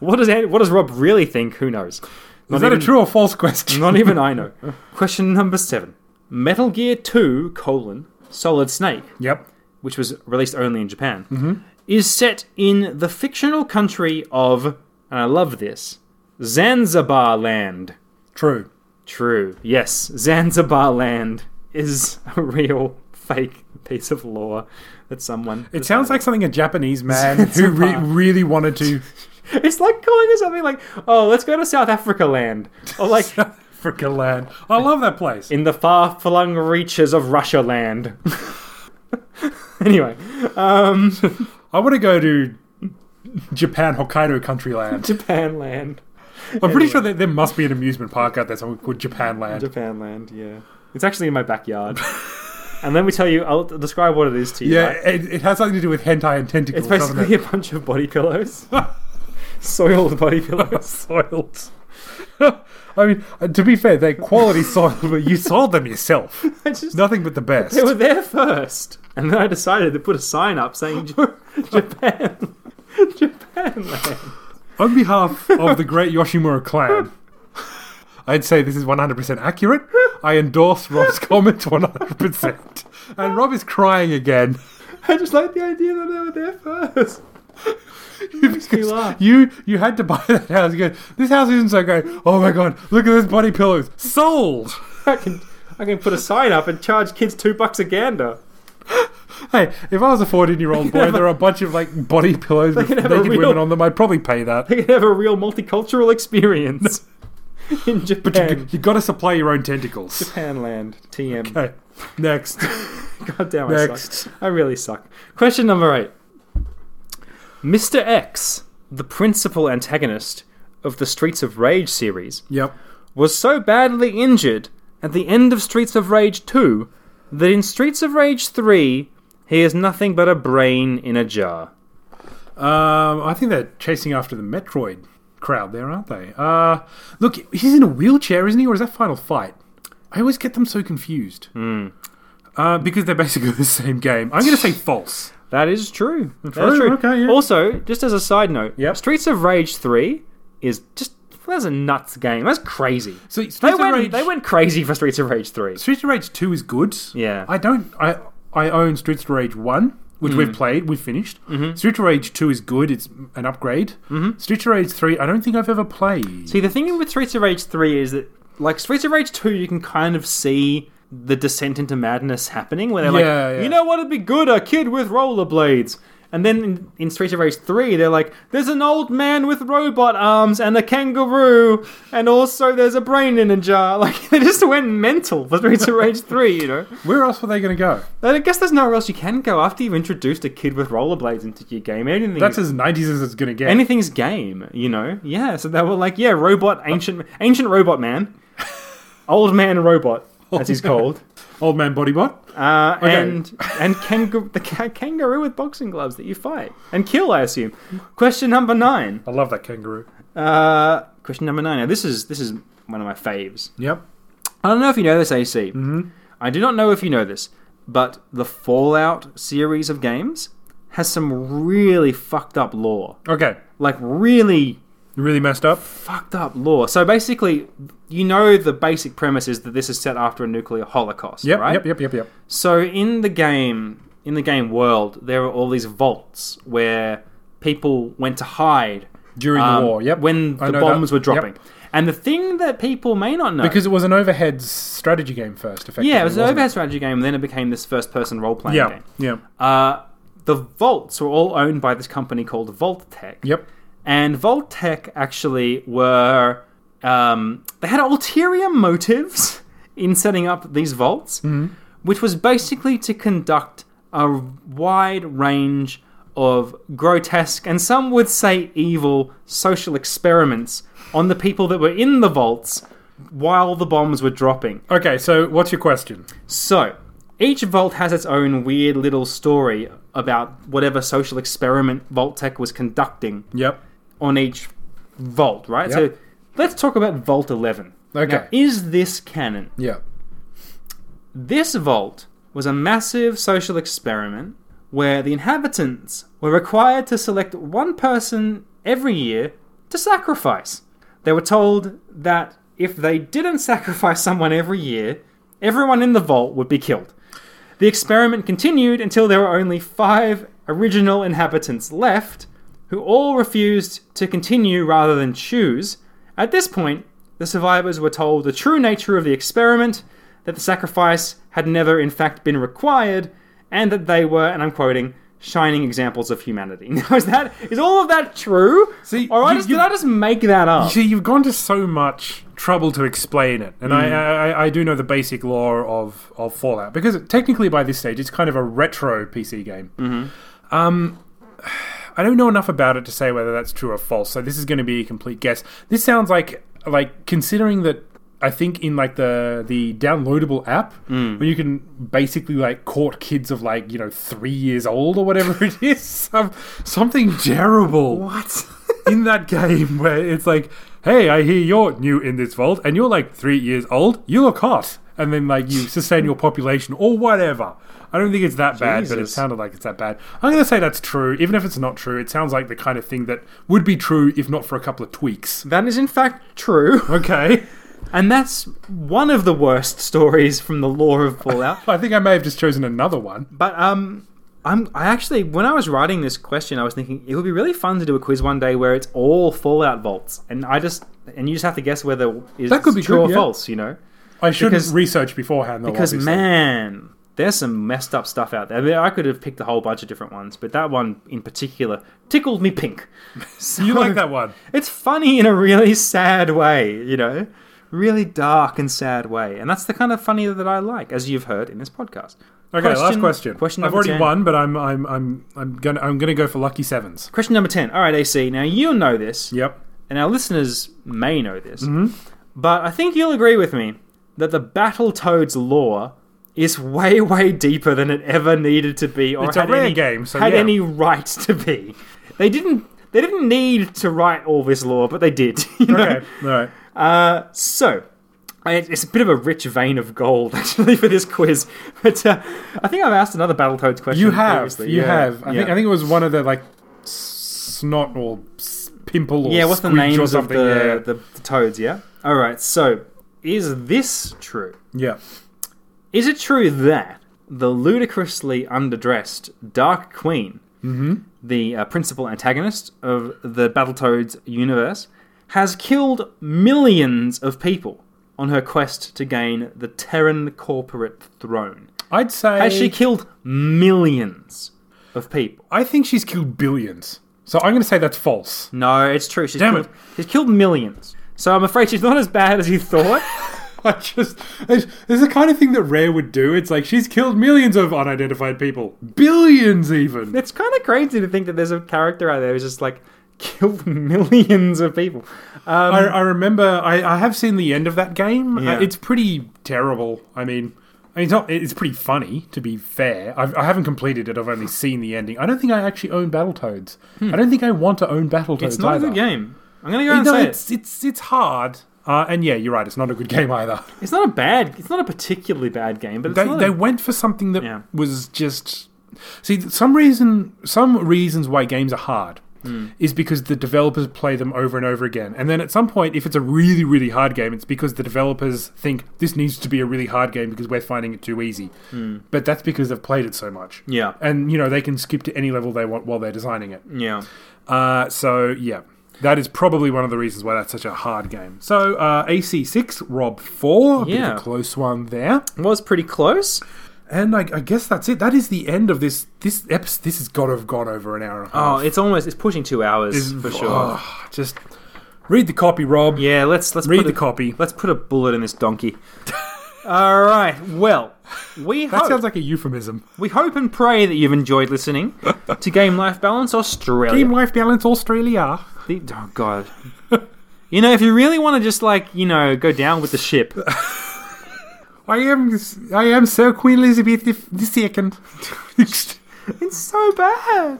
Speaker 2: What does, Andy, what does Rob really think? Who knows?
Speaker 1: Is that a true or false question?
Speaker 2: Not e- even I know. Question number seven. Metal Gear 2, colon, Solid Snake
Speaker 1: Yep.
Speaker 2: which was released only in Japan, is set in the fictional country of, and I love this, Zanzibar Land.
Speaker 1: True.
Speaker 2: True. Yes, Zanzibar Land is a real fake piece of lore that someone.
Speaker 1: It sounds like something a Japanese man who re- really wanted to.
Speaker 2: It's like calling it something like, oh, let's go to South Africa Land. Or like,
Speaker 1: Africa land. I love that place.
Speaker 2: in the far flung reaches of Russia Land. anyway, um,
Speaker 1: I want to go to Japan, Hokkaido country land.
Speaker 2: Japan Land.
Speaker 1: I'm pretty sure that there must be an amusement park out there somewhere called Japan land.
Speaker 2: Japan land, yeah. It's actually in my backyard. and let me tell you, I'll describe what it is to you.
Speaker 1: Yeah,
Speaker 2: right?
Speaker 1: it, it has something to do with hentai and tentacles.
Speaker 2: It's
Speaker 1: doesn't
Speaker 2: basically a bunch of body pillows. Soiled body
Speaker 1: it?
Speaker 2: pillows.
Speaker 1: soiled. I mean, uh, to be fair, they're quality soiled, but you soiled them yourself.
Speaker 2: I just,
Speaker 1: Nothing but the best.
Speaker 2: They were there first. And then I decided to put a sign up saying J- Japan. Japan land.
Speaker 1: On behalf of the great Yoshimura clan, I'd say this is 100% accurate. I endorse Rob's comment 100%. And Rob is crying again.
Speaker 2: I just like the idea that they were there first. It makes me laugh.
Speaker 1: You you had to buy that house. You go, this house isn't so great. Oh my god, look at those body pillows. Sold!
Speaker 2: I can, I can put a sign up and charge kids two bucks a gander.
Speaker 1: Hey, if I was a 14 year old boy, there are a bunch of like body pillows with
Speaker 2: can have
Speaker 1: naked
Speaker 2: a real-
Speaker 1: women on them. I'd probably pay that.
Speaker 2: They could have a real multicultural experience in Japan.
Speaker 1: But you, you gotta supply your own tentacles.
Speaker 2: Panland TM.
Speaker 1: Okay, next.
Speaker 2: God damn, I
Speaker 1: Next.
Speaker 2: suck. I really suck. Question number eight. Mr. X, the principal antagonist of the Streets of Rage series,
Speaker 1: Yep.
Speaker 2: was so badly injured at the end of Streets of Rage 2 that in Streets of Rage 3, he is nothing but a brain in a jar.
Speaker 1: Um, I think they're chasing after the Metroid crowd there, aren't they? Uh, look, he's in a wheelchair, isn't he? Or is that Final Fight? I always get them so confused. Uh, because they're basically the same game. I'm going to say false.
Speaker 2: That is true. That
Speaker 1: True,
Speaker 2: is true.
Speaker 1: Oh, okay, yeah.
Speaker 2: Also, just as a side note,
Speaker 1: Yep.
Speaker 2: Streets of Rage 3 is just. That's a nuts game. That's crazy.
Speaker 1: So
Speaker 2: They
Speaker 1: Streets of
Speaker 2: went,
Speaker 1: Rage,
Speaker 2: they went crazy for Streets of Rage 3.
Speaker 1: Streets of Rage Two is good.
Speaker 2: Yeah.
Speaker 1: I don't. I I own Streets of Rage 1, which
Speaker 2: Mm.
Speaker 1: we've played, we've finished.
Speaker 2: Mm-hmm.
Speaker 1: Streets of Rage 2 is good, it's an upgrade. Streets of Rage 3, I don't think I've ever played.
Speaker 2: See, the thing with Streets of Rage 3 is that, like, Streets of Rage 2, you can kind of see the descent into madness happening, where they're
Speaker 1: Yeah,
Speaker 2: like,
Speaker 1: yeah.
Speaker 2: you know what would be good? A kid with rollerblades. And then in, in Streets of Rage 3, they're like, there's an old man with robot arms and a kangaroo, and also there's a brain in a jar. Like, they just went mental for Streets of Rage 3, you know?
Speaker 1: Where else were they going to go?
Speaker 2: And I guess there's nowhere else you can go after you've introduced a kid with rollerblades into your game. Anything
Speaker 1: That's as 90s as it's going to get.
Speaker 2: anything's game, you know. Yeah, so they were like, yeah, robot, ancient, ancient robot man, old man robot, as he's called,
Speaker 1: Old Man Bodybot?
Speaker 2: uh,
Speaker 1: Okay.
Speaker 2: and and kangaroo, the ca- kangaroo with boxing gloves that you fight and kill, I assume. Question number nine.
Speaker 1: I love that kangaroo.
Speaker 2: Uh, question number nine. Now this is this is one of my faves.
Speaker 1: Yep.
Speaker 2: I don't know if you know this, AC. Mm-hmm. I do not know if you know this, but the Fallout series of games has some really fucked up lore.
Speaker 1: Okay.
Speaker 2: Like really
Speaker 1: You really messed up?
Speaker 2: fucked up law. So basically, you know the basic premise is that this is set after a nuclear holocaust,
Speaker 1: Yep,
Speaker 2: right?
Speaker 1: yep, yep, yep, yep.
Speaker 2: So in the game, in the game world, there are all these vaults where people went to hide
Speaker 1: During
Speaker 2: um,
Speaker 1: the war, yep.
Speaker 2: when
Speaker 1: I
Speaker 2: the
Speaker 1: know that.
Speaker 2: bombs were
Speaker 1: Yep.
Speaker 2: dropping. And the thing that people may not know
Speaker 1: Because it was an overhead strategy game first, effectively.
Speaker 2: yeah, it was an
Speaker 1: wasn't
Speaker 2: overhead strategy game, and then it became this first-person role-playing
Speaker 1: Yeah,
Speaker 2: game.
Speaker 1: yeah.
Speaker 2: Uh, the vaults were all owned by this company called Vault Tech.
Speaker 1: Yep.
Speaker 2: And Vault Tech actually were um, they had ulterior motives in setting up these vaults, which was basically to conduct a wide range of grotesque and some would say evil social experiments on the people that were in the vaults while the bombs were dropping.
Speaker 1: Okay, so what's your question?
Speaker 2: So, each vault has its own weird little story about whatever social experiment Vault Tech was conducting
Speaker 1: Yep.
Speaker 2: on each vault, right? So,
Speaker 1: Yep.
Speaker 2: let's talk about Vault 11.
Speaker 1: Okay.
Speaker 2: Now, is this canon?
Speaker 1: Yep.
Speaker 2: This vault was a massive social experiment where the inhabitants were required to select one person every year to sacrifice. They were told that if they didn't sacrifice someone every year, everyone in the vault would be killed. The experiment continued until there were only five original inhabitants left, who all refused to continue rather than choose. At this point, the survivors were told the true nature of the experiment, that the sacrifice had never in fact been required, and that they were, and I'm quoting, shining examples of humanity. Now, is that is all of that true?
Speaker 1: See,
Speaker 2: or I
Speaker 1: you-
Speaker 2: just,
Speaker 1: you-
Speaker 2: did I just make that up?
Speaker 1: See, you've gone to so much trouble to explain it, and I I, I, I do know the basic lore of, of Fallout because technically, by this stage, it's kind of a retro PC game. Um, I don't know enough about it to say whether that's true or false, so this is going to be a complete guess. This sounds like like considering that I think in like the the downloadable app where you can basically like court kids of like you know three years old or whatever it is, some, something terrible
Speaker 2: what?
Speaker 1: in that game where it's like, hey, I hear you're new in this vault and you're like three years old, you look hot. And then like you sustain your population or whatever. I don't think it's that bad, but it
Speaker 2: Jesus.
Speaker 1: sounded like it's that bad. I'm going to say that's true. Even if it's not true, it sounds like the kind of thing that would be true if not for a couple of tweaks.
Speaker 2: that is in fact true.
Speaker 1: Okay.
Speaker 2: And that's one of the worst stories from the lore of Fallout.
Speaker 1: I think I may have just chosen another one.
Speaker 2: But um, I'm I actually when I was writing this question, I was thinking it would be really fun to do a quiz one day where it's all Fallout vaults, and I just and you just have to guess whether is
Speaker 1: That could be
Speaker 2: true
Speaker 1: good,
Speaker 2: or
Speaker 1: yeah.
Speaker 2: false, you know?
Speaker 1: I should
Speaker 2: Because-
Speaker 1: research beforehand, though.
Speaker 2: Because
Speaker 1: obviously.
Speaker 2: man, there's some messed up stuff out there. I mean, I could have picked a whole bunch of different ones, but that one in particular tickled me pink. So,
Speaker 1: You like that one.
Speaker 2: It's funny in a really sad way, you know, really dark and sad way, and that's the kind of funny that I like, as you've heard in this podcast.
Speaker 1: Okay, last question.
Speaker 2: Question
Speaker 1: I've
Speaker 2: number
Speaker 1: already
Speaker 2: 10.
Speaker 1: won, but I'm I'm I'm I'm gonna I'm gonna go for lucky sevens.
Speaker 2: Question number 10. All right, AC. Now, you know this,
Speaker 1: Yep.
Speaker 2: and our listeners may know this,
Speaker 1: Mm-hmm.
Speaker 2: but I think you'll agree with me that the Battletoads lore is way, way deeper than it ever needed to be or
Speaker 1: It's a
Speaker 2: had,
Speaker 1: rare
Speaker 2: any,
Speaker 1: game, so
Speaker 2: had
Speaker 1: yeah.
Speaker 2: any right to be. They didn't. They didn't need to write all this lore, but they did. you know?
Speaker 1: Okay. All right.
Speaker 2: Uh, so, I- it's a bit of a rich vein of gold, actually, for this quiz. But uh, I think I've asked another Battletoads question.
Speaker 1: You have,
Speaker 2: previously.
Speaker 1: you
Speaker 2: Yeah,
Speaker 1: have. I
Speaker 2: yeah.
Speaker 1: think I think it was one of the like s- snot or s- pimple or
Speaker 2: Yeah, what's the
Speaker 1: squidge or
Speaker 2: names of
Speaker 1: something.
Speaker 2: the, the, the toads? Yeah. All right. So, is this true?
Speaker 1: yeah.
Speaker 2: Is it true that the ludicrously underdressed Dark Queen, the uh, principal antagonist of the Battletoads universe, has killed millions of people on her quest to gain the Terran corporate throne.
Speaker 1: I'd say.
Speaker 2: Has she killed millions of people?
Speaker 1: I think she's killed billions. So I'm going to say that's false.
Speaker 2: No, it's true. She's
Speaker 1: Damn
Speaker 2: killed,
Speaker 1: it.
Speaker 2: She's killed millions. So I'm afraid she's not as bad as you thought.
Speaker 1: I just. It's, it's the kind of thing that Rare would do. It's like she's killed millions of unidentified people, billions even.
Speaker 2: it's kind of crazy to think that there's a character out there who's just like killed millions of people. Um,
Speaker 1: I, I remember. I, I have seen the end of that game.
Speaker 2: Yeah.
Speaker 1: Uh, it's pretty terrible. I mean. I mean, it's, not, it's pretty funny, to be fair. I've, I haven't completed it. I've only seen the ending. I don't think I actually own Battletoads. I don't think I want to own Battletoads.
Speaker 2: Hmm. it's not a
Speaker 1: either.
Speaker 2: good game. I'm gonna go and
Speaker 1: no,
Speaker 2: say
Speaker 1: it's, it's it's hard. Uh, and yeah, you're right. It's not a good game either.
Speaker 2: it. It's not a bad. It's not a particularly bad game, but it's
Speaker 1: They
Speaker 2: not a-
Speaker 1: they went for something that
Speaker 2: Yeah.
Speaker 1: was just see some reason some reasons why games are hard
Speaker 2: Hmm.
Speaker 1: is because the developers play them over and over again. And then at some point, if it's a really really hard game, it's because the developers think this needs to be a really hard game because we're finding it too easy. But that's because they've played it so much.
Speaker 2: Hmm. yeah,
Speaker 1: And you know they can skip to any level they want while they're designing it.
Speaker 2: yeah.
Speaker 1: Uh, so yeah, that is probably one of the reasons why that's such a hard game. So uh, AC six, Rob four, a bit of
Speaker 2: Yeah.
Speaker 1: a close one there.
Speaker 2: Was pretty close.
Speaker 1: And I, I guess that's it. That is the end of this. This episode. This has got to have gone over an hour and a half.
Speaker 2: Oh, it's almost. It's pushing two hours for sure.
Speaker 1: Oh, just read the copy, Rob.
Speaker 2: Yeah, let's let's
Speaker 1: read
Speaker 2: put
Speaker 1: the
Speaker 2: a,
Speaker 1: copy.
Speaker 2: Let's put a bullet in this donkey. All right. Well, we
Speaker 1: That
Speaker 2: hope
Speaker 1: sounds like a euphemism.
Speaker 2: we hope and pray that you've enjoyed listening to Game Life Balance Australia.
Speaker 1: Team Life Balance Australia.
Speaker 2: The- oh God. you know, if you really want to just like you know go down with the ship,
Speaker 1: I am. I am Sir Queen Elizabeth the, the Second.
Speaker 2: it's so bad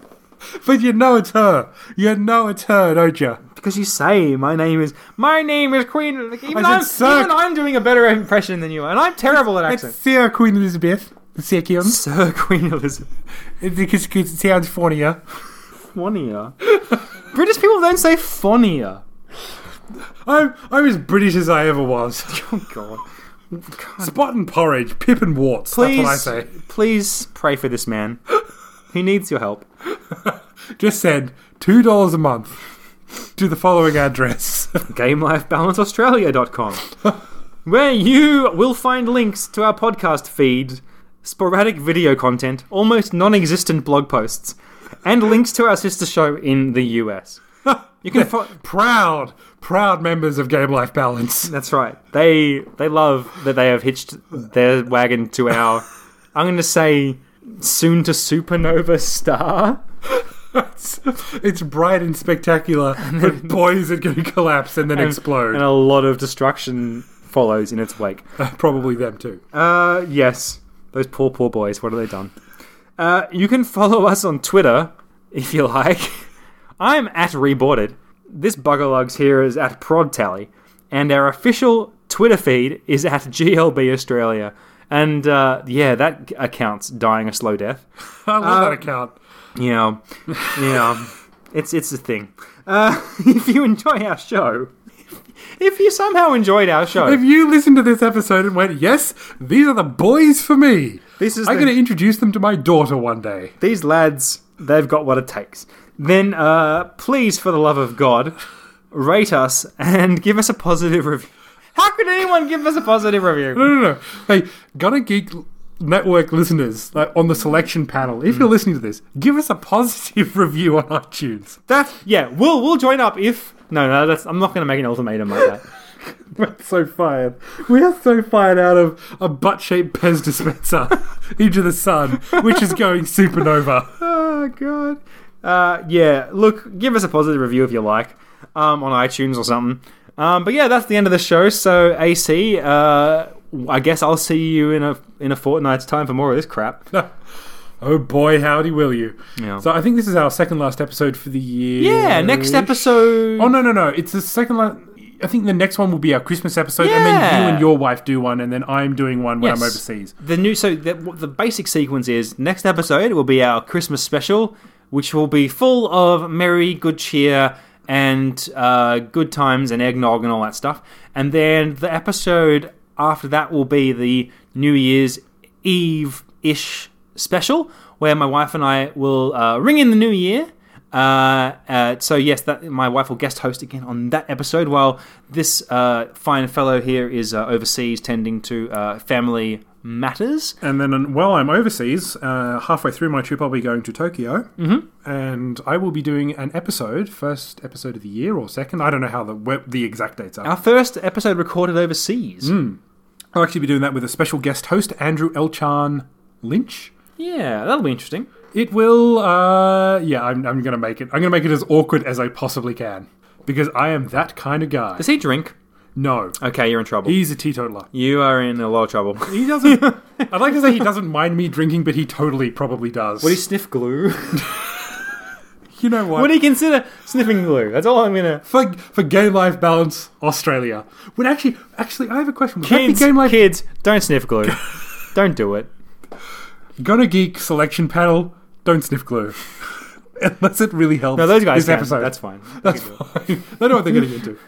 Speaker 1: but you know it's her. You know it's her, don't you?
Speaker 2: because you say my name is my name is Queen. Like, even,
Speaker 1: I said
Speaker 2: I'm,
Speaker 1: suck.
Speaker 2: even I'm doing a better impression than you are, and I'm terrible at
Speaker 1: It's
Speaker 2: accents.
Speaker 1: Sir Queen Elizabeth the Second.
Speaker 2: Sir Queen Elizabeth.
Speaker 1: Because it sounds funnier.
Speaker 2: Fonia. British people don't say fonia.
Speaker 1: I'm, I'm as British as I ever was.
Speaker 2: Oh God.
Speaker 1: Spot and porridge, pip and warts.
Speaker 2: Please,
Speaker 1: That's what I say.
Speaker 2: please pray for this man. He needs your help.
Speaker 1: Just send two dollars a month to the following address.
Speaker 2: GameLifeBalanceAustralia.com, where you will find links to our podcast feed, sporadic video content, almost non existent blog posts, and links to our sister show in the US. You can fo-
Speaker 1: proud, proud members of Game Life Balance.
Speaker 2: That's right. They they love that they have hitched their wagon to our I'm going to say soon to supernova star.
Speaker 1: It's, it's bright and spectacular, but boy is it going to collapse and then explode.
Speaker 2: And a lot of destruction follows in its wake.
Speaker 1: Probably them too.
Speaker 2: Uh, yes. Those poor, poor boys. What have they done? Uh, you can follow us on Twitter if you like. I'm at Reboarded. This Buggerlugs here is at ProdTally. And our official Twitter feed is at GLB Australia. And uh, yeah, that account's dying a slow death.
Speaker 1: I love
Speaker 2: uh,
Speaker 1: that account.
Speaker 2: Yeah, yeah, it's it's a thing. Uh, if you enjoy our show, if you somehow enjoyed our
Speaker 1: If
Speaker 2: show,
Speaker 1: you listened to this episode and went, "Yes, these are the boys for me,"
Speaker 2: This is
Speaker 1: I'm
Speaker 2: the-
Speaker 1: going to introduce them to my daughter one day.
Speaker 2: these lads they've got what it takes. Then uh, please, for the love of God, rate us and give us a positive review. How could anyone give us a positive review?
Speaker 1: No, no, no. Hey, Gunna Geek Network listeners, like on the selection panel,
Speaker 2: Hmm.
Speaker 1: if you're listening to this, give us a positive review on iTunes.
Speaker 2: That yeah, we'll we'll join up if no no that's I'm not going to make an ultimatum like that.
Speaker 1: We're so fired. We are so fired out of a butt-shaped Pez dispenser into the sun, which is going supernova.
Speaker 2: Oh god. Uh, yeah. Look, give us a positive review if you like, um, on iTunes or something. Um, but yeah, that's the end of the show. So AC, uh, I guess I'll see you in a in a fortnight's time for more of this crap.
Speaker 1: Oh boy, howdy will you.
Speaker 2: Yeah.
Speaker 1: So I think this is our second last episode for the year.
Speaker 2: yeah. Next episode.
Speaker 1: Oh no no no! It's the second last. I think the next one will be our Christmas episode, and then
Speaker 2: Yeah.
Speaker 1: you and your wife do one, and then I'm doing one when I'm
Speaker 2: Yes.
Speaker 1: overseas.
Speaker 2: The new so the, what the basic sequence is next episode will be our Christmas special, which will be full of merry, good cheer, and uh, good times and eggnog and all that stuff. And then the episode after that will be the New Year's Eve ish special where my wife and I will uh, ring in the new year. Uh, uh, so yes, that my wife will guest host again on that episode, while this uh, fine fellow here is uh, overseas tending to uh, family matters.
Speaker 1: And then um, while I'm overseas, uh, halfway through my trip, I'll be going to Tokyo. Mm-hmm. And I will be doing an episode, first episode of the year or second. I don't know how the, where, the exact dates are.
Speaker 2: Our first episode recorded overseas.
Speaker 1: Hmm. I'll actually be doing that with a special guest host, Andrew Elchan Lynch.
Speaker 2: Yeah, that'll be interesting.
Speaker 1: It will, uh, yeah, I'm, I'm going to make it. I'm going to make it as awkward as I possibly can. Because I am that kind of guy.
Speaker 2: Does he drink?
Speaker 1: No.
Speaker 2: Okay, you're in trouble.
Speaker 1: He's a teetotaler.
Speaker 2: you are in a lot of trouble.
Speaker 1: He doesn't. I'd like to say he doesn't mind me drinking, but he totally probably does.
Speaker 2: Would he sniff glue?
Speaker 1: you know what?
Speaker 2: Would he consider sniffing glue? That's all I'm gonna.
Speaker 1: for for Game Life Balance Australia. Would actually actually I have a question. Would that be
Speaker 2: Kids,
Speaker 1: Game Life
Speaker 2: kids, don't sniff glue. don't do it.
Speaker 1: Gonna Geek selection panel? Don't sniff glue. Unless it really helps.
Speaker 2: No, those guys.
Speaker 1: This
Speaker 2: can.
Speaker 1: episode.
Speaker 2: That's fine.
Speaker 1: That's fine. they know what they're getting into.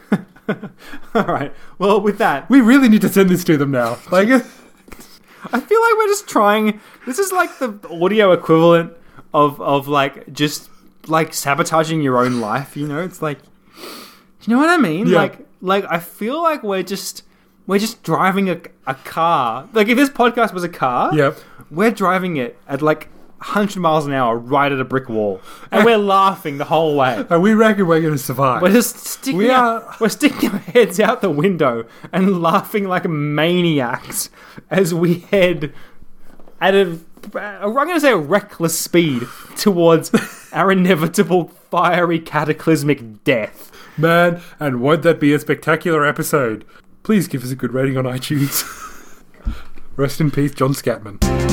Speaker 2: all right. Well, with that,
Speaker 1: We really need to send this to them now. Like,
Speaker 2: I feel like we're just trying. This is like the audio equivalent of of like just like sabotaging your own life. You know, it's like, you know what I mean?
Speaker 1: Yeah.
Speaker 2: Like, like I feel like we're just we're just driving a, a car. Like if this podcast was a car,
Speaker 1: Yep.
Speaker 2: we're driving it at like 100 miles an hour right at a brick wall, and we're laughing the whole way.
Speaker 1: and we reckon we're going to survive.
Speaker 2: We're just sticking
Speaker 1: We
Speaker 2: our-
Speaker 1: are-
Speaker 2: we're sticking our heads out the window and laughing like maniacs as we head at a I'm going to say a reckless speed towards our inevitable fiery cataclysmic death.
Speaker 1: Man, and won't that be a spectacular episode? Please give us a good rating on iTunes. Rest in peace, John Scatman.